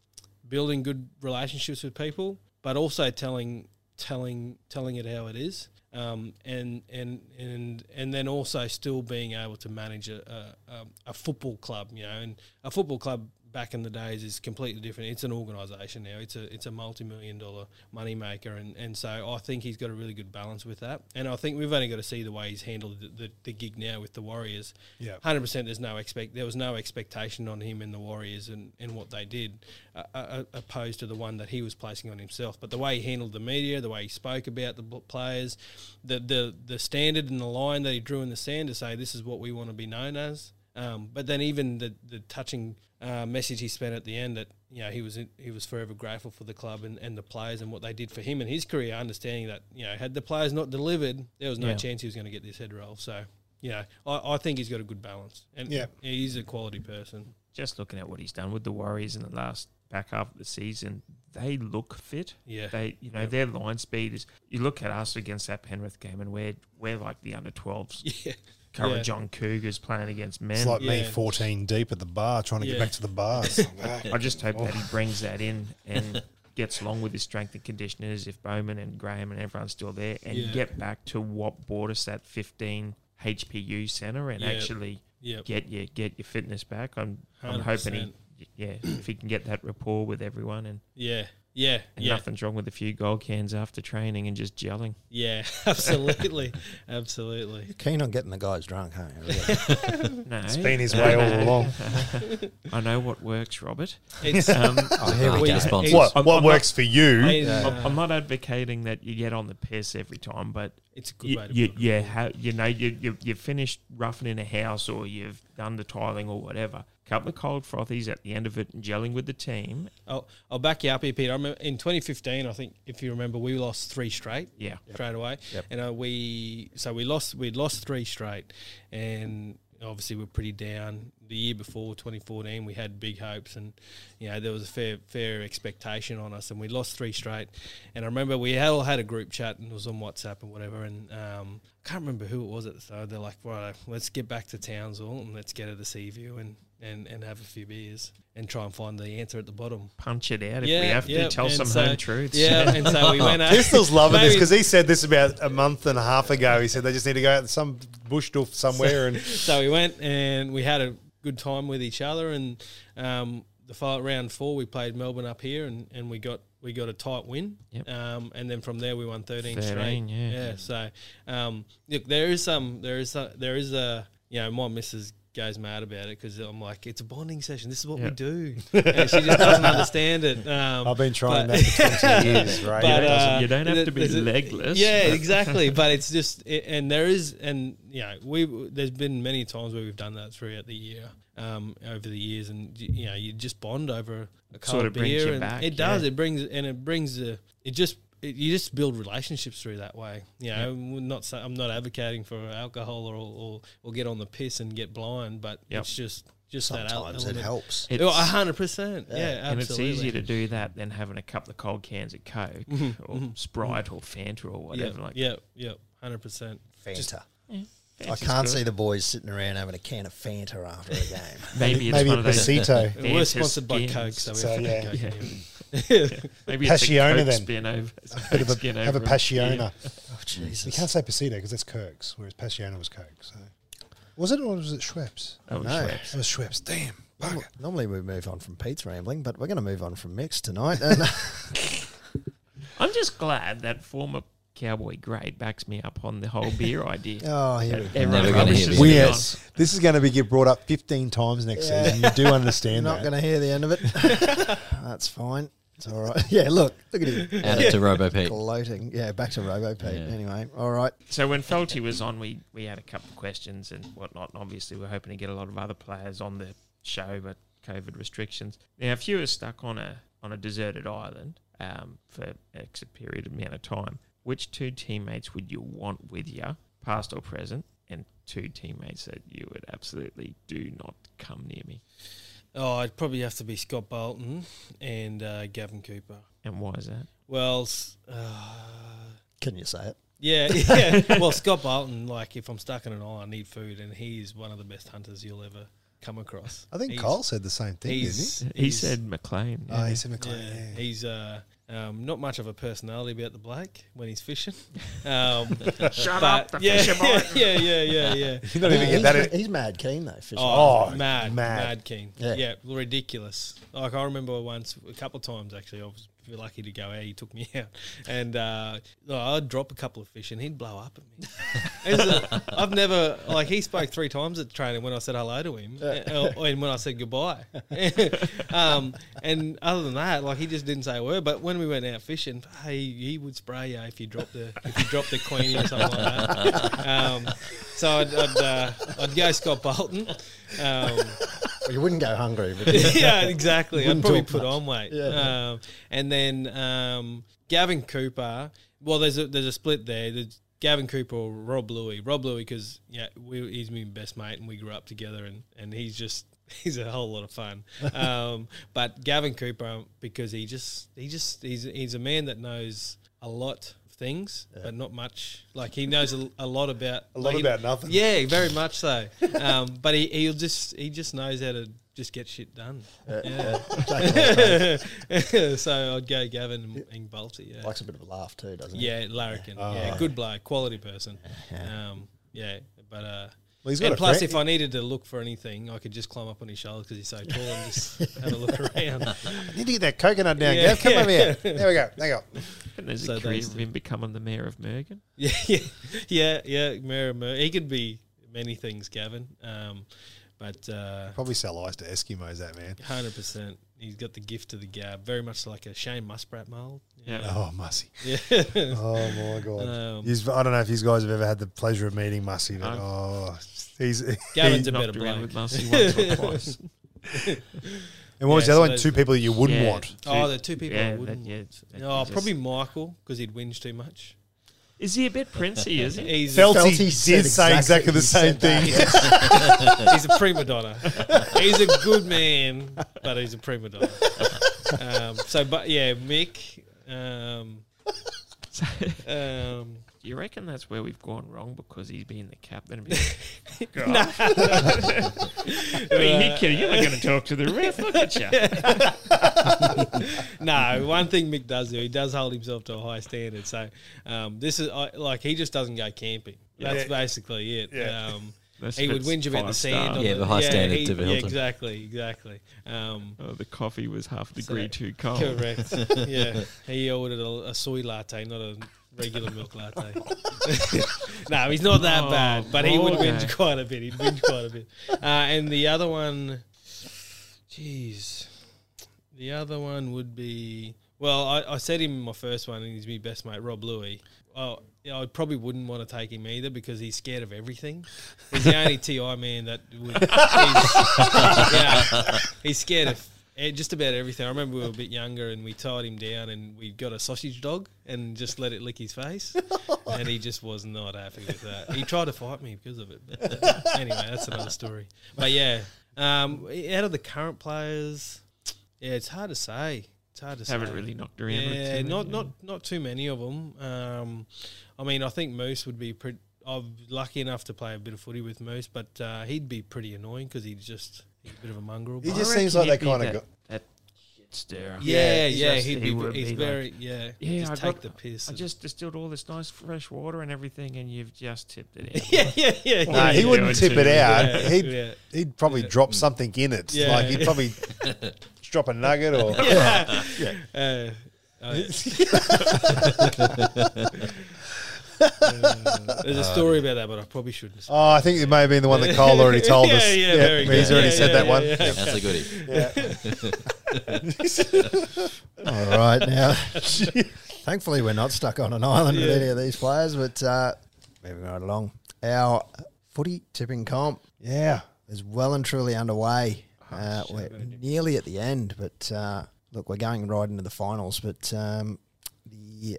[SPEAKER 5] building good relationships with people, but also telling telling telling it how it is, um, and and and and then also still being able to manage a, a, a- a football club, you know, and a football club back in the days is completely different. It's an organisation now. It's a it's a multi million dollar moneymaker, and and so I think he's got a really good balance with that. And I think we've only got to see the way he's handled the, the, the gig now with the Warriors.
[SPEAKER 6] Yeah.
[SPEAKER 5] hundred percent. There's no expect. There was no expectation on him and the Warriors and, and what they did, uh, uh, opposed to the one that he was placing on himself. But the way he handled the media, the way he spoke about the bl- players, the the the standard and the line that he drew in the sand to say this is what we want to be known as. Um, but then even the the touching uh, message he spent at the end that you know he was in, he was forever grateful for the club and, and the players and what they did for him and his career, understanding that you know had the players not delivered, there was no
[SPEAKER 1] Yeah.
[SPEAKER 5] chance he was going to get this head roll. So you know I, I think he's got a good balance and
[SPEAKER 6] Yeah.
[SPEAKER 5] he's a quality person.
[SPEAKER 1] Just looking at what he's done with the Warriors in the last back half of the season, they look fit.
[SPEAKER 5] Yeah.
[SPEAKER 1] They, you know, their line speed is. You look at us against that Penrith game, and we're we're like the under 12s.
[SPEAKER 5] Yeah,
[SPEAKER 1] Current
[SPEAKER 5] Yeah.
[SPEAKER 1] John Cougars playing against men.
[SPEAKER 6] It's like me,
[SPEAKER 5] Yeah.
[SPEAKER 6] fourteen deep at the bar, trying to
[SPEAKER 5] Yeah.
[SPEAKER 6] get back to the bar. It's like, ah.
[SPEAKER 1] I just hope that he brings that in and gets along with his strength and conditioners if Bowman and Graham and everyone's still there and
[SPEAKER 5] Yeah.
[SPEAKER 1] get back to what bought us that 15 HPU center and
[SPEAKER 5] Yeah.
[SPEAKER 1] actually
[SPEAKER 5] yeah,
[SPEAKER 1] get your get your fitness back. I'm I'm hoping he
[SPEAKER 5] 100%.
[SPEAKER 1] yeah, if he can get that rapport with everyone and,
[SPEAKER 5] yeah, yeah,
[SPEAKER 1] and
[SPEAKER 5] yeah.
[SPEAKER 1] nothing's wrong with a few goal cans after training and just gelling.
[SPEAKER 5] Yeah, absolutely, absolutely.
[SPEAKER 2] Keen on getting the guys drunk, huh? Really?
[SPEAKER 1] No.
[SPEAKER 6] it's been his way all along.
[SPEAKER 1] I know what works, Robert.
[SPEAKER 5] It's
[SPEAKER 1] Um,
[SPEAKER 2] oh, here we
[SPEAKER 5] we-
[SPEAKER 2] go.
[SPEAKER 5] it's- Uh,
[SPEAKER 3] Response.
[SPEAKER 6] What
[SPEAKER 1] I'm-
[SPEAKER 6] what
[SPEAKER 1] I'm
[SPEAKER 6] works for you?
[SPEAKER 5] it's,
[SPEAKER 1] I'm I'm not advocating that you get on the piss every time, but
[SPEAKER 5] it's a good
[SPEAKER 1] you,
[SPEAKER 5] way to
[SPEAKER 1] you,
[SPEAKER 5] put it.
[SPEAKER 1] you, ha- you know, you, you, you've finished roughing in a house or you've done the tiling or whatever. Couple of cold frothies at the end of it and gelling with the team.
[SPEAKER 5] I'll, I'll back you up here, Peter. I remember in 2015, I think if you remember, we lost three straight.
[SPEAKER 1] Yeah.
[SPEAKER 5] straight away. And uh, we so we lost we lost three straight, and obviously we're pretty down. The year before 2014, we had big hopes, and you know there was a fair fair expectation on us, and we lost three straight. And I remember we had all had a group chat, and it was on WhatsApp and whatever. And um, I can't remember who it was at the time. They're like, right, let's get back to Townsville and let's get to the Sea View and. And, and have a few beers and try and find the answer at the bottom.
[SPEAKER 1] Punch it out if
[SPEAKER 5] Yeah,
[SPEAKER 1] we have to.
[SPEAKER 5] yeah,
[SPEAKER 1] Tell
[SPEAKER 5] and
[SPEAKER 1] some
[SPEAKER 5] so-
[SPEAKER 1] home truths.
[SPEAKER 5] Yeah, and so we went. out-
[SPEAKER 6] Bristol's loving this
[SPEAKER 5] Maybe-
[SPEAKER 6] because he said this about a month and a half ago. He said they just need to go out to some bush doof somewhere and
[SPEAKER 5] so we went and we had a good time with each other. And um, the final round four, we played Melbourne up here, and, and we got we got a tight win.
[SPEAKER 1] Yep.
[SPEAKER 5] Um, and then from there, we won thirteen,
[SPEAKER 1] 13,
[SPEAKER 5] straight.
[SPEAKER 1] yeah.
[SPEAKER 5] So um, look, there is some there is a, there is a you know my missus goes mad about it because I'm like, it's a bonding session. This is what
[SPEAKER 1] Yeah.
[SPEAKER 5] we do. and she just doesn't understand it. Um,
[SPEAKER 4] I've been trying
[SPEAKER 5] but-
[SPEAKER 4] that for 20 years, right?
[SPEAKER 5] but,
[SPEAKER 1] You don't-
[SPEAKER 5] uh,
[SPEAKER 1] you don't have to be
[SPEAKER 5] there's a-
[SPEAKER 1] legless,
[SPEAKER 5] Yeah,
[SPEAKER 1] but-
[SPEAKER 5] exactly. But it's just, it, and there is, and you know, we there's been many times where we've done that throughout the year, um, over the years, and you you know, you just bond over a cold
[SPEAKER 1] Sort of
[SPEAKER 5] beer,
[SPEAKER 1] brings you
[SPEAKER 5] and
[SPEAKER 1] back,
[SPEAKER 5] it does.
[SPEAKER 1] yeah.
[SPEAKER 5] It brings, and it brings the, it just. It, you just build relationships through that way, you know. we're Not say- I'm not advocating for alcohol or, or or get on the piss and get blind, but
[SPEAKER 1] Yep.
[SPEAKER 5] it's just just that al-
[SPEAKER 6] Sometimes it
[SPEAKER 5] element.
[SPEAKER 6] helps.
[SPEAKER 5] Oh, a hundred percent, yeah,
[SPEAKER 1] and it's
[SPEAKER 5] absolutely. Mm-hmm,
[SPEAKER 1] easier to do that than having a couple of cold cans of Coke or Sprite or Fanta or
[SPEAKER 5] yeah,
[SPEAKER 1] whatever. Like,
[SPEAKER 5] yeah, yeah, hundred percent.
[SPEAKER 6] Fanta.
[SPEAKER 2] I
[SPEAKER 1] Fanta's
[SPEAKER 2] can't
[SPEAKER 1] good.
[SPEAKER 2] see the boys sitting around having a can of Fanta after a game.
[SPEAKER 1] Maybe it's
[SPEAKER 4] Maybe
[SPEAKER 1] one
[SPEAKER 4] a
[SPEAKER 1] of those.
[SPEAKER 4] pasito.
[SPEAKER 5] And We're
[SPEAKER 1] Fanta's
[SPEAKER 5] sponsored by
[SPEAKER 1] skins.
[SPEAKER 5] Coke, so we
[SPEAKER 4] So,
[SPEAKER 5] have to
[SPEAKER 4] yeah.
[SPEAKER 5] Coke.
[SPEAKER 1] Yeah.
[SPEAKER 5] Yeah.
[SPEAKER 1] Maybe it's
[SPEAKER 4] Passiona
[SPEAKER 1] a Coke
[SPEAKER 4] then.
[SPEAKER 1] spin over.
[SPEAKER 4] Bit of a-
[SPEAKER 1] skin
[SPEAKER 4] have a
[SPEAKER 1] over it. Yeah.
[SPEAKER 4] passiona.
[SPEAKER 2] oh,
[SPEAKER 4] You
[SPEAKER 2] Jesus.
[SPEAKER 4] can't say pasito because that's Kirk's, whereas passiona was Coke. So. Was it or was it Schweppes?
[SPEAKER 1] That was
[SPEAKER 2] No.
[SPEAKER 1] Schweppes.
[SPEAKER 4] It was Schweppes. Damn.
[SPEAKER 2] Norm- Normally we move on from Pete's rambling, but we're going to move on from Mick's tonight. And
[SPEAKER 1] I'm just glad that former cowboy great backs me up on the whole beer idea.
[SPEAKER 2] oh, here we go.
[SPEAKER 1] Everyone
[SPEAKER 3] Never gonna
[SPEAKER 1] rubbishes
[SPEAKER 3] hear
[SPEAKER 1] it
[SPEAKER 3] this.
[SPEAKER 1] on.
[SPEAKER 4] Weird. This is going to be get brought up 15 times next
[SPEAKER 2] Yeah.
[SPEAKER 4] season. You do
[SPEAKER 2] You're
[SPEAKER 4] understand
[SPEAKER 2] not
[SPEAKER 4] that.
[SPEAKER 2] going to hear the end of it. That's fine. It's all right. Yeah, look, look at him
[SPEAKER 3] Add it to Robo Pete.
[SPEAKER 2] gloating. Yeah, back to Robo Pete.
[SPEAKER 3] Yeah.
[SPEAKER 2] Anyway, all right.
[SPEAKER 1] So when Felty was on, we we had a couple of questions and whatnot. And obviously, we're hoping to get a lot of other players on the show, but COVID restrictions. Now, if you were stuck on a on a deserted island um, for X period amount of time, which two teammates would you want with you, past or present? And two teammates that you would absolutely do not come near me.
[SPEAKER 5] Oh, I'd probably have to be Scott Bolton and uh, Gavin Cooper.
[SPEAKER 1] And why is that?
[SPEAKER 5] Well, s- uh,
[SPEAKER 2] Can you say it?
[SPEAKER 5] yeah, yeah. well, Scott Bolton, like if I'm stuck in an island, I need food, and he's one of the best hunters you'll ever come across.
[SPEAKER 4] I think
[SPEAKER 5] He's-
[SPEAKER 4] Cole said the same thing, didn't he?
[SPEAKER 5] He's,
[SPEAKER 1] He
[SPEAKER 5] he's-
[SPEAKER 1] said McLean.
[SPEAKER 4] Oh,
[SPEAKER 1] yeah.
[SPEAKER 4] he said McLean.
[SPEAKER 5] Yeah,
[SPEAKER 4] Yeah.
[SPEAKER 5] he's uh, um, not much of a personality about the Blake when he's fishing. Um,
[SPEAKER 1] Shut
[SPEAKER 5] but
[SPEAKER 1] up, the
[SPEAKER 5] yeah,
[SPEAKER 1] fisher bite.
[SPEAKER 5] yeah, yeah, yeah, yeah.
[SPEAKER 4] You're not even
[SPEAKER 2] he's,
[SPEAKER 4] getting that.
[SPEAKER 2] ma- he's mad keen though. Fish
[SPEAKER 5] Oh,
[SPEAKER 4] Oh,
[SPEAKER 5] mad, mad,
[SPEAKER 4] mad.
[SPEAKER 5] keen. Yeah.
[SPEAKER 2] Yeah.
[SPEAKER 5] ridiculous. Like I remember once, a couple of times actually, I was lucky to go out. He took me out, and uh, I'd drop a couple of fish, and he'd blow up at me. It was a- I've never like he spoke three times at training when I said hello to him, uh, and when I said goodbye. um, and other than that, like he just didn't say a word. But when we went out fishing, he, he would spray you if you dropped the if you dropped the queenie or something like that. Um, so I'd I'd, uh, I'd go Scott Bolton. Um,
[SPEAKER 2] Well, you wouldn't go hungry. But
[SPEAKER 5] yeah, exactly. I'd
[SPEAKER 2] Wouldn't
[SPEAKER 5] probably
[SPEAKER 2] talk
[SPEAKER 5] put
[SPEAKER 2] much.
[SPEAKER 5] on weight.
[SPEAKER 2] Yeah.
[SPEAKER 5] Um, and then um, Gavin Cooper. Well, there's a there's a split there. There's Gavin Cooper or Rob Louie. Rob Louie because yeah, we, he's my best mate and we grew up together, and and he's just. He's a whole lot of fun, um, but Gavin Cooper because he just he just he's he's a man that knows a lot of things, but not much. Like he knows a, a lot about
[SPEAKER 4] A lot
[SPEAKER 5] like, he-
[SPEAKER 4] about nothing.
[SPEAKER 5] yeah, very much so. Um, but he, he'll just he just knows how to just get shit done. Yeah. so I'd go Gavin and, and Balti. Yeah.
[SPEAKER 2] likes a bit of a laugh too, doesn't he?
[SPEAKER 5] Yeah, Larrikin. yeah, good bloke, quality person. Um, yeah, but uh.
[SPEAKER 4] Well, he's got
[SPEAKER 5] and
[SPEAKER 4] a
[SPEAKER 5] plus,
[SPEAKER 4] friend-
[SPEAKER 5] if I needed to look for anything, I could just climb up on his shoulders because he's so tall and just have a look around.
[SPEAKER 4] You need to get that coconut down,
[SPEAKER 5] Yeah.
[SPEAKER 4] Gav. Come over here. There we go. There you go.
[SPEAKER 1] And there's
[SPEAKER 5] So
[SPEAKER 1] a career
[SPEAKER 5] those
[SPEAKER 1] of him becoming the mayor of Mergen.
[SPEAKER 5] Yeah, yeah, yeah, yeah. Mary, Mary. He could be many things, Gavin. Um, but uh,
[SPEAKER 4] Probably sell ice to Eskimos, that man.
[SPEAKER 5] Hundred percent. He's got the gift of the gab, very much like a Shane Muspratt mold.
[SPEAKER 1] Yeah.
[SPEAKER 4] Oh, Mussy.
[SPEAKER 5] Yeah.
[SPEAKER 4] Oh, my God.
[SPEAKER 5] um,
[SPEAKER 4] He's, I don't know if you guys have ever had the pleasure of meeting Mussy, but
[SPEAKER 1] No.
[SPEAKER 4] oh, he's. he-
[SPEAKER 5] Gavin's a better
[SPEAKER 1] Knocked around
[SPEAKER 5] bloke.
[SPEAKER 1] with Marcy once or twice.
[SPEAKER 4] and what was the
[SPEAKER 5] Yeah, so
[SPEAKER 4] other one?
[SPEAKER 5] those-
[SPEAKER 4] Two people that you wouldn't
[SPEAKER 1] Yeah.
[SPEAKER 4] want.
[SPEAKER 5] Oh, the two people I
[SPEAKER 1] Yeah,
[SPEAKER 5] wouldn't.
[SPEAKER 1] that- yeah,
[SPEAKER 5] want.
[SPEAKER 1] that-
[SPEAKER 5] oh,
[SPEAKER 1] that
[SPEAKER 5] probably
[SPEAKER 1] just-
[SPEAKER 5] Michael because he'd whinge too much.
[SPEAKER 1] Is he a bit princey? Is he?
[SPEAKER 5] He's
[SPEAKER 4] Felty,
[SPEAKER 2] Felty
[SPEAKER 4] did
[SPEAKER 2] said
[SPEAKER 4] say
[SPEAKER 2] exactly-
[SPEAKER 4] exactly the
[SPEAKER 2] he said
[SPEAKER 4] same
[SPEAKER 2] that.
[SPEAKER 4] thing.
[SPEAKER 5] he's a prima donna. He's a good man, but he's a prima donna. Um, so, but yeah, Mick. Um, um,
[SPEAKER 1] Do you reckon that's where we've gone wrong because he's been the captain? And be like, God. I mean, Nick, you're not going to talk to the ref. Look at you.
[SPEAKER 5] no, one thing Mick does do, he does hold himself to a high standard. So um, this is I, like he just doesn't go camping. That's
[SPEAKER 4] Yeah.
[SPEAKER 5] basically it.
[SPEAKER 4] Yeah.
[SPEAKER 5] Um,
[SPEAKER 1] That's
[SPEAKER 5] he
[SPEAKER 1] if
[SPEAKER 5] would
[SPEAKER 1] it's
[SPEAKER 5] whinge about the
[SPEAKER 1] five
[SPEAKER 5] sand.
[SPEAKER 1] star.
[SPEAKER 5] on
[SPEAKER 3] Yeah, the high standard
[SPEAKER 5] he-
[SPEAKER 3] to the
[SPEAKER 5] yeah,
[SPEAKER 3] Hilton.
[SPEAKER 5] exactly, exactly. Um,
[SPEAKER 1] Oh, the coffee was half a
[SPEAKER 5] So-
[SPEAKER 1] degree too cold.
[SPEAKER 5] correct. yeah, he ordered a, a soy latte, not a regular milk latte. no, he's not that
[SPEAKER 1] Oh,
[SPEAKER 5] bad, but he would
[SPEAKER 1] okay.
[SPEAKER 5] binge quite a bit. He'd binge quite a bit. Uh, and the other one, jeez, the other one would be. Well, I, I said him in my first one, and he's my best mate, Rob Louie. Well, yeah, I probably wouldn't want to take him either because he's scared of everything. He's the only TI man that would. He's, yeah, he's scared of eh, just about everything. I remember we were a bit younger and we tied him down and we got a sausage dog and just let it lick his face. and he just was not happy with that. He tried to fight me because of it. But anyway, that's another story. But yeah, um, out of the current players, yeah, it's hard to say. It's hard to say.
[SPEAKER 1] Haven't really knocked around. with
[SPEAKER 5] Yeah,
[SPEAKER 1] too
[SPEAKER 5] not
[SPEAKER 1] many,
[SPEAKER 5] not
[SPEAKER 1] yeah.
[SPEAKER 5] not too many of them. Um, I mean, I think Moose would be pretty. I'm lucky enough to play a bit of footy with Moose, but uh, he'd be pretty annoying because he's just he's a bit of a mongrel.
[SPEAKER 4] He
[SPEAKER 5] but-
[SPEAKER 4] just
[SPEAKER 1] I
[SPEAKER 4] seems
[SPEAKER 1] reckon
[SPEAKER 4] like
[SPEAKER 1] he'd
[SPEAKER 4] that
[SPEAKER 1] be
[SPEAKER 4] kinda
[SPEAKER 1] that shit stirrer.
[SPEAKER 5] yeah,
[SPEAKER 1] he's
[SPEAKER 5] yeah,
[SPEAKER 1] just-
[SPEAKER 5] he'd
[SPEAKER 1] he
[SPEAKER 5] be.
[SPEAKER 1] would be
[SPEAKER 5] He's
[SPEAKER 1] like,
[SPEAKER 5] very yeah.
[SPEAKER 1] Yeah,
[SPEAKER 5] just
[SPEAKER 1] I
[SPEAKER 5] take
[SPEAKER 1] got-
[SPEAKER 5] the piss.
[SPEAKER 1] I
[SPEAKER 5] and-
[SPEAKER 1] just distilled all this nice fresh water and everything, and you've just tipped it out.
[SPEAKER 5] yeah, yeah, yeah.
[SPEAKER 1] Nah,
[SPEAKER 5] yeah,
[SPEAKER 4] he
[SPEAKER 5] yeah,
[SPEAKER 4] wouldn't
[SPEAKER 1] yeah,
[SPEAKER 4] tip it out.
[SPEAKER 5] yeah,
[SPEAKER 4] He'd
[SPEAKER 5] yeah.
[SPEAKER 4] he'd probably drop something in it.
[SPEAKER 5] Yeah.
[SPEAKER 4] Like he'd probably drop a nugget or
[SPEAKER 5] yeah. Uh, oh, yeah. Uh, there's a
[SPEAKER 1] Um,
[SPEAKER 5] story about that, but I probably shouldn't. say.
[SPEAKER 4] Oh, I think it may have been the one that Cole already told us.
[SPEAKER 5] Yeah, yeah, very
[SPEAKER 4] he's
[SPEAKER 5] good.
[SPEAKER 4] already
[SPEAKER 5] Yeah,
[SPEAKER 4] said
[SPEAKER 5] yeah,
[SPEAKER 4] that
[SPEAKER 5] yeah,
[SPEAKER 4] one.
[SPEAKER 5] yeah.
[SPEAKER 3] That's a goodie.
[SPEAKER 2] All right, now, thankfully, we're not stuck on an island with any of these players, but uh, moving right along. Our footy tipping comp
[SPEAKER 4] Yeah.
[SPEAKER 2] is well and truly underway. Uh, we're nearly at the end, but uh, look, we're going right into the finals. But um, the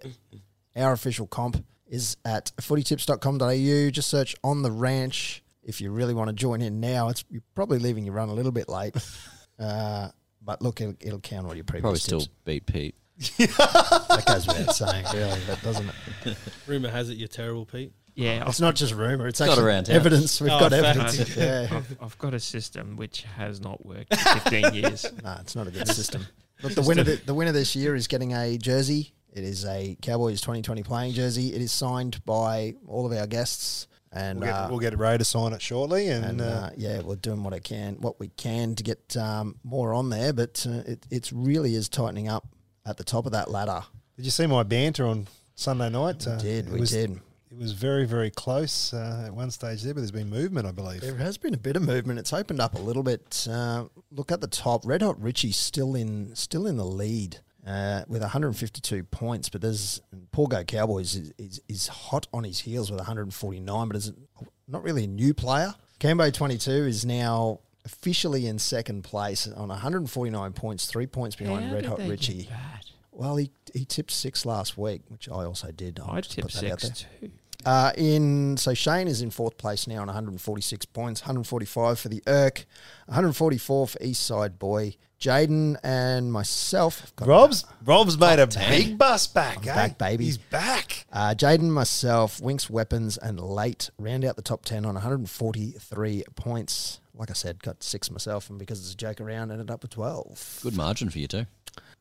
[SPEAKER 2] our official comp is at footytips.com.au. Just search on the ranch if you really want to join in now. It's you're probably leaving your run a little bit late, uh, but look, it'll, it'll count all your previous
[SPEAKER 3] Probably
[SPEAKER 2] tips.
[SPEAKER 3] still beat Pete.
[SPEAKER 2] That goes without saying, really, but doesn't it?
[SPEAKER 5] Rumor has it you're terrible, Pete.
[SPEAKER 1] Yeah, I've,
[SPEAKER 2] It's not just rumour. It's
[SPEAKER 3] Got
[SPEAKER 2] actually
[SPEAKER 3] around town.
[SPEAKER 2] evidence. We've
[SPEAKER 5] Oh,
[SPEAKER 2] got
[SPEAKER 5] fact.
[SPEAKER 2] evidence. yeah.
[SPEAKER 1] I've, I've got a system which has not worked in 15 years.
[SPEAKER 2] No, it's not a good system. Look, the winner, th- the winner this year is getting a jersey. It is a Cowboys 2020 playing jersey. It is signed by all of our guests, and
[SPEAKER 4] We'll get,
[SPEAKER 2] uh,
[SPEAKER 4] we'll get Ray to sign it shortly. And,
[SPEAKER 2] and
[SPEAKER 4] uh,
[SPEAKER 2] uh, yeah, we're doing what I can, what we can to get um, more on there. But uh, it it's really is tightening up at the top of that ladder.
[SPEAKER 4] did you see my banter on Sunday night? Uh,
[SPEAKER 2] did
[SPEAKER 4] it
[SPEAKER 2] we
[SPEAKER 4] was,
[SPEAKER 2] did?
[SPEAKER 4] It was very, very close uh, at one stage there, but there's been movement, I believe.
[SPEAKER 2] There has been a bit of movement. It's opened up a little bit. Uh, look at the top. Red Hot Richie's still in still in the lead uh, with 152 points, but there's Porgo Cowboys is, is, is hot on his heels with 149, but is not really a new player. Cambo 22 is now officially in second place on 149 points, three points behind Red Hot Richie. Well, he, he tipped six last week, which I also did. I'll
[SPEAKER 1] I
[SPEAKER 2] just put
[SPEAKER 1] tipped
[SPEAKER 2] that out there.
[SPEAKER 1] six too.
[SPEAKER 2] Uh, in so Shane is in fourth place now on 146 points, 145 for the Irk, 144 for East Side Boy, Jaden and myself. have got-
[SPEAKER 4] Rob's Rob's made a big bus back. eh?
[SPEAKER 2] back, baby.
[SPEAKER 4] He's back.
[SPEAKER 2] Uh, Jaden, myself, Winks Weapons, and Late round out the top 10 on 143 points. Like I said, got six myself, and because it's a joke around, ended up with 12.
[SPEAKER 3] Good margin for you too.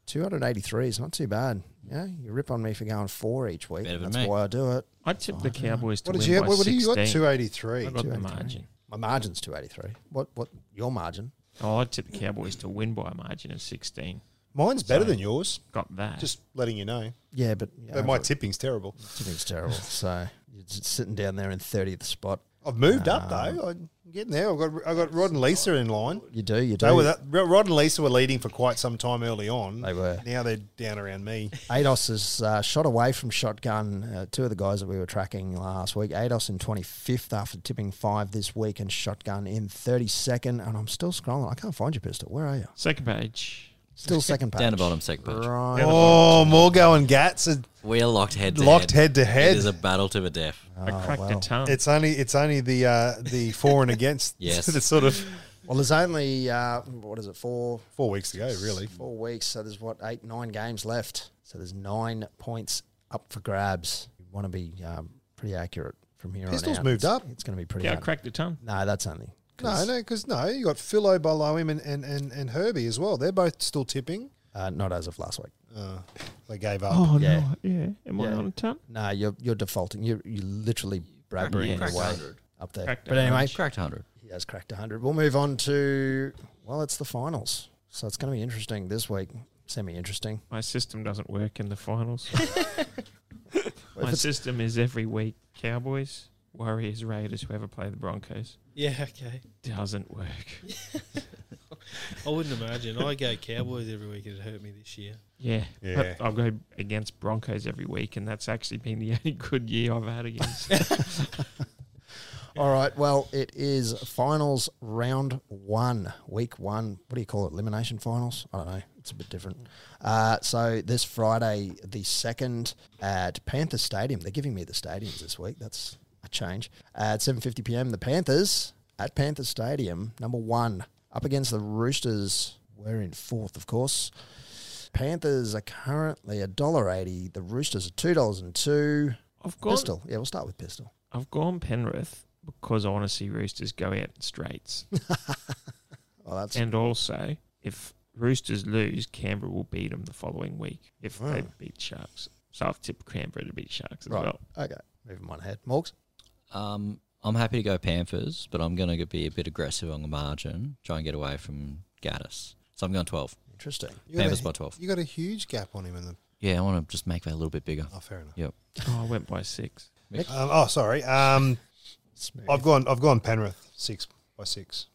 [SPEAKER 2] 283 is not too bad. Yeah, you rip on me for going four each week.
[SPEAKER 3] Better than
[SPEAKER 2] That's
[SPEAKER 3] me.
[SPEAKER 2] why I do it.
[SPEAKER 1] I tipped the Cowboys to
[SPEAKER 4] What did
[SPEAKER 1] win
[SPEAKER 4] you?
[SPEAKER 1] by
[SPEAKER 4] What, what do you got?
[SPEAKER 1] 16.
[SPEAKER 4] Two eighty three.
[SPEAKER 1] I got the
[SPEAKER 2] 283.
[SPEAKER 1] margin.
[SPEAKER 2] My margin's 283. What? What? Your margin?
[SPEAKER 1] Oh, I tipped the Cowboys to win by a margin of 16.
[SPEAKER 4] Mine's better than yours.
[SPEAKER 1] Got that.
[SPEAKER 4] Just letting you know.
[SPEAKER 2] Yeah, but yeah,
[SPEAKER 4] But my tipping's terrible.
[SPEAKER 2] Tipping's terrible. So you're just sitting down there in 30th spot.
[SPEAKER 4] I've moved up though. I'm getting there. I've got I got Rod and Lisa in line.
[SPEAKER 2] You do, you do.
[SPEAKER 4] They were that, Rod and Lisa were leading for quite some time early on.
[SPEAKER 2] They were.
[SPEAKER 4] Now they're down around me.
[SPEAKER 2] Ados is uh, shot away from shotgun. Uh, two of the guys that we were tracking last week. Ados in 25th after tipping five this week, and shotgun in 32nd. And I'm still scrolling. I can't find your pistol. Where are you?
[SPEAKER 1] Second page.
[SPEAKER 2] Still second page.
[SPEAKER 3] Down the bottom, second page.
[SPEAKER 2] Right.
[SPEAKER 4] Oh, Morgo and Gats are
[SPEAKER 3] We are locked head to
[SPEAKER 4] locked
[SPEAKER 3] head.
[SPEAKER 4] head to head.
[SPEAKER 3] It is a battle to the death.
[SPEAKER 1] I cracked
[SPEAKER 2] well.
[SPEAKER 1] a tongue.
[SPEAKER 4] Oh, It's only it's only the uh, the for and against.
[SPEAKER 3] Yes.
[SPEAKER 4] it's sort of
[SPEAKER 2] Well, there's only, uh, what is it, four,
[SPEAKER 4] four weeks ago, really.
[SPEAKER 2] four weeks. So there's what eight, nine games left. So there's nine points up for grabs. You want to be um, pretty accurate from here on
[SPEAKER 4] Pistols
[SPEAKER 2] out.
[SPEAKER 4] moved
[SPEAKER 2] It's-
[SPEAKER 4] up.
[SPEAKER 2] It's going to be pretty.
[SPEAKER 1] yeah, I
[SPEAKER 2] hard.
[SPEAKER 1] cracked a tongue.
[SPEAKER 2] No, that's only.
[SPEAKER 4] No, no, because no, you got Philo below him and, and, and, and Herbie as well. They're both still tipping.
[SPEAKER 2] Uh, not as of last week.
[SPEAKER 4] Uh, they gave up.
[SPEAKER 1] Oh,
[SPEAKER 2] Yeah.
[SPEAKER 1] no. Yeah. Am I
[SPEAKER 2] Yeah.
[SPEAKER 1] on a tongue?
[SPEAKER 2] No, you're you're defaulting. You're you literally brabbering
[SPEAKER 1] cracked
[SPEAKER 2] away up there.
[SPEAKER 1] Cracked
[SPEAKER 2] but anyway,
[SPEAKER 3] Cracked 100.
[SPEAKER 2] he has cracked 100. We'll move on to well, it's the finals, so it's going to be interesting this week. Semi interesting.
[SPEAKER 1] My system doesn't work in the finals. My system is every week Cowboys, Warriors, Raiders, whoever play the Broncos.
[SPEAKER 5] Yeah, okay.
[SPEAKER 1] Doesn't work.
[SPEAKER 5] I wouldn't imagine. I go Cowboys every week. It'd hurt me this year.
[SPEAKER 1] Yeah.
[SPEAKER 6] Yeah.
[SPEAKER 1] But I'll go against Broncos every week, and that's actually been the only good year I've had against.
[SPEAKER 2] All right. Well, it is finals round one, week one. What do you call it? Elimination finals? I don't know. It's a bit different. Uh, so this Friday, the second at Panther Stadium. They're giving me the stadiums this week. That's a change. at seven fifty p.m., the Panthers at Panther Stadium, number one, up against the Roosters. We're in fourth, of course. Panthers are currently a dollar eighty. The Roosters are two dollars and two.
[SPEAKER 1] I've gone,
[SPEAKER 2] Pistol. Yeah, we'll start with pistol.
[SPEAKER 1] I've gone Penrith because I want to see Roosters go out in straights.
[SPEAKER 2] Oh, that's
[SPEAKER 1] and also, if Roosters lose, Canberra will beat them the following week if they
[SPEAKER 2] Wow.
[SPEAKER 1] beat Sharks. So I've tipped Canberra to beat Sharks as
[SPEAKER 2] Right.
[SPEAKER 1] well.
[SPEAKER 2] Okay. Moving on ahead. Morgs?
[SPEAKER 3] Um, I'm happy to go Panthers, but I'm going to be a bit aggressive on the margin, try and get away from Gaddis. So I'm going 12.
[SPEAKER 2] Interesting.
[SPEAKER 6] You got
[SPEAKER 3] Panthers
[SPEAKER 6] a-
[SPEAKER 3] by 12.
[SPEAKER 6] You got a huge gap on him in the.
[SPEAKER 3] Yeah, I want to just make that a little bit bigger.
[SPEAKER 6] Oh, fair enough.
[SPEAKER 1] Oh, I went by six.
[SPEAKER 6] Um, oh, sorry. Um,
[SPEAKER 2] Smooth.
[SPEAKER 6] I've gone. I've gone Penrith six by six.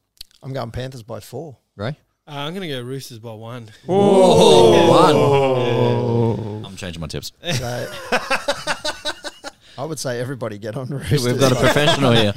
[SPEAKER 2] I'm going Panthers by four.
[SPEAKER 3] Right?
[SPEAKER 5] Uh, I'm going to go Roosters by one.
[SPEAKER 3] I'm changing my tips.
[SPEAKER 2] So I would say everybody get on Roosters.
[SPEAKER 3] We've got a professional here.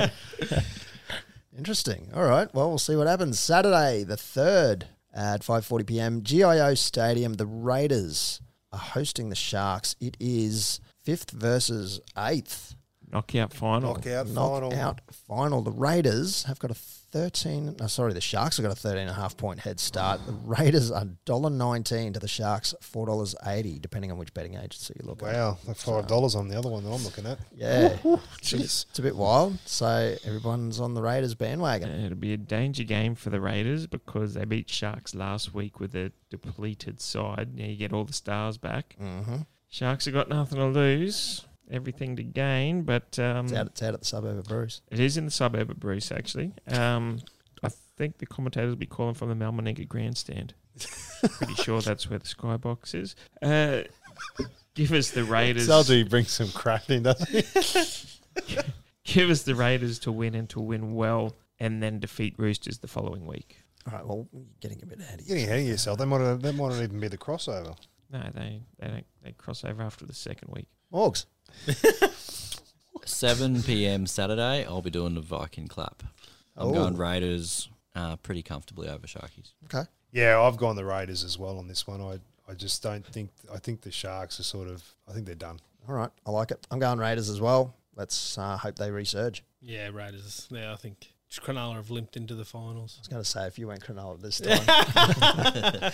[SPEAKER 2] Interesting. All right. Well, we'll see what happens. Saturday, the 3rd at 5.40 p.m., GIO Stadium. The Raiders are hosting the Sharks. It is 5th versus 8th.
[SPEAKER 1] Knockout final.
[SPEAKER 6] Knockout
[SPEAKER 2] knockout final. The Raiders have got a 13. No, sorry, the Sharks have got a 13 and a half point head start. The Raiders are $1.19 to the Sharks, $4.80, depending on which betting agency you look at.
[SPEAKER 6] Wow, like five dollars on the other one that I'm looking at.
[SPEAKER 2] Yeah. It's, it's a bit wild. So everyone's on the Raiders bandwagon.
[SPEAKER 1] And It'll be a danger game for the Raiders because they beat Sharks last week with a depleted side. Now you get all the stars back.
[SPEAKER 2] Mm-hmm.
[SPEAKER 1] Sharks have got nothing to lose, everything to gain, but um,
[SPEAKER 2] It's, out, it's out at the suburb of Bruce.
[SPEAKER 1] it is in the suburb of Bruce, actually. Um, I think the commentators will be calling from the Malmaninga grandstand. Pretty sure that's where the skybox is. Uh, give us the Raiders.
[SPEAKER 6] Salji brings some crap in, doesn't he?
[SPEAKER 1] Give us the Raiders to win and to win well, and then defeat Roosters the following week.
[SPEAKER 2] All right. Well, you're getting a bit ahead of
[SPEAKER 6] You're
[SPEAKER 2] you.
[SPEAKER 6] getting ahead of yourself. That might have, that might not even be the crossover.
[SPEAKER 1] No, they they don't they cross over after the second week.
[SPEAKER 2] Morgs.
[SPEAKER 3] 7 p.m. Saturday, I'll be doing the Viking clap. I'm
[SPEAKER 2] Oh.
[SPEAKER 3] going Raiders uh, pretty comfortably over Sharkies.
[SPEAKER 2] Okay.
[SPEAKER 6] Yeah, I've gone the Raiders as well on this one. I I just don't think I think the Sharks are sort of I think they're done.
[SPEAKER 2] All right. I like it. I'm going Raiders as well. Let's uh, hope they resurge.
[SPEAKER 5] Yeah, Raiders. Yeah, I think Cronulla have limped into the finals.
[SPEAKER 2] I was going to say, if you went Cronulla this time,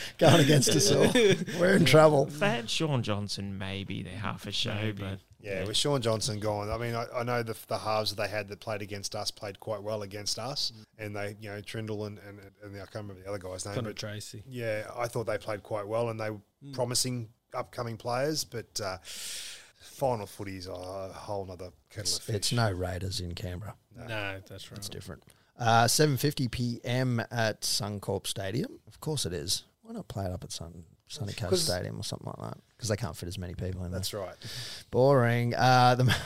[SPEAKER 2] going against us all, we're in trouble.
[SPEAKER 1] If they had Sean Johnson, maybe they're half a show,
[SPEAKER 5] Maybe.
[SPEAKER 1] but
[SPEAKER 6] Yeah, with Sean Johnson gone, I mean, I, I know the, the halves that they had that played against us played quite well against us, and they, you know, Trindle and, and, and I can't remember the other guy's name,
[SPEAKER 5] Connor
[SPEAKER 6] but
[SPEAKER 5] Tracy.
[SPEAKER 6] yeah, I thought they played quite well and they were
[SPEAKER 2] Hmm.
[SPEAKER 6] promising upcoming players, but uh, final footy is a whole other kettle of
[SPEAKER 2] It's,
[SPEAKER 6] fish.
[SPEAKER 2] it's no Raiders in Canberra.
[SPEAKER 5] No, that's right.
[SPEAKER 2] It's different. Uh, 7.50 p.m. at Suncorp Stadium. Of course it is. Why not play it up at Sun, Sunny Coast
[SPEAKER 6] 'Cause-
[SPEAKER 2] Stadium or something like that? Because they can't fit as many people in there.
[SPEAKER 6] That's right.
[SPEAKER 2] Boring. Uh, the, not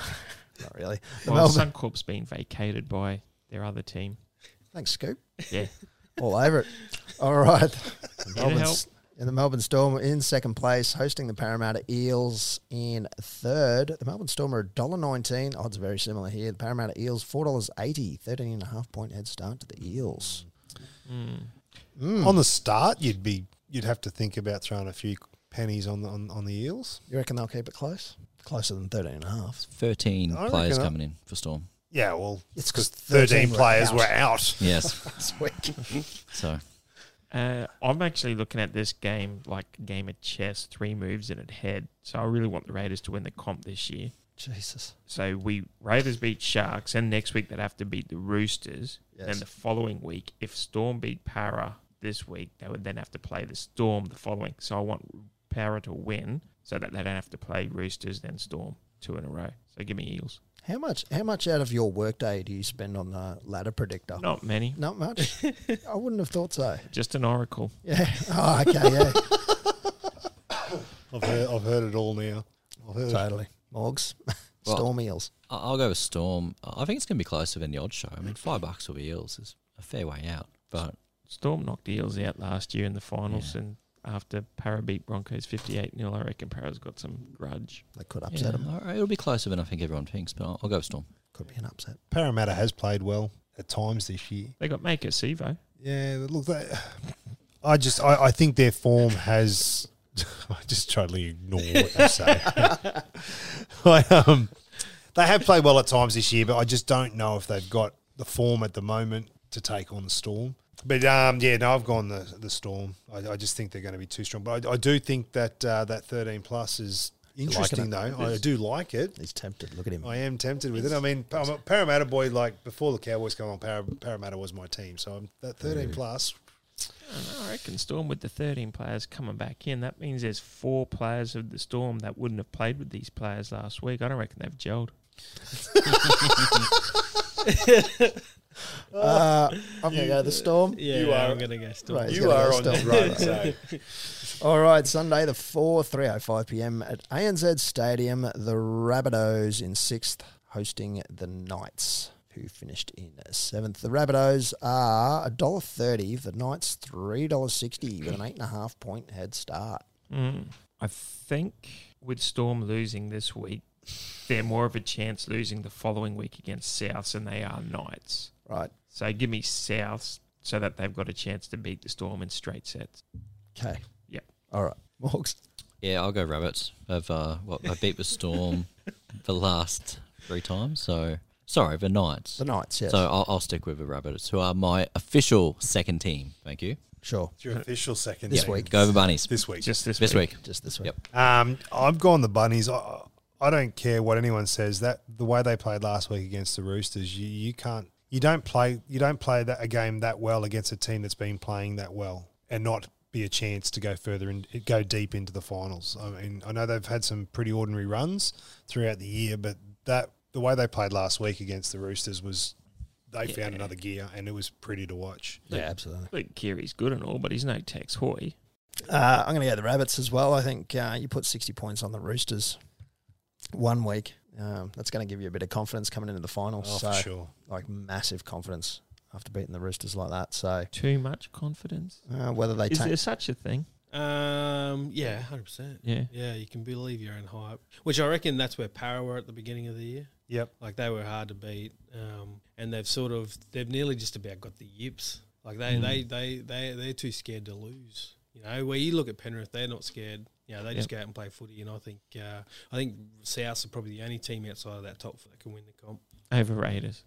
[SPEAKER 2] really. The
[SPEAKER 1] well,
[SPEAKER 2] Melbourne,
[SPEAKER 1] Suncorp's been vacated by their other team.
[SPEAKER 2] thanks, Scoop.
[SPEAKER 1] Yeah,
[SPEAKER 2] All over it. All right. The
[SPEAKER 1] Need
[SPEAKER 2] Melbourne
[SPEAKER 1] help?
[SPEAKER 2] S- And the Melbourne Storm in second place, hosting the Parramatta Eels in third. The Melbourne Storm are $1.19. Odds very similar here. The Parramatta Eels, $4.80. 13 and a half point head start to the Eels.
[SPEAKER 1] Hmm.
[SPEAKER 6] On the start, you'd be you'd have to think about throwing a few pennies on the on, on the eels.
[SPEAKER 2] You reckon they'll keep it close? Closer than 13 and a half.
[SPEAKER 3] 13
[SPEAKER 6] I
[SPEAKER 3] players
[SPEAKER 6] reckon I-
[SPEAKER 3] coming in for Storm.
[SPEAKER 6] Yeah, well,
[SPEAKER 2] It's
[SPEAKER 6] it's
[SPEAKER 2] 'cause
[SPEAKER 6] because thirteen
[SPEAKER 2] 13 were
[SPEAKER 6] players
[SPEAKER 2] out.
[SPEAKER 6] were out.
[SPEAKER 3] Yes.
[SPEAKER 2] Sweet.
[SPEAKER 3] so
[SPEAKER 1] uh, I'm actually looking at this game like a game of chess, three moves in a head. So I really want the Raiders to win the comp this year.
[SPEAKER 2] Jesus.
[SPEAKER 1] So we Raiders beat Sharks, and next week they'd have to beat the Roosters.
[SPEAKER 2] Yes.
[SPEAKER 1] And the following week, if Storm beat Para this week, they would then have to play the Storm the following. So I want Para to win so that they don't have to play Roosters then Storm two in a row. So give me Eels.
[SPEAKER 2] How much How much out of your workday do you spend on the ladder predictor?
[SPEAKER 1] Not many,
[SPEAKER 2] Not much. I wouldn't have thought so.
[SPEAKER 1] just an oracle.
[SPEAKER 2] Yeah. Oh, okay. Yeah.
[SPEAKER 6] I've heard, I've heard it all now. I've heard it.
[SPEAKER 2] totally. Morgs,
[SPEAKER 3] Well-
[SPEAKER 2] Storm Eels.
[SPEAKER 3] I- I'll go with Storm. I I think it's going to be closer than the odd show. I mean, five bucks over Eels is a fair way out, but
[SPEAKER 1] Storm knocked the Eels out last year in the finals,
[SPEAKER 3] Yeah.
[SPEAKER 1] and after Para beat Broncos 58 0, I reckon Para's got some grudge.
[SPEAKER 2] They could upset them.
[SPEAKER 3] yeah, it'll be closer than I think everyone thinks. But I'll, I'll go with Storm.
[SPEAKER 2] Could be an upset.
[SPEAKER 4] Parramatta has played well at times this year.
[SPEAKER 1] They got Maker Sevo.
[SPEAKER 4] Yeah, but look, they, I just I, I think their form has. I just totally ignore what they say. I, um, they have played well at times this year, but I just don't know if they've got the form at the moment to take on the Storm. But um, yeah, no, I've gone the the Storm. I, I just think they're going to be too strong. But I, I do think that uh, that thirteen plus is interesting, though. I do like it.
[SPEAKER 2] He's tempted. Look at him.
[SPEAKER 4] I am tempted with it. I mean, I'm a Parramatta boy. Like before the Cowboys come on, Par- Parramatta was my team. So I'm that 13 plus.
[SPEAKER 1] I don't know, I reckon Storm with the 13 players coming back in, that means there's four players of the Storm that wouldn't have played with these players last week. I don't reckon they've gelled.
[SPEAKER 2] Uh, I'm going to go the Storm.
[SPEAKER 5] Yeah,
[SPEAKER 6] You are-
[SPEAKER 5] I'm going to go Storm.
[SPEAKER 2] Right. He's
[SPEAKER 6] You
[SPEAKER 2] gotta
[SPEAKER 6] are
[SPEAKER 2] go
[SPEAKER 6] on
[SPEAKER 2] Storm.
[SPEAKER 6] the road, so
[SPEAKER 2] All right, Sunday the oh 4th, 3.05 p.m. at ANZ Stadium. The Rabbitohs in 6th, hosting the Knights, who finished in 7th. The Rabbitohs are $1.30, the Knights $3.60 with an 8.5 point head start.
[SPEAKER 1] Mm. I think with Storm losing this week, they're more of a chance losing the following week against Souths than they are Knights.
[SPEAKER 2] Right,
[SPEAKER 1] So give me Souths so that they've got a chance to beat the Storm in straight sets.
[SPEAKER 2] okay.
[SPEAKER 1] Yep.
[SPEAKER 2] All right, Morgs.
[SPEAKER 3] Yeah, I'll go Rabbits. I've uh, what I beat the Storm the last three times. So sorry, the Knights.
[SPEAKER 2] The Knights, yes.
[SPEAKER 3] So I'll, I'll stick with the Rabbits, who are my official second team. Thank you.
[SPEAKER 2] sure,
[SPEAKER 6] it's your official second
[SPEAKER 2] This
[SPEAKER 6] team.
[SPEAKER 2] week.
[SPEAKER 3] Go over Bunnies.
[SPEAKER 6] This week.
[SPEAKER 1] Just this
[SPEAKER 3] This
[SPEAKER 1] week.
[SPEAKER 3] week.
[SPEAKER 2] just this week.
[SPEAKER 3] Yep.
[SPEAKER 6] Um, I've gone the bunnies. I, I don't care what anyone says. That the way they played last week against the Roosters, you, you can't, you don't play, you don't play that a game that well against a team that's been playing that well and not be a chance to go further and go deep into the finals. I mean, I know they've had some pretty ordinary runs throughout the year, but that the way they played last week against the Roosters was they found another gear and it was pretty to watch.
[SPEAKER 2] Yeah, absolutely.
[SPEAKER 1] Luke Keary's good and all, but he's no Tex Hoy.
[SPEAKER 2] Uh, I'm going to go the Rabbits as well. I think uh, you put 60 points on the Roosters one week. Um, that's going to give you a bit of confidence coming into the finals.
[SPEAKER 6] Oh,
[SPEAKER 2] so,
[SPEAKER 6] for sure.
[SPEAKER 2] like massive confidence after beating the Roosters like that. So
[SPEAKER 1] Too much confidence.
[SPEAKER 2] uh, whether they
[SPEAKER 1] Is
[SPEAKER 2] take
[SPEAKER 1] there such a thing?
[SPEAKER 5] Um, yeah, hundred percent.
[SPEAKER 1] Yeah.
[SPEAKER 5] Yeah, you can believe your own hype, which I reckon that's where Para were at the beginning of the year.
[SPEAKER 6] Yep.
[SPEAKER 5] Like they were hard to beat, um, and they've sort of they've nearly just about got the yips. Like they
[SPEAKER 6] Hmm.
[SPEAKER 1] Mm.
[SPEAKER 5] they they they they're too scared to lose. You know, where you look at Penrith, they're not scared. You know, they just go out and play footy, and I think uh, I think Souths are probably the only team outside of that top four that can win the comp.
[SPEAKER 1] Overrated.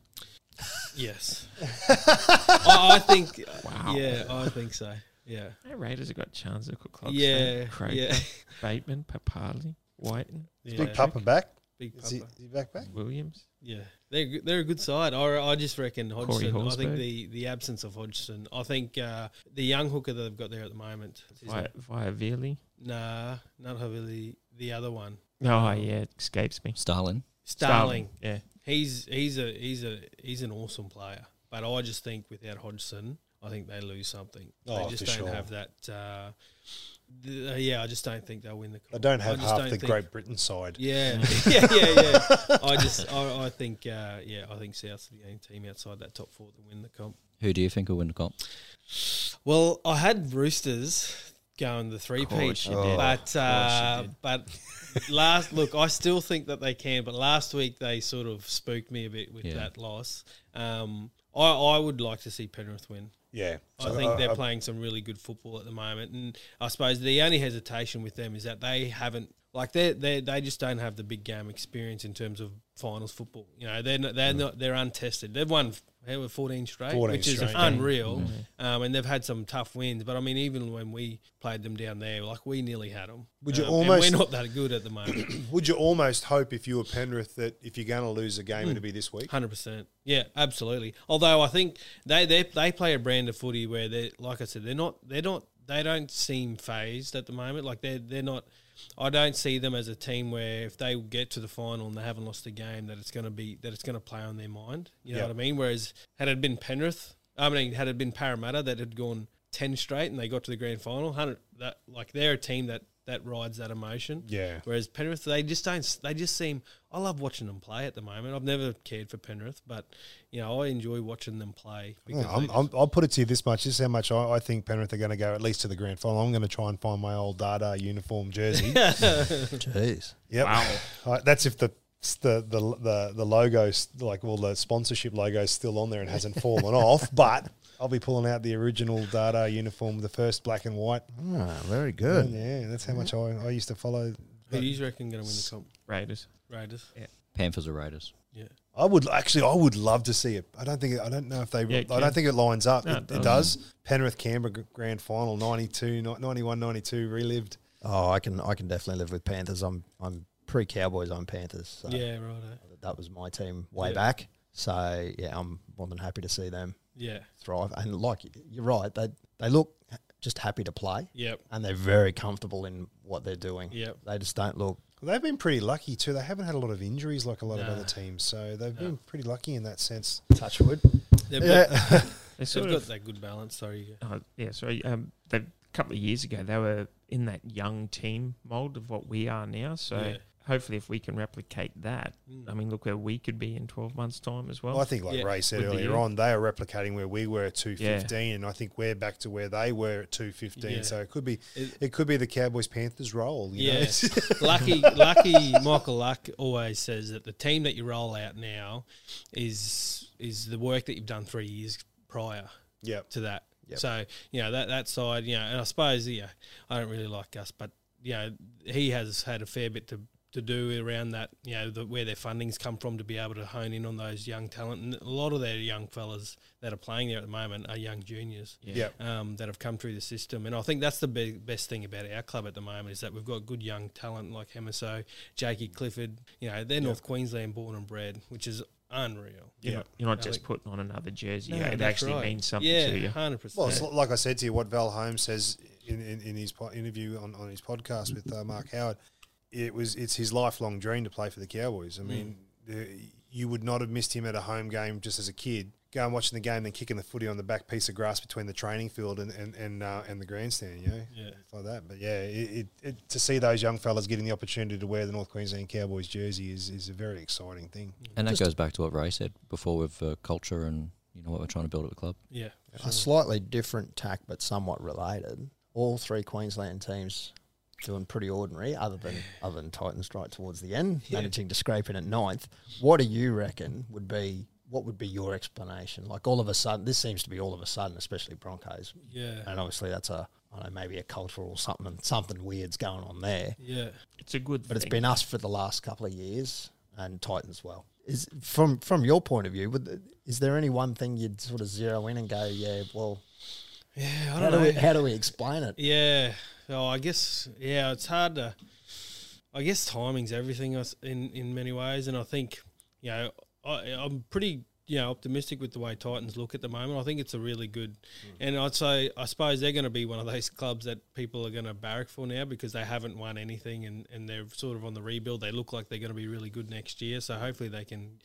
[SPEAKER 5] Yes, I, I think.
[SPEAKER 1] Wow.
[SPEAKER 5] Uh, Yeah, I think so. Yeah.
[SPEAKER 1] Our Raiders have got Chanza, Cook,
[SPEAKER 5] Yeah,
[SPEAKER 1] Croker,
[SPEAKER 5] yeah.
[SPEAKER 1] Bateman, Papali, Whiten,
[SPEAKER 5] yeah.
[SPEAKER 6] Big Papa back.
[SPEAKER 5] Big
[SPEAKER 6] Is he,
[SPEAKER 5] Papa.
[SPEAKER 6] is he back back?
[SPEAKER 1] Williams.
[SPEAKER 5] Yeah, they're g- they're a good side. I, I just reckon Hodgson. I
[SPEAKER 1] Horsburgh.
[SPEAKER 5] think the, the absence of Hodgson. I think uh, the young hooker that they've got there at the moment. what's his
[SPEAKER 1] via,
[SPEAKER 5] name?
[SPEAKER 1] via Vili.
[SPEAKER 5] Nah, not Havili. The other one,
[SPEAKER 1] Oh yeah, it escapes me.
[SPEAKER 3] Starlin.
[SPEAKER 5] Starling.
[SPEAKER 1] Yeah.
[SPEAKER 5] He's he's a he's a he's an awesome player. But I just think without Hodgson, I think they lose something.
[SPEAKER 6] Oh,
[SPEAKER 5] they just
[SPEAKER 6] for
[SPEAKER 5] don't
[SPEAKER 6] sure.
[SPEAKER 5] have that. Uh, th- uh, yeah, I just don't think they'll win the.
[SPEAKER 6] They
[SPEAKER 5] comp.
[SPEAKER 6] don't
[SPEAKER 5] I
[SPEAKER 6] have
[SPEAKER 5] just
[SPEAKER 6] half
[SPEAKER 5] don't
[SPEAKER 6] the
[SPEAKER 5] think-
[SPEAKER 6] Great Britain side.
[SPEAKER 5] Yeah, yeah, yeah, yeah. I just, I, I think, uh, yeah, I think South's the only team outside that top four to win the comp.
[SPEAKER 3] Who do you think will win the comp?
[SPEAKER 5] Well, I had Roosters going the three
[SPEAKER 1] course
[SPEAKER 5] peat,
[SPEAKER 1] you did.
[SPEAKER 5] but
[SPEAKER 1] Of
[SPEAKER 5] uh,
[SPEAKER 1] course you did.
[SPEAKER 5] but last look, I still think that they can. But last week they sort of spooked me a bit with
[SPEAKER 3] Yeah.
[SPEAKER 5] that loss. Um, I I would like to see Penrith win.
[SPEAKER 6] Yeah.
[SPEAKER 5] I
[SPEAKER 6] uh,
[SPEAKER 4] uh,
[SPEAKER 5] think they're playing some really good football at the moment, and I suppose the only hesitation with them is that they haven't like they they they just don't have the big game experience in terms of finals football. You know, they're not,
[SPEAKER 6] Mm.
[SPEAKER 5] they're not they're untested. They've won they were fourteen straight,
[SPEAKER 6] 14
[SPEAKER 5] which is
[SPEAKER 6] straight, Mm-hmm. yeah.
[SPEAKER 5] unreal, um, and they've had some tough wins. But I mean, even when we played them down there, like we nearly had them.
[SPEAKER 6] Would you
[SPEAKER 5] and
[SPEAKER 6] almost-
[SPEAKER 5] we're not that good at the moment.
[SPEAKER 6] Would you almost hope if you were Penrith that if you're going to lose a game, it'll be this week?
[SPEAKER 5] Hundred percent, yeah, absolutely. Although I think they, they they play a brand of footy where they, like I said, they're not they're not they don't seem phased at the moment. Like they are they're not. I don't see them as a team where if they get to the final and they haven't lost a game that it's going to be that it's going to play on their mind. You know
[SPEAKER 6] Yeah.
[SPEAKER 5] what I mean? Whereas had it been Penrith, I mean, had it been Parramatta that had gone ten straight and they got to the grand final, hundred that like they're a team that that rides that emotion.
[SPEAKER 4] Yeah.
[SPEAKER 5] Whereas Penrith, they just don't. They just seem. I love watching them play at the moment. I've never cared for Penrith, but you know I enjoy watching them play. Because
[SPEAKER 4] Yeah, I'm,
[SPEAKER 5] they
[SPEAKER 4] I'm, I'll put it to you this much: this is how much I, I think Penrith are going to go at least to the grand final. I'm going to try and find my old Dada uniform jersey.
[SPEAKER 2] Jeez.
[SPEAKER 4] yep,
[SPEAKER 1] Wow.
[SPEAKER 4] Uh, that's if the the the the, the logo, like well, the sponsorship logo, is still on there and hasn't fallen off. But I'll be pulling out the original Dada uniform, the first black and white.
[SPEAKER 2] Ah, very good.
[SPEAKER 4] Yeah, that's how much I, I used to follow.
[SPEAKER 5] who do you reckon going to win the comp?
[SPEAKER 1] Raiders.
[SPEAKER 5] Raiders.
[SPEAKER 3] Panthers or Raiders?
[SPEAKER 5] Yeah.
[SPEAKER 4] I would actually, I would love to see it. I don't think, I don't know if they,
[SPEAKER 1] Yeah, it
[SPEAKER 4] I
[SPEAKER 1] can.
[SPEAKER 4] don't think it lines up.
[SPEAKER 1] No,
[SPEAKER 4] it,
[SPEAKER 1] it
[SPEAKER 4] it does. Penrith Canberra g- grand final 92, ni- 91, 92 relived.
[SPEAKER 2] Oh, I can I can definitely live with Panthers. I'm I'm pre Cowboys. I'm Panthers. So
[SPEAKER 5] Yeah. Right.
[SPEAKER 2] that was my team way
[SPEAKER 5] Yeah.
[SPEAKER 2] back. So yeah, I'm more than happy to see them
[SPEAKER 5] Yeah.
[SPEAKER 2] thrive. And like you're right, they they look just happy to play,
[SPEAKER 5] Yep.
[SPEAKER 2] and they're very comfortable in what they're doing.
[SPEAKER 5] Yep.
[SPEAKER 2] They just don't look.
[SPEAKER 4] They've been pretty lucky too. They haven't had a lot of injuries like a lot of
[SPEAKER 5] No.
[SPEAKER 4] other teams. So they've been pretty lucky in that sense.
[SPEAKER 2] Touch wood.
[SPEAKER 5] They've got,
[SPEAKER 2] Yeah.
[SPEAKER 1] They
[SPEAKER 5] they've
[SPEAKER 1] sort
[SPEAKER 5] got
[SPEAKER 1] of,
[SPEAKER 5] that good balance. Sorry. yeah.
[SPEAKER 1] oh, yeah, sorry. Um, they, a couple of years ago, they were in that young team mold of what we are now. So
[SPEAKER 5] Yeah. Mm.
[SPEAKER 1] hopefully, if we can replicate that, I mean, look where we could be in 12 months' time as well.
[SPEAKER 4] Well, I think, like
[SPEAKER 5] yeah,
[SPEAKER 4] Ray said
[SPEAKER 1] with the
[SPEAKER 4] earlier
[SPEAKER 1] youth.
[SPEAKER 4] on, they are replicating where we were at 215. And I think we're back to where they were at 215.
[SPEAKER 5] Yeah.
[SPEAKER 4] So it could be,
[SPEAKER 5] It-
[SPEAKER 4] it could be the Cowboys Panthers role. You know?
[SPEAKER 5] Yeah. lucky, lucky Michael Luck always says that the team that you roll out now is is the work that you've done three years prior
[SPEAKER 4] Yep.
[SPEAKER 5] to that.
[SPEAKER 2] Yep.
[SPEAKER 5] So you know that that side, you know, and I suppose yeah, I don't really like Gus, but you know he has had a fair bit to. To do around that, you know, the, where their fundings come from to be able to hone in on those young talent, and a lot of their young fellas that are playing there at the moment are young juniors
[SPEAKER 1] Yeah.
[SPEAKER 4] Yep.
[SPEAKER 5] um, that have come through the system. And I think that's the be- best thing about our club at the moment is that we've got good young talent like Hemiso, Jakey Clifford. You know, they're North Queensland born and bred, which is unreal.
[SPEAKER 1] You're,
[SPEAKER 4] Yeah.
[SPEAKER 1] not, you're not
[SPEAKER 5] I
[SPEAKER 1] just
[SPEAKER 5] think-
[SPEAKER 1] putting on another jersey.
[SPEAKER 5] No,
[SPEAKER 1] Yeah, it
[SPEAKER 5] that's
[SPEAKER 1] actually
[SPEAKER 5] right.
[SPEAKER 1] means something
[SPEAKER 5] yeah,
[SPEAKER 1] to you.
[SPEAKER 5] 100%.
[SPEAKER 4] Well, it's like I said to you, what Val Holmes says in, in, in his po- interview on, on his podcast with uh, Mark Howard, it was it's his lifelong dream to play for the Cowboys. I mean, the, you would not have missed him at a home game just as a kid, going watching the game, then kicking the footy on the back piece of grass between the training field and and and, uh, and the grandstand, you know,
[SPEAKER 5] Yeah.
[SPEAKER 4] It's like that. But yeah, it, it, it, to see those young fellas getting the opportunity to wear the North Queensland Cowboys jersey is is a very exciting thing.
[SPEAKER 3] And that
[SPEAKER 2] Just-
[SPEAKER 3] goes back to what Ray said before with uh, culture and you know what we're trying to build at the club.
[SPEAKER 5] yeah.
[SPEAKER 2] A slightly different tack, but somewhat related. All three Queensland teams doing pretty ordinary, other than other than Titans right towards the end, managing to scrape in at ninth. What do you reckon would be? What would be your explanation? Like all of a sudden, this seems to be all of a sudden, especially Broncos,
[SPEAKER 5] Yeah.
[SPEAKER 2] and obviously that's a I don't know maybe a cultural something something weird's going on there.
[SPEAKER 5] Yeah.
[SPEAKER 1] It's a good
[SPEAKER 2] But it's
[SPEAKER 1] thing.
[SPEAKER 2] been us for the last couple of years, and Titans well. Is from from your point of view, would, is there any one thing you'd sort of zero in and go, yeah, well,
[SPEAKER 5] Yeah. I
[SPEAKER 2] how
[SPEAKER 5] don't
[SPEAKER 2] do
[SPEAKER 5] know.
[SPEAKER 2] we how do we explain it?
[SPEAKER 5] Yeah. Oh, I guess. Yeah, it's hard to. I guess timing's everything us- in in many ways, and I think you know I, I'm pretty you know optimistic with the way Titans look at the moment. I think it's a really good,
[SPEAKER 2] Hmm.
[SPEAKER 5] and I'd say I suppose they're going to be one of those clubs that people are going to barrack for now because they haven't won anything and and they're sort of on the rebuild. They look like they're going to be really good next year, so hopefully they can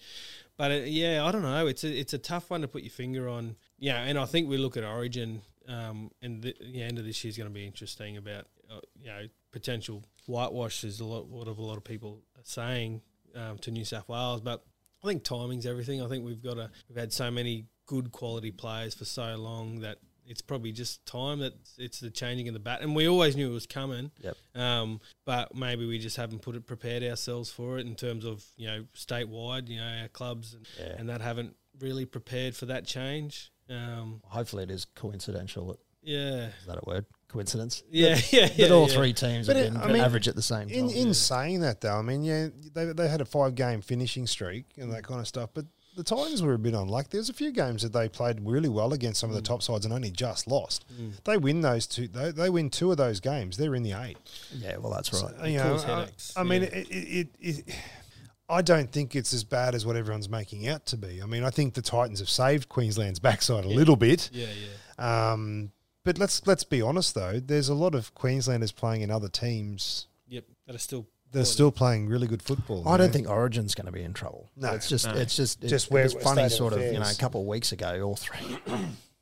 [SPEAKER 5] but uh yeah, I don't know. It's a it's a tough one to put your finger on. Yeah, and I think we look at Origin, um, and the, the end of this year is going to be interesting about uh, you know potential whitewash is a lot what of a lot of people are saying um, to New South Wales, but I think timing's everything. I think we've got a we've had so many good quality players for so long that it's probably just time that it's the changing of the bat, and we always knew it was coming.
[SPEAKER 2] Yep.
[SPEAKER 5] Um, but maybe we just haven't put it prepared ourselves for it in terms of you know statewide, you know our clubs and,
[SPEAKER 2] Yeah.
[SPEAKER 5] and that haven't really prepared for that change. Um,
[SPEAKER 2] Hopefully, it is coincidental.
[SPEAKER 5] yeah,
[SPEAKER 2] Is that a word? Coincidence?
[SPEAKER 5] yeah, yeah,
[SPEAKER 2] That
[SPEAKER 5] yeah.
[SPEAKER 2] all
[SPEAKER 5] yeah.
[SPEAKER 2] three teams
[SPEAKER 4] But
[SPEAKER 2] have
[SPEAKER 4] it-
[SPEAKER 2] been
[SPEAKER 4] I mean,
[SPEAKER 2] average at the same time.
[SPEAKER 4] In, in saying that, though, I mean, yeah, they, they had a five game finishing streak and that kind of stuff, but the Titans were a bit unlucky. There's a few games that they played really well against some of the
[SPEAKER 5] Mm.
[SPEAKER 4] top sides and only just lost. They win those two. They, they win two of those games. They're in the eight.
[SPEAKER 2] yeah, well, that's right.
[SPEAKER 4] You know,
[SPEAKER 5] cause
[SPEAKER 4] I-
[SPEAKER 5] headaches,
[SPEAKER 4] I, mean,
[SPEAKER 5] yeah.
[SPEAKER 4] it, it, it, it, I don't think it's as bad as what everyone's making out to be. I mean, I think the Titans have saved Queensland's backside a little bit.
[SPEAKER 5] Yeah, yeah,
[SPEAKER 4] Um, but let's let's be honest though. There's a lot of Queenslanders playing in other teams.
[SPEAKER 5] yep. That is still
[SPEAKER 4] They're still playing really good football.
[SPEAKER 2] I
[SPEAKER 4] you know?
[SPEAKER 2] don't think Origin's going to be in trouble.
[SPEAKER 4] No,
[SPEAKER 2] it's just
[SPEAKER 1] no.
[SPEAKER 2] it's just it's
[SPEAKER 4] Just
[SPEAKER 2] just
[SPEAKER 4] where-
[SPEAKER 2] it's
[SPEAKER 4] where
[SPEAKER 2] funny
[SPEAKER 4] state of
[SPEAKER 2] sort of you know a
[SPEAKER 4] affairs.
[SPEAKER 2] couple of weeks ago all three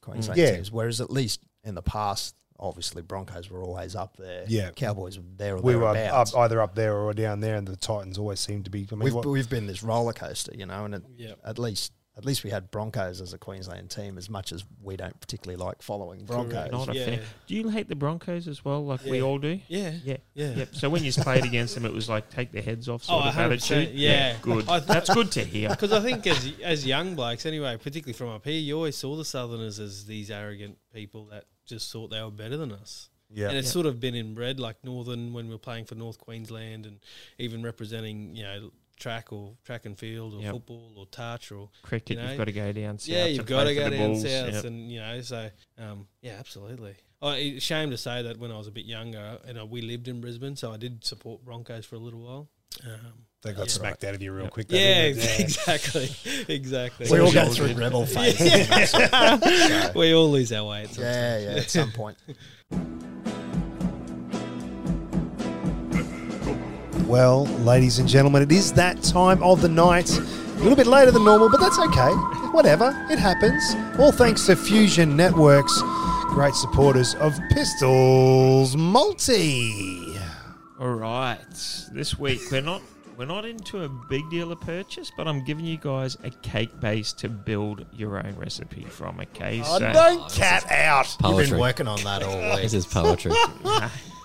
[SPEAKER 2] Queensland
[SPEAKER 4] Yeah.
[SPEAKER 2] teams, whereas at least in the past obviously Broncos were always up there.
[SPEAKER 4] Yeah.
[SPEAKER 2] Cowboys were there or
[SPEAKER 4] We were up,
[SPEAKER 2] thereabouts.
[SPEAKER 4] either up there or down there, and the Titans always seem to be. I mean,
[SPEAKER 2] we've
[SPEAKER 4] what-
[SPEAKER 2] we've been this roller coaster, you know, and it,
[SPEAKER 5] Yep.
[SPEAKER 2] at least at least we had Broncos as a Queensland team. As much as we don't particularly like following Broncos,
[SPEAKER 5] Correct.
[SPEAKER 1] Not a
[SPEAKER 5] Yeah.
[SPEAKER 1] fan. Do you hate the Broncos as well, like we
[SPEAKER 5] Yeah.
[SPEAKER 1] all do?
[SPEAKER 5] Yeah.
[SPEAKER 1] Yeah.
[SPEAKER 5] Yeah.
[SPEAKER 1] Yep. So when you played against them, it was like take their heads off sort
[SPEAKER 5] Oh,
[SPEAKER 1] of
[SPEAKER 5] 100%,
[SPEAKER 1] attitude.
[SPEAKER 5] yeah.
[SPEAKER 1] Good.
[SPEAKER 5] I th-
[SPEAKER 1] That's good to hear.
[SPEAKER 5] Because I think as as young blokes, anyway, particularly from up here, you always saw the Southerners as these arrogant people that just thought they were better than us.
[SPEAKER 4] Yeah.
[SPEAKER 5] and it's
[SPEAKER 1] Yeah.
[SPEAKER 5] sort of been inbred, like Northern when we were playing for North Queensland, and even representing you know track or track and field or
[SPEAKER 1] Yep.
[SPEAKER 5] football or touch or
[SPEAKER 1] Cricket,
[SPEAKER 5] You
[SPEAKER 1] you
[SPEAKER 5] know?
[SPEAKER 1] have got to go down south.
[SPEAKER 5] yeah, you've
[SPEAKER 1] to
[SPEAKER 5] got to
[SPEAKER 1] play for
[SPEAKER 5] go
[SPEAKER 1] the
[SPEAKER 5] down
[SPEAKER 1] Bulls.
[SPEAKER 5] south,
[SPEAKER 1] Yep.
[SPEAKER 5] and you know, so um, yeah, absolutely. Oh, it's shame to say that when I was a bit younger, and uh, we lived in Brisbane, so I did support Broncos for a little while. Um,
[SPEAKER 4] they got
[SPEAKER 5] Yeah.
[SPEAKER 4] smacked out of you real quick. though,
[SPEAKER 5] yeah,
[SPEAKER 4] didn't they?
[SPEAKER 5] exactly, exactly.
[SPEAKER 2] we all go
[SPEAKER 1] Shoulders.
[SPEAKER 2] through rebel phase. So,
[SPEAKER 5] we all lose our way. At some
[SPEAKER 2] yeah, yeah, at some point.
[SPEAKER 4] Well, ladies and gentlemen, it is that time of the night. A little bit later than normal, but that's okay. Whatever, it happens. All thanks to Fusion Networks, great supporters of Pistols Multi.
[SPEAKER 1] All right. This week we're not we're not into a big deal of purchase, but I'm giving you guys a cake base to build your own recipe from. Okay.
[SPEAKER 4] Oh,
[SPEAKER 1] so
[SPEAKER 4] don't cat out.
[SPEAKER 1] Oh,
[SPEAKER 2] You've been
[SPEAKER 3] Poetry.
[SPEAKER 2] working on that all week.
[SPEAKER 3] This is poetry.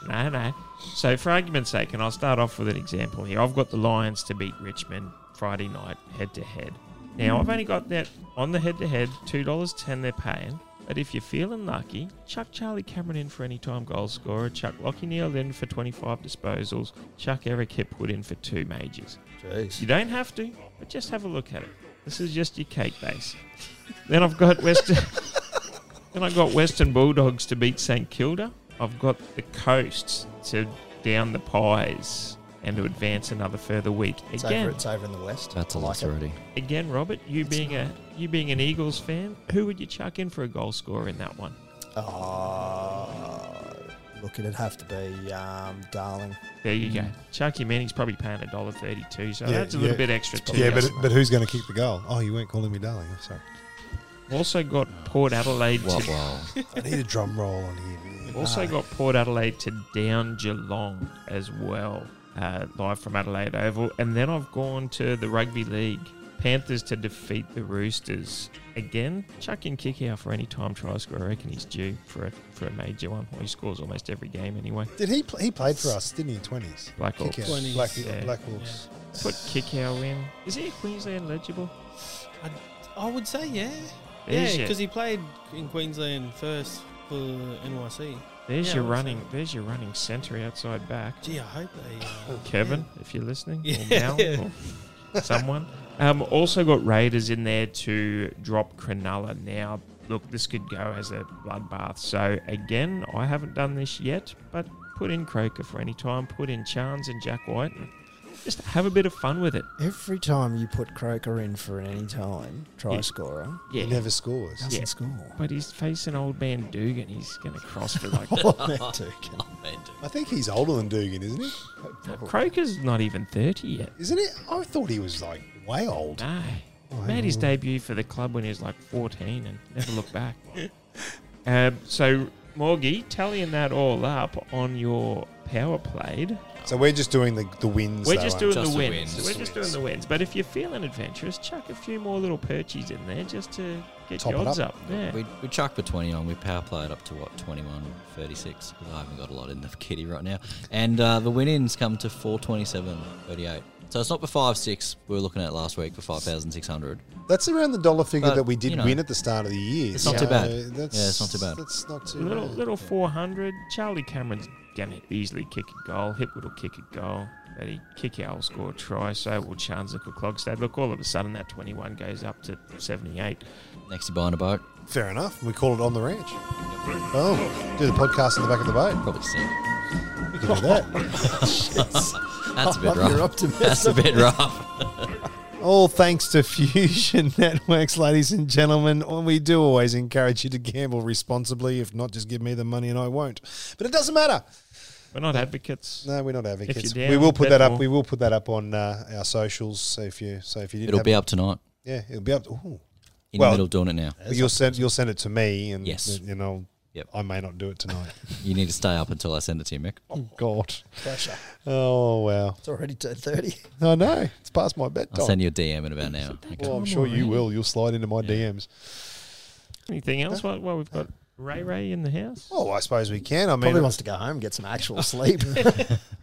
[SPEAKER 1] no, no. So for argument's sake, and I'll start off with an example here. I've got the Lions to beat Richmond Friday night head to head. Now I've only got that on the head to head two dollars ten they're paying. But if you're feeling lucky, chuck Charlie Cameron in for any time goal scorer, chuck Lockie Neal in for 25 disposals, chuck Eric Hipwood in for two majors. You
[SPEAKER 2] Jeez.
[SPEAKER 1] don't have to, but just have a look at it. This is just your cake base. then I've got Western. then I've got Western Bulldogs to beat St Kilda. I've got the Coasts to down the Pies and to advance another further week.
[SPEAKER 2] It's over,
[SPEAKER 1] Again,
[SPEAKER 2] it's over in the west.
[SPEAKER 3] That's a
[SPEAKER 2] I
[SPEAKER 3] lot already.
[SPEAKER 1] again, Robert, you being a you being an Eagles fan, who would you chuck in for a goal scorer in that one?
[SPEAKER 2] Oh, look, it'd have to be um, Darling.
[SPEAKER 1] There you go. Chuck him in. He's probably paying a dollar thirty-two, so
[SPEAKER 4] Yeah,
[SPEAKER 1] that's a little
[SPEAKER 4] yeah.
[SPEAKER 1] bit extra. too.
[SPEAKER 4] Yeah, but, but who's going to kick the goal? Oh, you weren't calling me darling. I'm sorry.
[SPEAKER 1] also got Port Adelaide
[SPEAKER 3] Wow,
[SPEAKER 1] to
[SPEAKER 3] wow.
[SPEAKER 4] I need a drum roll on here.
[SPEAKER 1] Also got Port Adelaide to down Geelong as well, uh, live from Adelaide Oval. And then I've gone to the Rugby League. Panthers to defeat the Roosters. Again, chuck in kick out for any time try score. I reckon he's due for a, for a major one. Well, he scores almost every game anyway.
[SPEAKER 4] Did he? Play, he played for us, didn't he? Twenties.
[SPEAKER 1] Black
[SPEAKER 4] Kick out.
[SPEAKER 1] Hawks.
[SPEAKER 5] Twenties,
[SPEAKER 4] Black,
[SPEAKER 1] yeah.
[SPEAKER 4] Black Hawks.
[SPEAKER 1] Put kick out in. Is he a Queensland legible?
[SPEAKER 5] I would say yeah.
[SPEAKER 1] There's
[SPEAKER 5] yeah,
[SPEAKER 1] your-
[SPEAKER 5] because he played in Queensland first for NYC.
[SPEAKER 1] There's
[SPEAKER 5] yeah,
[SPEAKER 1] your
[SPEAKER 5] I would say.
[SPEAKER 1] running. There's your running centre outside back.
[SPEAKER 5] Gee, I hope they. Uh,
[SPEAKER 1] Kevin, if you're listening,
[SPEAKER 5] Yeah.
[SPEAKER 1] or Mal, or someone. Um, also got Raiders in there to drop Cronulla. Now, look, this could go as a bloodbath. So again, I haven't done this yet, but put in Croker for any time. Put in Chance and Jack White. And just have a bit of fun with it.
[SPEAKER 2] Every time you put Croker in for an any time try
[SPEAKER 1] Yeah.
[SPEAKER 2] scorer,
[SPEAKER 1] Yeah.
[SPEAKER 4] He never scores.
[SPEAKER 2] doesn't
[SPEAKER 1] Yeah.
[SPEAKER 2] score.
[SPEAKER 1] But he's facing old man Dugan. He's going to cross for like.
[SPEAKER 2] Oh, man, Dugan.
[SPEAKER 4] I think he's older than Dugan, isn't he?
[SPEAKER 1] Croker's not even 30 yet.
[SPEAKER 4] Isn't it? I thought he was like way old.
[SPEAKER 1] No. Made his debut for the club when he was like 14 and never looked back. um, so, Morgie, tallying that all up on your power played,
[SPEAKER 4] So we're just doing the, the wins.
[SPEAKER 1] we're
[SPEAKER 4] though,
[SPEAKER 1] just doing
[SPEAKER 4] aren't
[SPEAKER 3] Just
[SPEAKER 1] the
[SPEAKER 3] the
[SPEAKER 1] wins.
[SPEAKER 3] wins.
[SPEAKER 1] We're
[SPEAKER 3] Just
[SPEAKER 1] just
[SPEAKER 3] the
[SPEAKER 1] doing
[SPEAKER 3] wins.
[SPEAKER 1] the wins. But if you're feeling adventurous, chuck a few more little perchies in there just to get
[SPEAKER 4] Top
[SPEAKER 1] your
[SPEAKER 4] it
[SPEAKER 1] odds
[SPEAKER 4] up.
[SPEAKER 1] up. Yeah.
[SPEAKER 3] We, we chucked the 20 on. We power played up to what, 21, 36? Because I haven't got a lot in the kitty right now. And uh, the win ins come to 427, 38. So it's not the 5 6 we were looking at last week for 5,600.
[SPEAKER 4] That's around the dollar figure
[SPEAKER 3] But,
[SPEAKER 4] that we did
[SPEAKER 3] you know,
[SPEAKER 4] win at the start of the year.
[SPEAKER 3] it's not too bad.
[SPEAKER 4] So
[SPEAKER 3] Yeah, it's not too bad.
[SPEAKER 4] That's not too
[SPEAKER 1] little
[SPEAKER 4] bad.
[SPEAKER 1] little 400. Charlie Cameron's going to easily kick a goal. Hipwood will kick a goal. But he kick out will score a try. So will Chanzik or Clogstad. Look, all of a sudden that 21 goes up to 78.
[SPEAKER 3] Next, you buying a boat.
[SPEAKER 4] Fair enough. We call it on the ranch. Boom. Do the podcast in the back of the boat.
[SPEAKER 3] Probably sink.
[SPEAKER 4] We can do that.
[SPEAKER 3] That's a
[SPEAKER 2] You're
[SPEAKER 3] bit rough. That's a
[SPEAKER 2] optimistic.
[SPEAKER 3] bit rough.
[SPEAKER 4] All thanks to Fusion Networks, ladies and gentlemen. We do always encourage you to gamble responsibly. If not, just give me the money and I won't. But it doesn't matter.
[SPEAKER 1] We're not advocates.
[SPEAKER 4] No, we're not advocates.
[SPEAKER 1] you're
[SPEAKER 4] we
[SPEAKER 1] down,
[SPEAKER 4] will put
[SPEAKER 1] bet
[SPEAKER 4] that up.
[SPEAKER 1] more.
[SPEAKER 4] We will put that up on uh, our socials. So if you, so if you didn't,
[SPEAKER 3] It'll
[SPEAKER 4] have
[SPEAKER 3] be
[SPEAKER 4] it-
[SPEAKER 3] up tonight.
[SPEAKER 4] Yeah, it'll be up. Ooh.
[SPEAKER 3] In
[SPEAKER 4] Well-
[SPEAKER 3] the middle, doing it now.
[SPEAKER 4] But you'll send you'll send it to me, and
[SPEAKER 3] Yes.
[SPEAKER 4] you know
[SPEAKER 3] Yep.
[SPEAKER 4] I may not do it tonight.
[SPEAKER 3] You need to stay up until I send it to you, Mick.
[SPEAKER 4] oh, God.
[SPEAKER 2] Pressure.
[SPEAKER 4] Oh, wow.
[SPEAKER 2] It's already ten thirty.
[SPEAKER 4] I know. It's past my
[SPEAKER 3] I'll
[SPEAKER 4] bedtime.
[SPEAKER 3] send you a DM in about an hour. Okay.
[SPEAKER 4] Well, I'm sure you will. You'll slide into my DMs.
[SPEAKER 1] Anything else? Well, well, we've got Ray Ray in the house.
[SPEAKER 4] Oh, I suppose we can. I mean,
[SPEAKER 2] Probably wants to go home and get some actual sleep.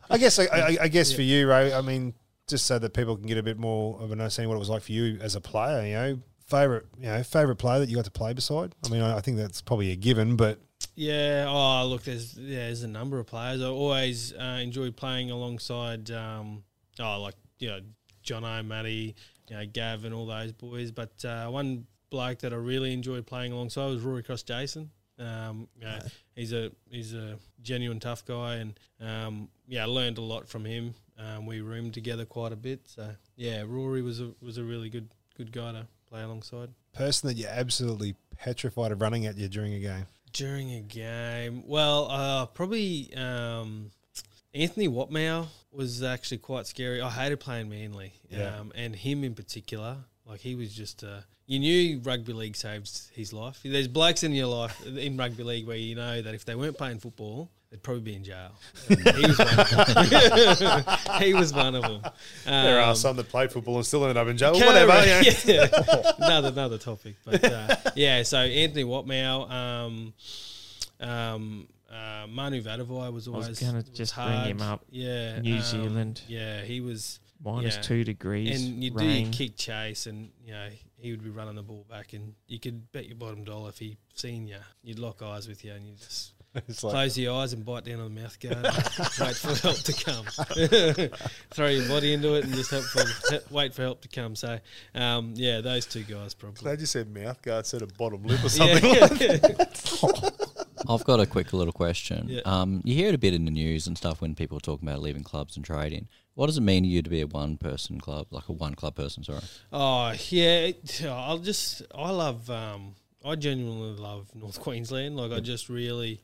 [SPEAKER 4] I guess I, I, I guess for you, Ray. I mean, just so that people can get a bit more of an understanding what it was like for you as a player. You know, favorite you know favorite player that you got to play beside. I mean, I, I think that's probably a given, but
[SPEAKER 5] Yeah. Oh, look, there's yeah, there's a number of players. I always uh, enjoyed playing alongside. Um, oh, like you know, John O, Matty, you know, Gav, and all those boys. But uh, one bloke that I really enjoyed playing alongside was Rory Cross Jason. Um, you know, he's a he's a genuine tough guy, and um, yeah, I learned a lot from him. Um, we roomed together quite a bit, so yeah, Rory was a was a really good good guy to play alongside.
[SPEAKER 4] person that you're absolutely petrified of running at you during a game.
[SPEAKER 5] During a game, well, uh, probably um, Anthony Watmow was actually quite scary. I hated playing Manly,
[SPEAKER 4] Yeah.
[SPEAKER 5] um, and him in particular. Like he was just, uh, you knew rugby league saves his life. There's blokes in your life in rugby league where you know that if they weren't playing football, they'd probably be in jail. And he was one. Of them. he was one of them.
[SPEAKER 4] There are
[SPEAKER 5] Um,
[SPEAKER 4] some that play football and still end up in jail.
[SPEAKER 5] Correct.
[SPEAKER 4] Oh, Whatever. You know.
[SPEAKER 5] Yeah. another another topic, but uh, yeah. So Anthony Watmow, um, um, uh, Manu Vadavai
[SPEAKER 1] was
[SPEAKER 5] was always
[SPEAKER 1] gonna
[SPEAKER 5] was
[SPEAKER 1] just bring
[SPEAKER 5] hard.
[SPEAKER 1] him up.
[SPEAKER 5] Yeah,
[SPEAKER 1] New
[SPEAKER 5] um,
[SPEAKER 1] Zealand.
[SPEAKER 5] Yeah, he was.
[SPEAKER 1] Minus
[SPEAKER 5] yeah.
[SPEAKER 1] two degrees.
[SPEAKER 5] and you do
[SPEAKER 1] rain.
[SPEAKER 5] your kick chase, and you know he would be running the ball back, and you could bet your bottom dollar if he seen you, you'd lock eyes with you, and you just.
[SPEAKER 4] It's like
[SPEAKER 5] Close your eyes and bite down on the mouth guard. and wait for help to come. Throw your body into it and just hope for, wait for help to come. So, um, yeah, those two guys probably.
[SPEAKER 4] glad you said mouth guard said a bottom lip or
[SPEAKER 5] Yeah.
[SPEAKER 4] something.
[SPEAKER 3] I've got a quick little question.
[SPEAKER 5] Yeah.
[SPEAKER 3] Um, you hear it a bit in the news and stuff when people are talking about leaving clubs and trading. What does it mean to you to be a one person club, like a one club person? Sorry.
[SPEAKER 5] oh yeah, it- I'll just. I love. Um, I genuinely love North Queensland. Like I just really,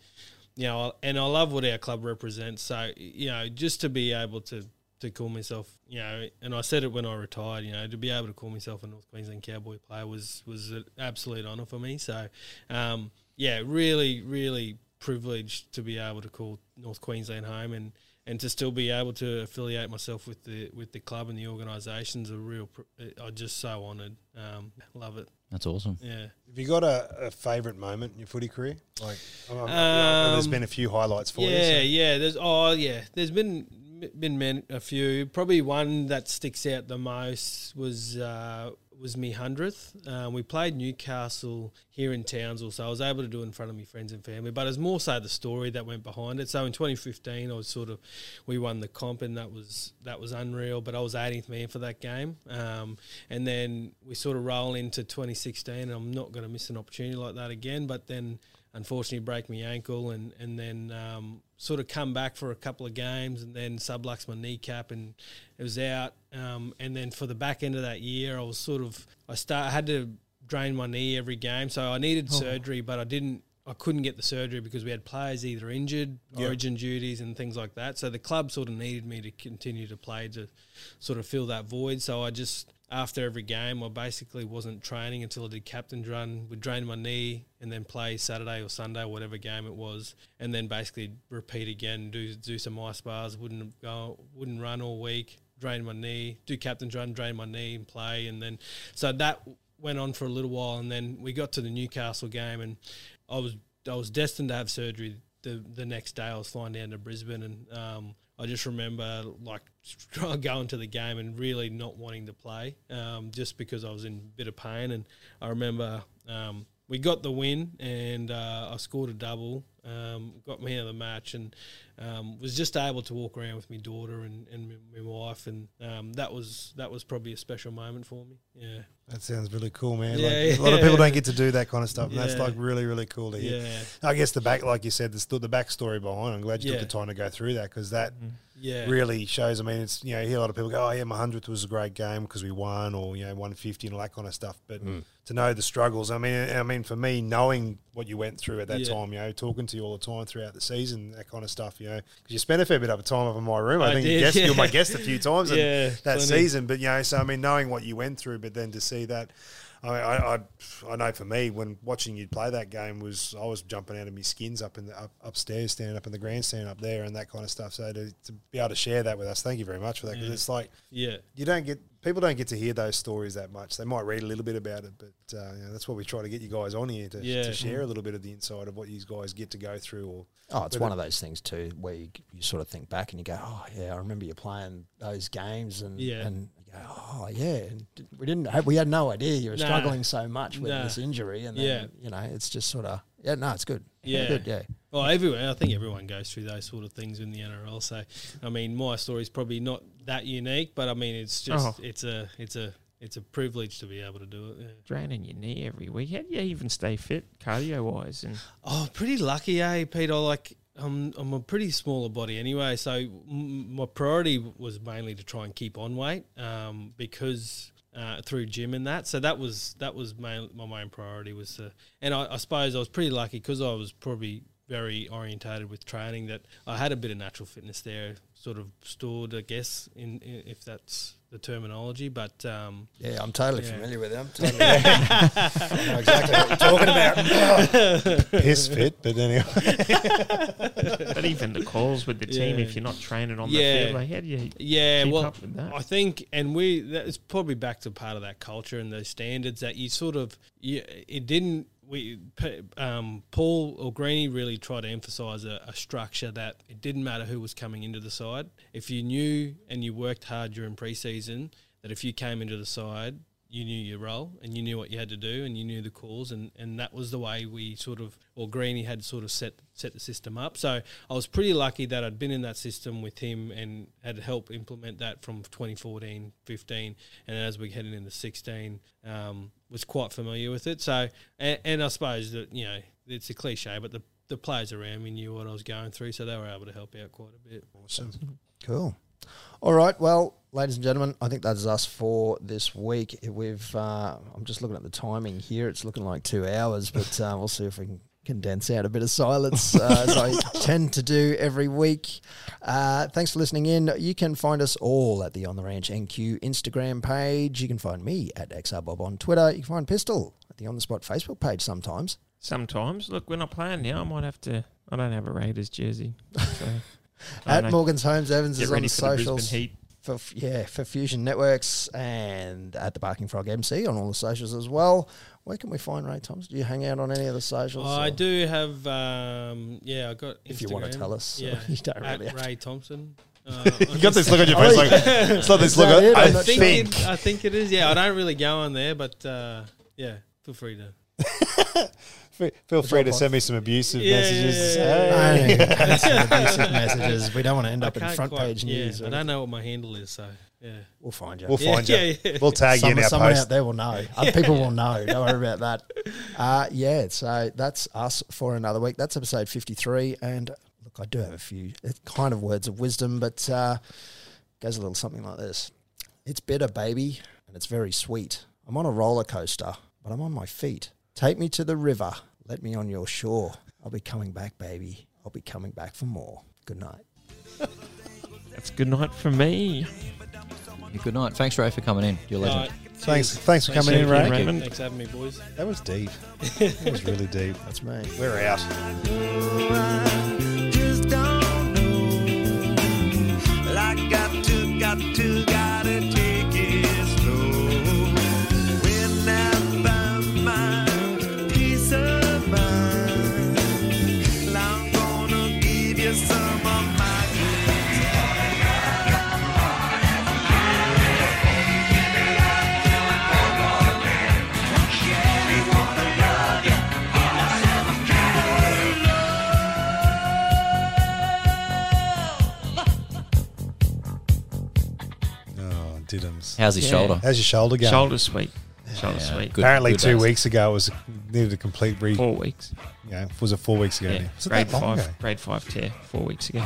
[SPEAKER 5] you know, I- and I love what our club represents. So you know, just to be able to to call myself, you know, and I said it when I retired, you know, to be able to call myself a North Queensland Cowboy player was was an absolute honour for me. So, um, yeah, really, really privileged to be able to call North Queensland home and and to still be able to affiliate myself with the with the club and the organisation's a real. pr- I'm just so honoured. Um, love it.
[SPEAKER 3] That's awesome.
[SPEAKER 5] Yeah.
[SPEAKER 4] Have you got a, a favourite moment in your footy career? Like, I don't know, there's
[SPEAKER 5] Um,
[SPEAKER 4] been a few highlights for you. so-
[SPEAKER 5] yeah, yeah. There's oh yeah. There's been been men, a few. Probably one that sticks out the most was uh, was me hundredth. Um, we played Newcastle here in Townsville, so I was able to do it in front of my friends and family. But it's more so the story that went behind it. So in 2015, I was sort of we won the comp, and that was that was unreal. But I was 18th man for that game, um, and then we sort of roll into 2016, and I'm not going to miss an opportunity like that again. But then unfortunately break my ankle and and then um, sort of come back for a couple of games and then sublux my kneecap and it was out um, and then for the back end of that year I was sort of I start I had to drain my knee every game so I needed surgery but I didn't I couldn't get the surgery because we had players either injured, origin duties, and things like that. So the club sort of needed me to continue to play to sort of fill that void. So I just after every game, I basically wasn't training until I did captain's run. Would drain my knee and then play Saturday or Sunday, whatever game it was, and then basically repeat again. Do do some ice bars. Wouldn't go. Wouldn't run all week. Drain my knee. Do captain's run. Drain my knee and play. And then so that went on for a little while. And then we got to the Newcastle game, and I was I was destined to have surgery the the next day. I was flying down to Brisbane, and um, I just remember like going to the game and really not wanting to play, um, just because I was in a bit of pain. And I remember um, we got the win, and uh, I scored a double, um, got me out of the match, and um, was just able to walk around with my daughter and, and my my wife, and um, that was that was probably a special moment for me. Yeah,
[SPEAKER 4] That sounds really cool, man.
[SPEAKER 5] Yeah,
[SPEAKER 4] like, A
[SPEAKER 5] yeah.
[SPEAKER 4] lot of people don't get to do that kind of stuff, and that's
[SPEAKER 5] Yeah.
[SPEAKER 4] like really, really cool to hear.
[SPEAKER 5] yeah,
[SPEAKER 4] I guess the back, like you said, the, sto- the backstory behind. I'm glad you
[SPEAKER 5] Yeah. Mm-hmm.
[SPEAKER 4] took the time to go through that because that
[SPEAKER 5] yeah.
[SPEAKER 4] really shows. I mean, it's you know, you hear a lot of people go, "Oh yeah, my hundredth was a great game because we won," or you know, one fifty and all that kind of stuff. But to know the struggles. I mean, I mean, for me, knowing what you went through at that
[SPEAKER 5] Yeah.
[SPEAKER 4] time, you know, talking to you all the time throughout the season, that kind of stuff, you know, because you spent a fair bit of time up in my room. I,
[SPEAKER 5] I
[SPEAKER 4] think
[SPEAKER 5] did,
[SPEAKER 4] you guessed,
[SPEAKER 5] yeah.
[SPEAKER 4] you're my guest a few times and
[SPEAKER 5] Yeah,
[SPEAKER 4] that
[SPEAKER 5] plenty.
[SPEAKER 4] season. But you know, so I mean, knowing what you went through, but then to see that, I, I, I, I know for me, when watching you play that game was, I was jumping out of my skins up in the up, upstairs, standing up in the grandstand up there, and that kind of stuff. So to, to be able to share that with us, thank you very much for that, because
[SPEAKER 5] Yeah.
[SPEAKER 4] it's like
[SPEAKER 5] Yeah.
[SPEAKER 4] you don't get people don't get to hear those stories that much. They might read a little bit about it, but uh, you know, that's what we try to get you guys on here to,
[SPEAKER 5] Yeah.
[SPEAKER 4] to share a little bit of the inside of what you guys get to go through. Or
[SPEAKER 2] Oh, it's
[SPEAKER 4] With
[SPEAKER 2] one
[SPEAKER 4] it-
[SPEAKER 2] of those things too, where you, you sort of think back and you go, "Oh yeah, I remember you playing those games," and
[SPEAKER 5] Yeah.
[SPEAKER 2] and you go, "Oh yeah, and d- we didn't have, we had no idea you were
[SPEAKER 5] Nah.
[SPEAKER 2] struggling so much with
[SPEAKER 5] Nah.
[SPEAKER 2] this injury," and then you know, it's just sort of yeah, no, it's good,
[SPEAKER 5] Yeah.
[SPEAKER 2] good, yeah,
[SPEAKER 5] Well, everyone, I think everyone goes through those sort of things in the NRL. So, I mean, my story's probably not that unique, but I mean, it's just
[SPEAKER 1] Oh.
[SPEAKER 5] it's a it's a it's a privilege to be able to do it. Yeah.
[SPEAKER 1] Draining your knee every week. How do you even stay fit cardio wise? And
[SPEAKER 5] Oh, pretty lucky, eh, Pete? I like I'm I'm a pretty smaller body anyway, so m- my priority was mainly to try and keep on weight um, because uh, through gym and that. So that was that was my my main priority was to, and I, I suppose I was pretty lucky because I was probably very orientated with training that I had a bit of natural fitness there, sort of stored, I guess, in, in if that's the terminology, but. Um,
[SPEAKER 2] yeah. I'm totally
[SPEAKER 5] Yeah.
[SPEAKER 2] familiar with them. Totally, I know exactly what you're talking about.
[SPEAKER 4] piss fit, but anyway,
[SPEAKER 1] but even the calls with the team,
[SPEAKER 5] Yeah.
[SPEAKER 1] if you're not training on
[SPEAKER 5] Yeah.
[SPEAKER 1] the field, like how do you?
[SPEAKER 5] Yeah,
[SPEAKER 1] keep
[SPEAKER 5] well,
[SPEAKER 1] up with that.
[SPEAKER 5] I think, and we that is probably back to part of that culture and those standards that you sort of you, it didn't. We P- um, Paul or Greeny really tried to emphasise a, a structure that it didn't matter who was coming into the side. If you knew and you worked hard during preseason, that if you came into the side, you knew your role and you knew what you had to do and you knew the calls and, and that was the way we sort of or Greeny had sort of set set the system up. So I was pretty lucky that I'd been in that system with him and had helped implement that from 2014, 15 and as we headed into 16 um, was quite familiar with it. So and, and I suppose that you know it's a cliche but the the players around me knew what I was going through so they were able to help out quite a bit.
[SPEAKER 4] awesome.
[SPEAKER 2] Cool. All right. Well, ladies and gentlemen, I think that's us for this week. We've. Uh, I'm just looking at the timing here. It's looking like two hours, but uh, we'll see if we can condense out a bit of silence uh, as I tend to do every week. Uh, thanks for listening in. You can find us all at the On the Ranch NQ Instagram page. You can find me at XRBob on Twitter. You can find Pistol at the On the Spot Facebook page sometimes.
[SPEAKER 1] Sometimes, look, we're not playing now. I might have to. I don't have a Raiders jersey. So, I
[SPEAKER 2] At
[SPEAKER 1] don't know.
[SPEAKER 2] Morgan's Homes Evans
[SPEAKER 1] Get
[SPEAKER 2] is on
[SPEAKER 1] ready
[SPEAKER 2] the
[SPEAKER 1] for the Brisbane
[SPEAKER 2] socials.
[SPEAKER 1] Heat.
[SPEAKER 2] for f- yeah for Fusion Networks and at the Barking Frog MC on all the socials as well. Where can we find Ray Thomas? Do you hang out on any of the socials?
[SPEAKER 5] I
[SPEAKER 2] or-
[SPEAKER 5] do have, um, yeah, I got.
[SPEAKER 2] If you wanna
[SPEAKER 5] Instagram.
[SPEAKER 2] tell us, you don't
[SPEAKER 5] at
[SPEAKER 2] really have to.
[SPEAKER 5] Ray Thompson. Uh, I
[SPEAKER 4] You got this look on your
[SPEAKER 2] Oh, yeah.
[SPEAKER 4] face, like it's not this
[SPEAKER 2] Is that it?
[SPEAKER 4] look. I
[SPEAKER 2] I'm not
[SPEAKER 5] think
[SPEAKER 4] think
[SPEAKER 5] it, I think it is. Yeah, I don't really go on there, but uh, yeah, feel free to.
[SPEAKER 4] Fe- feel free to send me some abusive
[SPEAKER 5] Yeah,
[SPEAKER 4] messages.
[SPEAKER 5] yeah, yeah,
[SPEAKER 4] Hey.
[SPEAKER 5] yeah.
[SPEAKER 2] I don't even post the abusive messages. We don't want to end
[SPEAKER 5] I
[SPEAKER 2] up in
[SPEAKER 5] can't
[SPEAKER 2] front
[SPEAKER 5] quite-
[SPEAKER 2] page
[SPEAKER 5] yeah,
[SPEAKER 2] news. uh,
[SPEAKER 5] I don't know what my handle is, so yeah.
[SPEAKER 2] We'll find you.
[SPEAKER 4] We'll
[SPEAKER 5] Yeah,
[SPEAKER 4] find you.
[SPEAKER 5] yeah, yeah.
[SPEAKER 4] We'll tag you
[SPEAKER 2] Some,
[SPEAKER 4] in our
[SPEAKER 2] someone
[SPEAKER 4] post.
[SPEAKER 2] out there will know. Other people will know. Don't worry about that. Uh, yeah, so that's us for another week. That's episode 53. And look, I do have a few uh, kind of words of wisdom, but uh, goes a little something like this It's bitter, baby, and it's very sweet. I'm on a roller coaster, but I'm on my feet. Take me to the river. Let me on your shore. I'll be coming back, baby. I'll be coming back for more. Good night.
[SPEAKER 1] That's good night for me.
[SPEAKER 3] Yeah, good night. Thanks, Ray, for coming in. You're a legend.
[SPEAKER 5] Alright,
[SPEAKER 4] Thanks,
[SPEAKER 5] cheers.
[SPEAKER 4] thanks for
[SPEAKER 5] Thanks,
[SPEAKER 4] coming
[SPEAKER 1] Thank
[SPEAKER 4] in,
[SPEAKER 1] you,
[SPEAKER 4] Ray.
[SPEAKER 5] Raymond.
[SPEAKER 1] Raymond.
[SPEAKER 5] Thanks for having me, boys.
[SPEAKER 4] That was deep. That was really deep.
[SPEAKER 2] That's me.
[SPEAKER 4] We're out.
[SPEAKER 7] just don't know. Well, I got to, got to, gotta take it slow. When I find my peace of mind, well, I'm gonna give you some of my good
[SPEAKER 4] Oh, diddums.
[SPEAKER 3] How's his
[SPEAKER 1] Yeah.
[SPEAKER 3] shoulder?
[SPEAKER 4] How's your shoulder going?
[SPEAKER 1] Shoulder sweep. Shoulder sweep.
[SPEAKER 3] Good-
[SPEAKER 4] Apparently,
[SPEAKER 3] good
[SPEAKER 4] two
[SPEAKER 3] days.
[SPEAKER 4] weeks ago it was needed a complete re.
[SPEAKER 1] Four weeks.
[SPEAKER 4] Yeah, was it four weeks ago?
[SPEAKER 1] Yeah.
[SPEAKER 4] now? Was it
[SPEAKER 1] Grade
[SPEAKER 4] that long
[SPEAKER 1] five.
[SPEAKER 4] ago?
[SPEAKER 1] Grade five tear. Four weeks ago.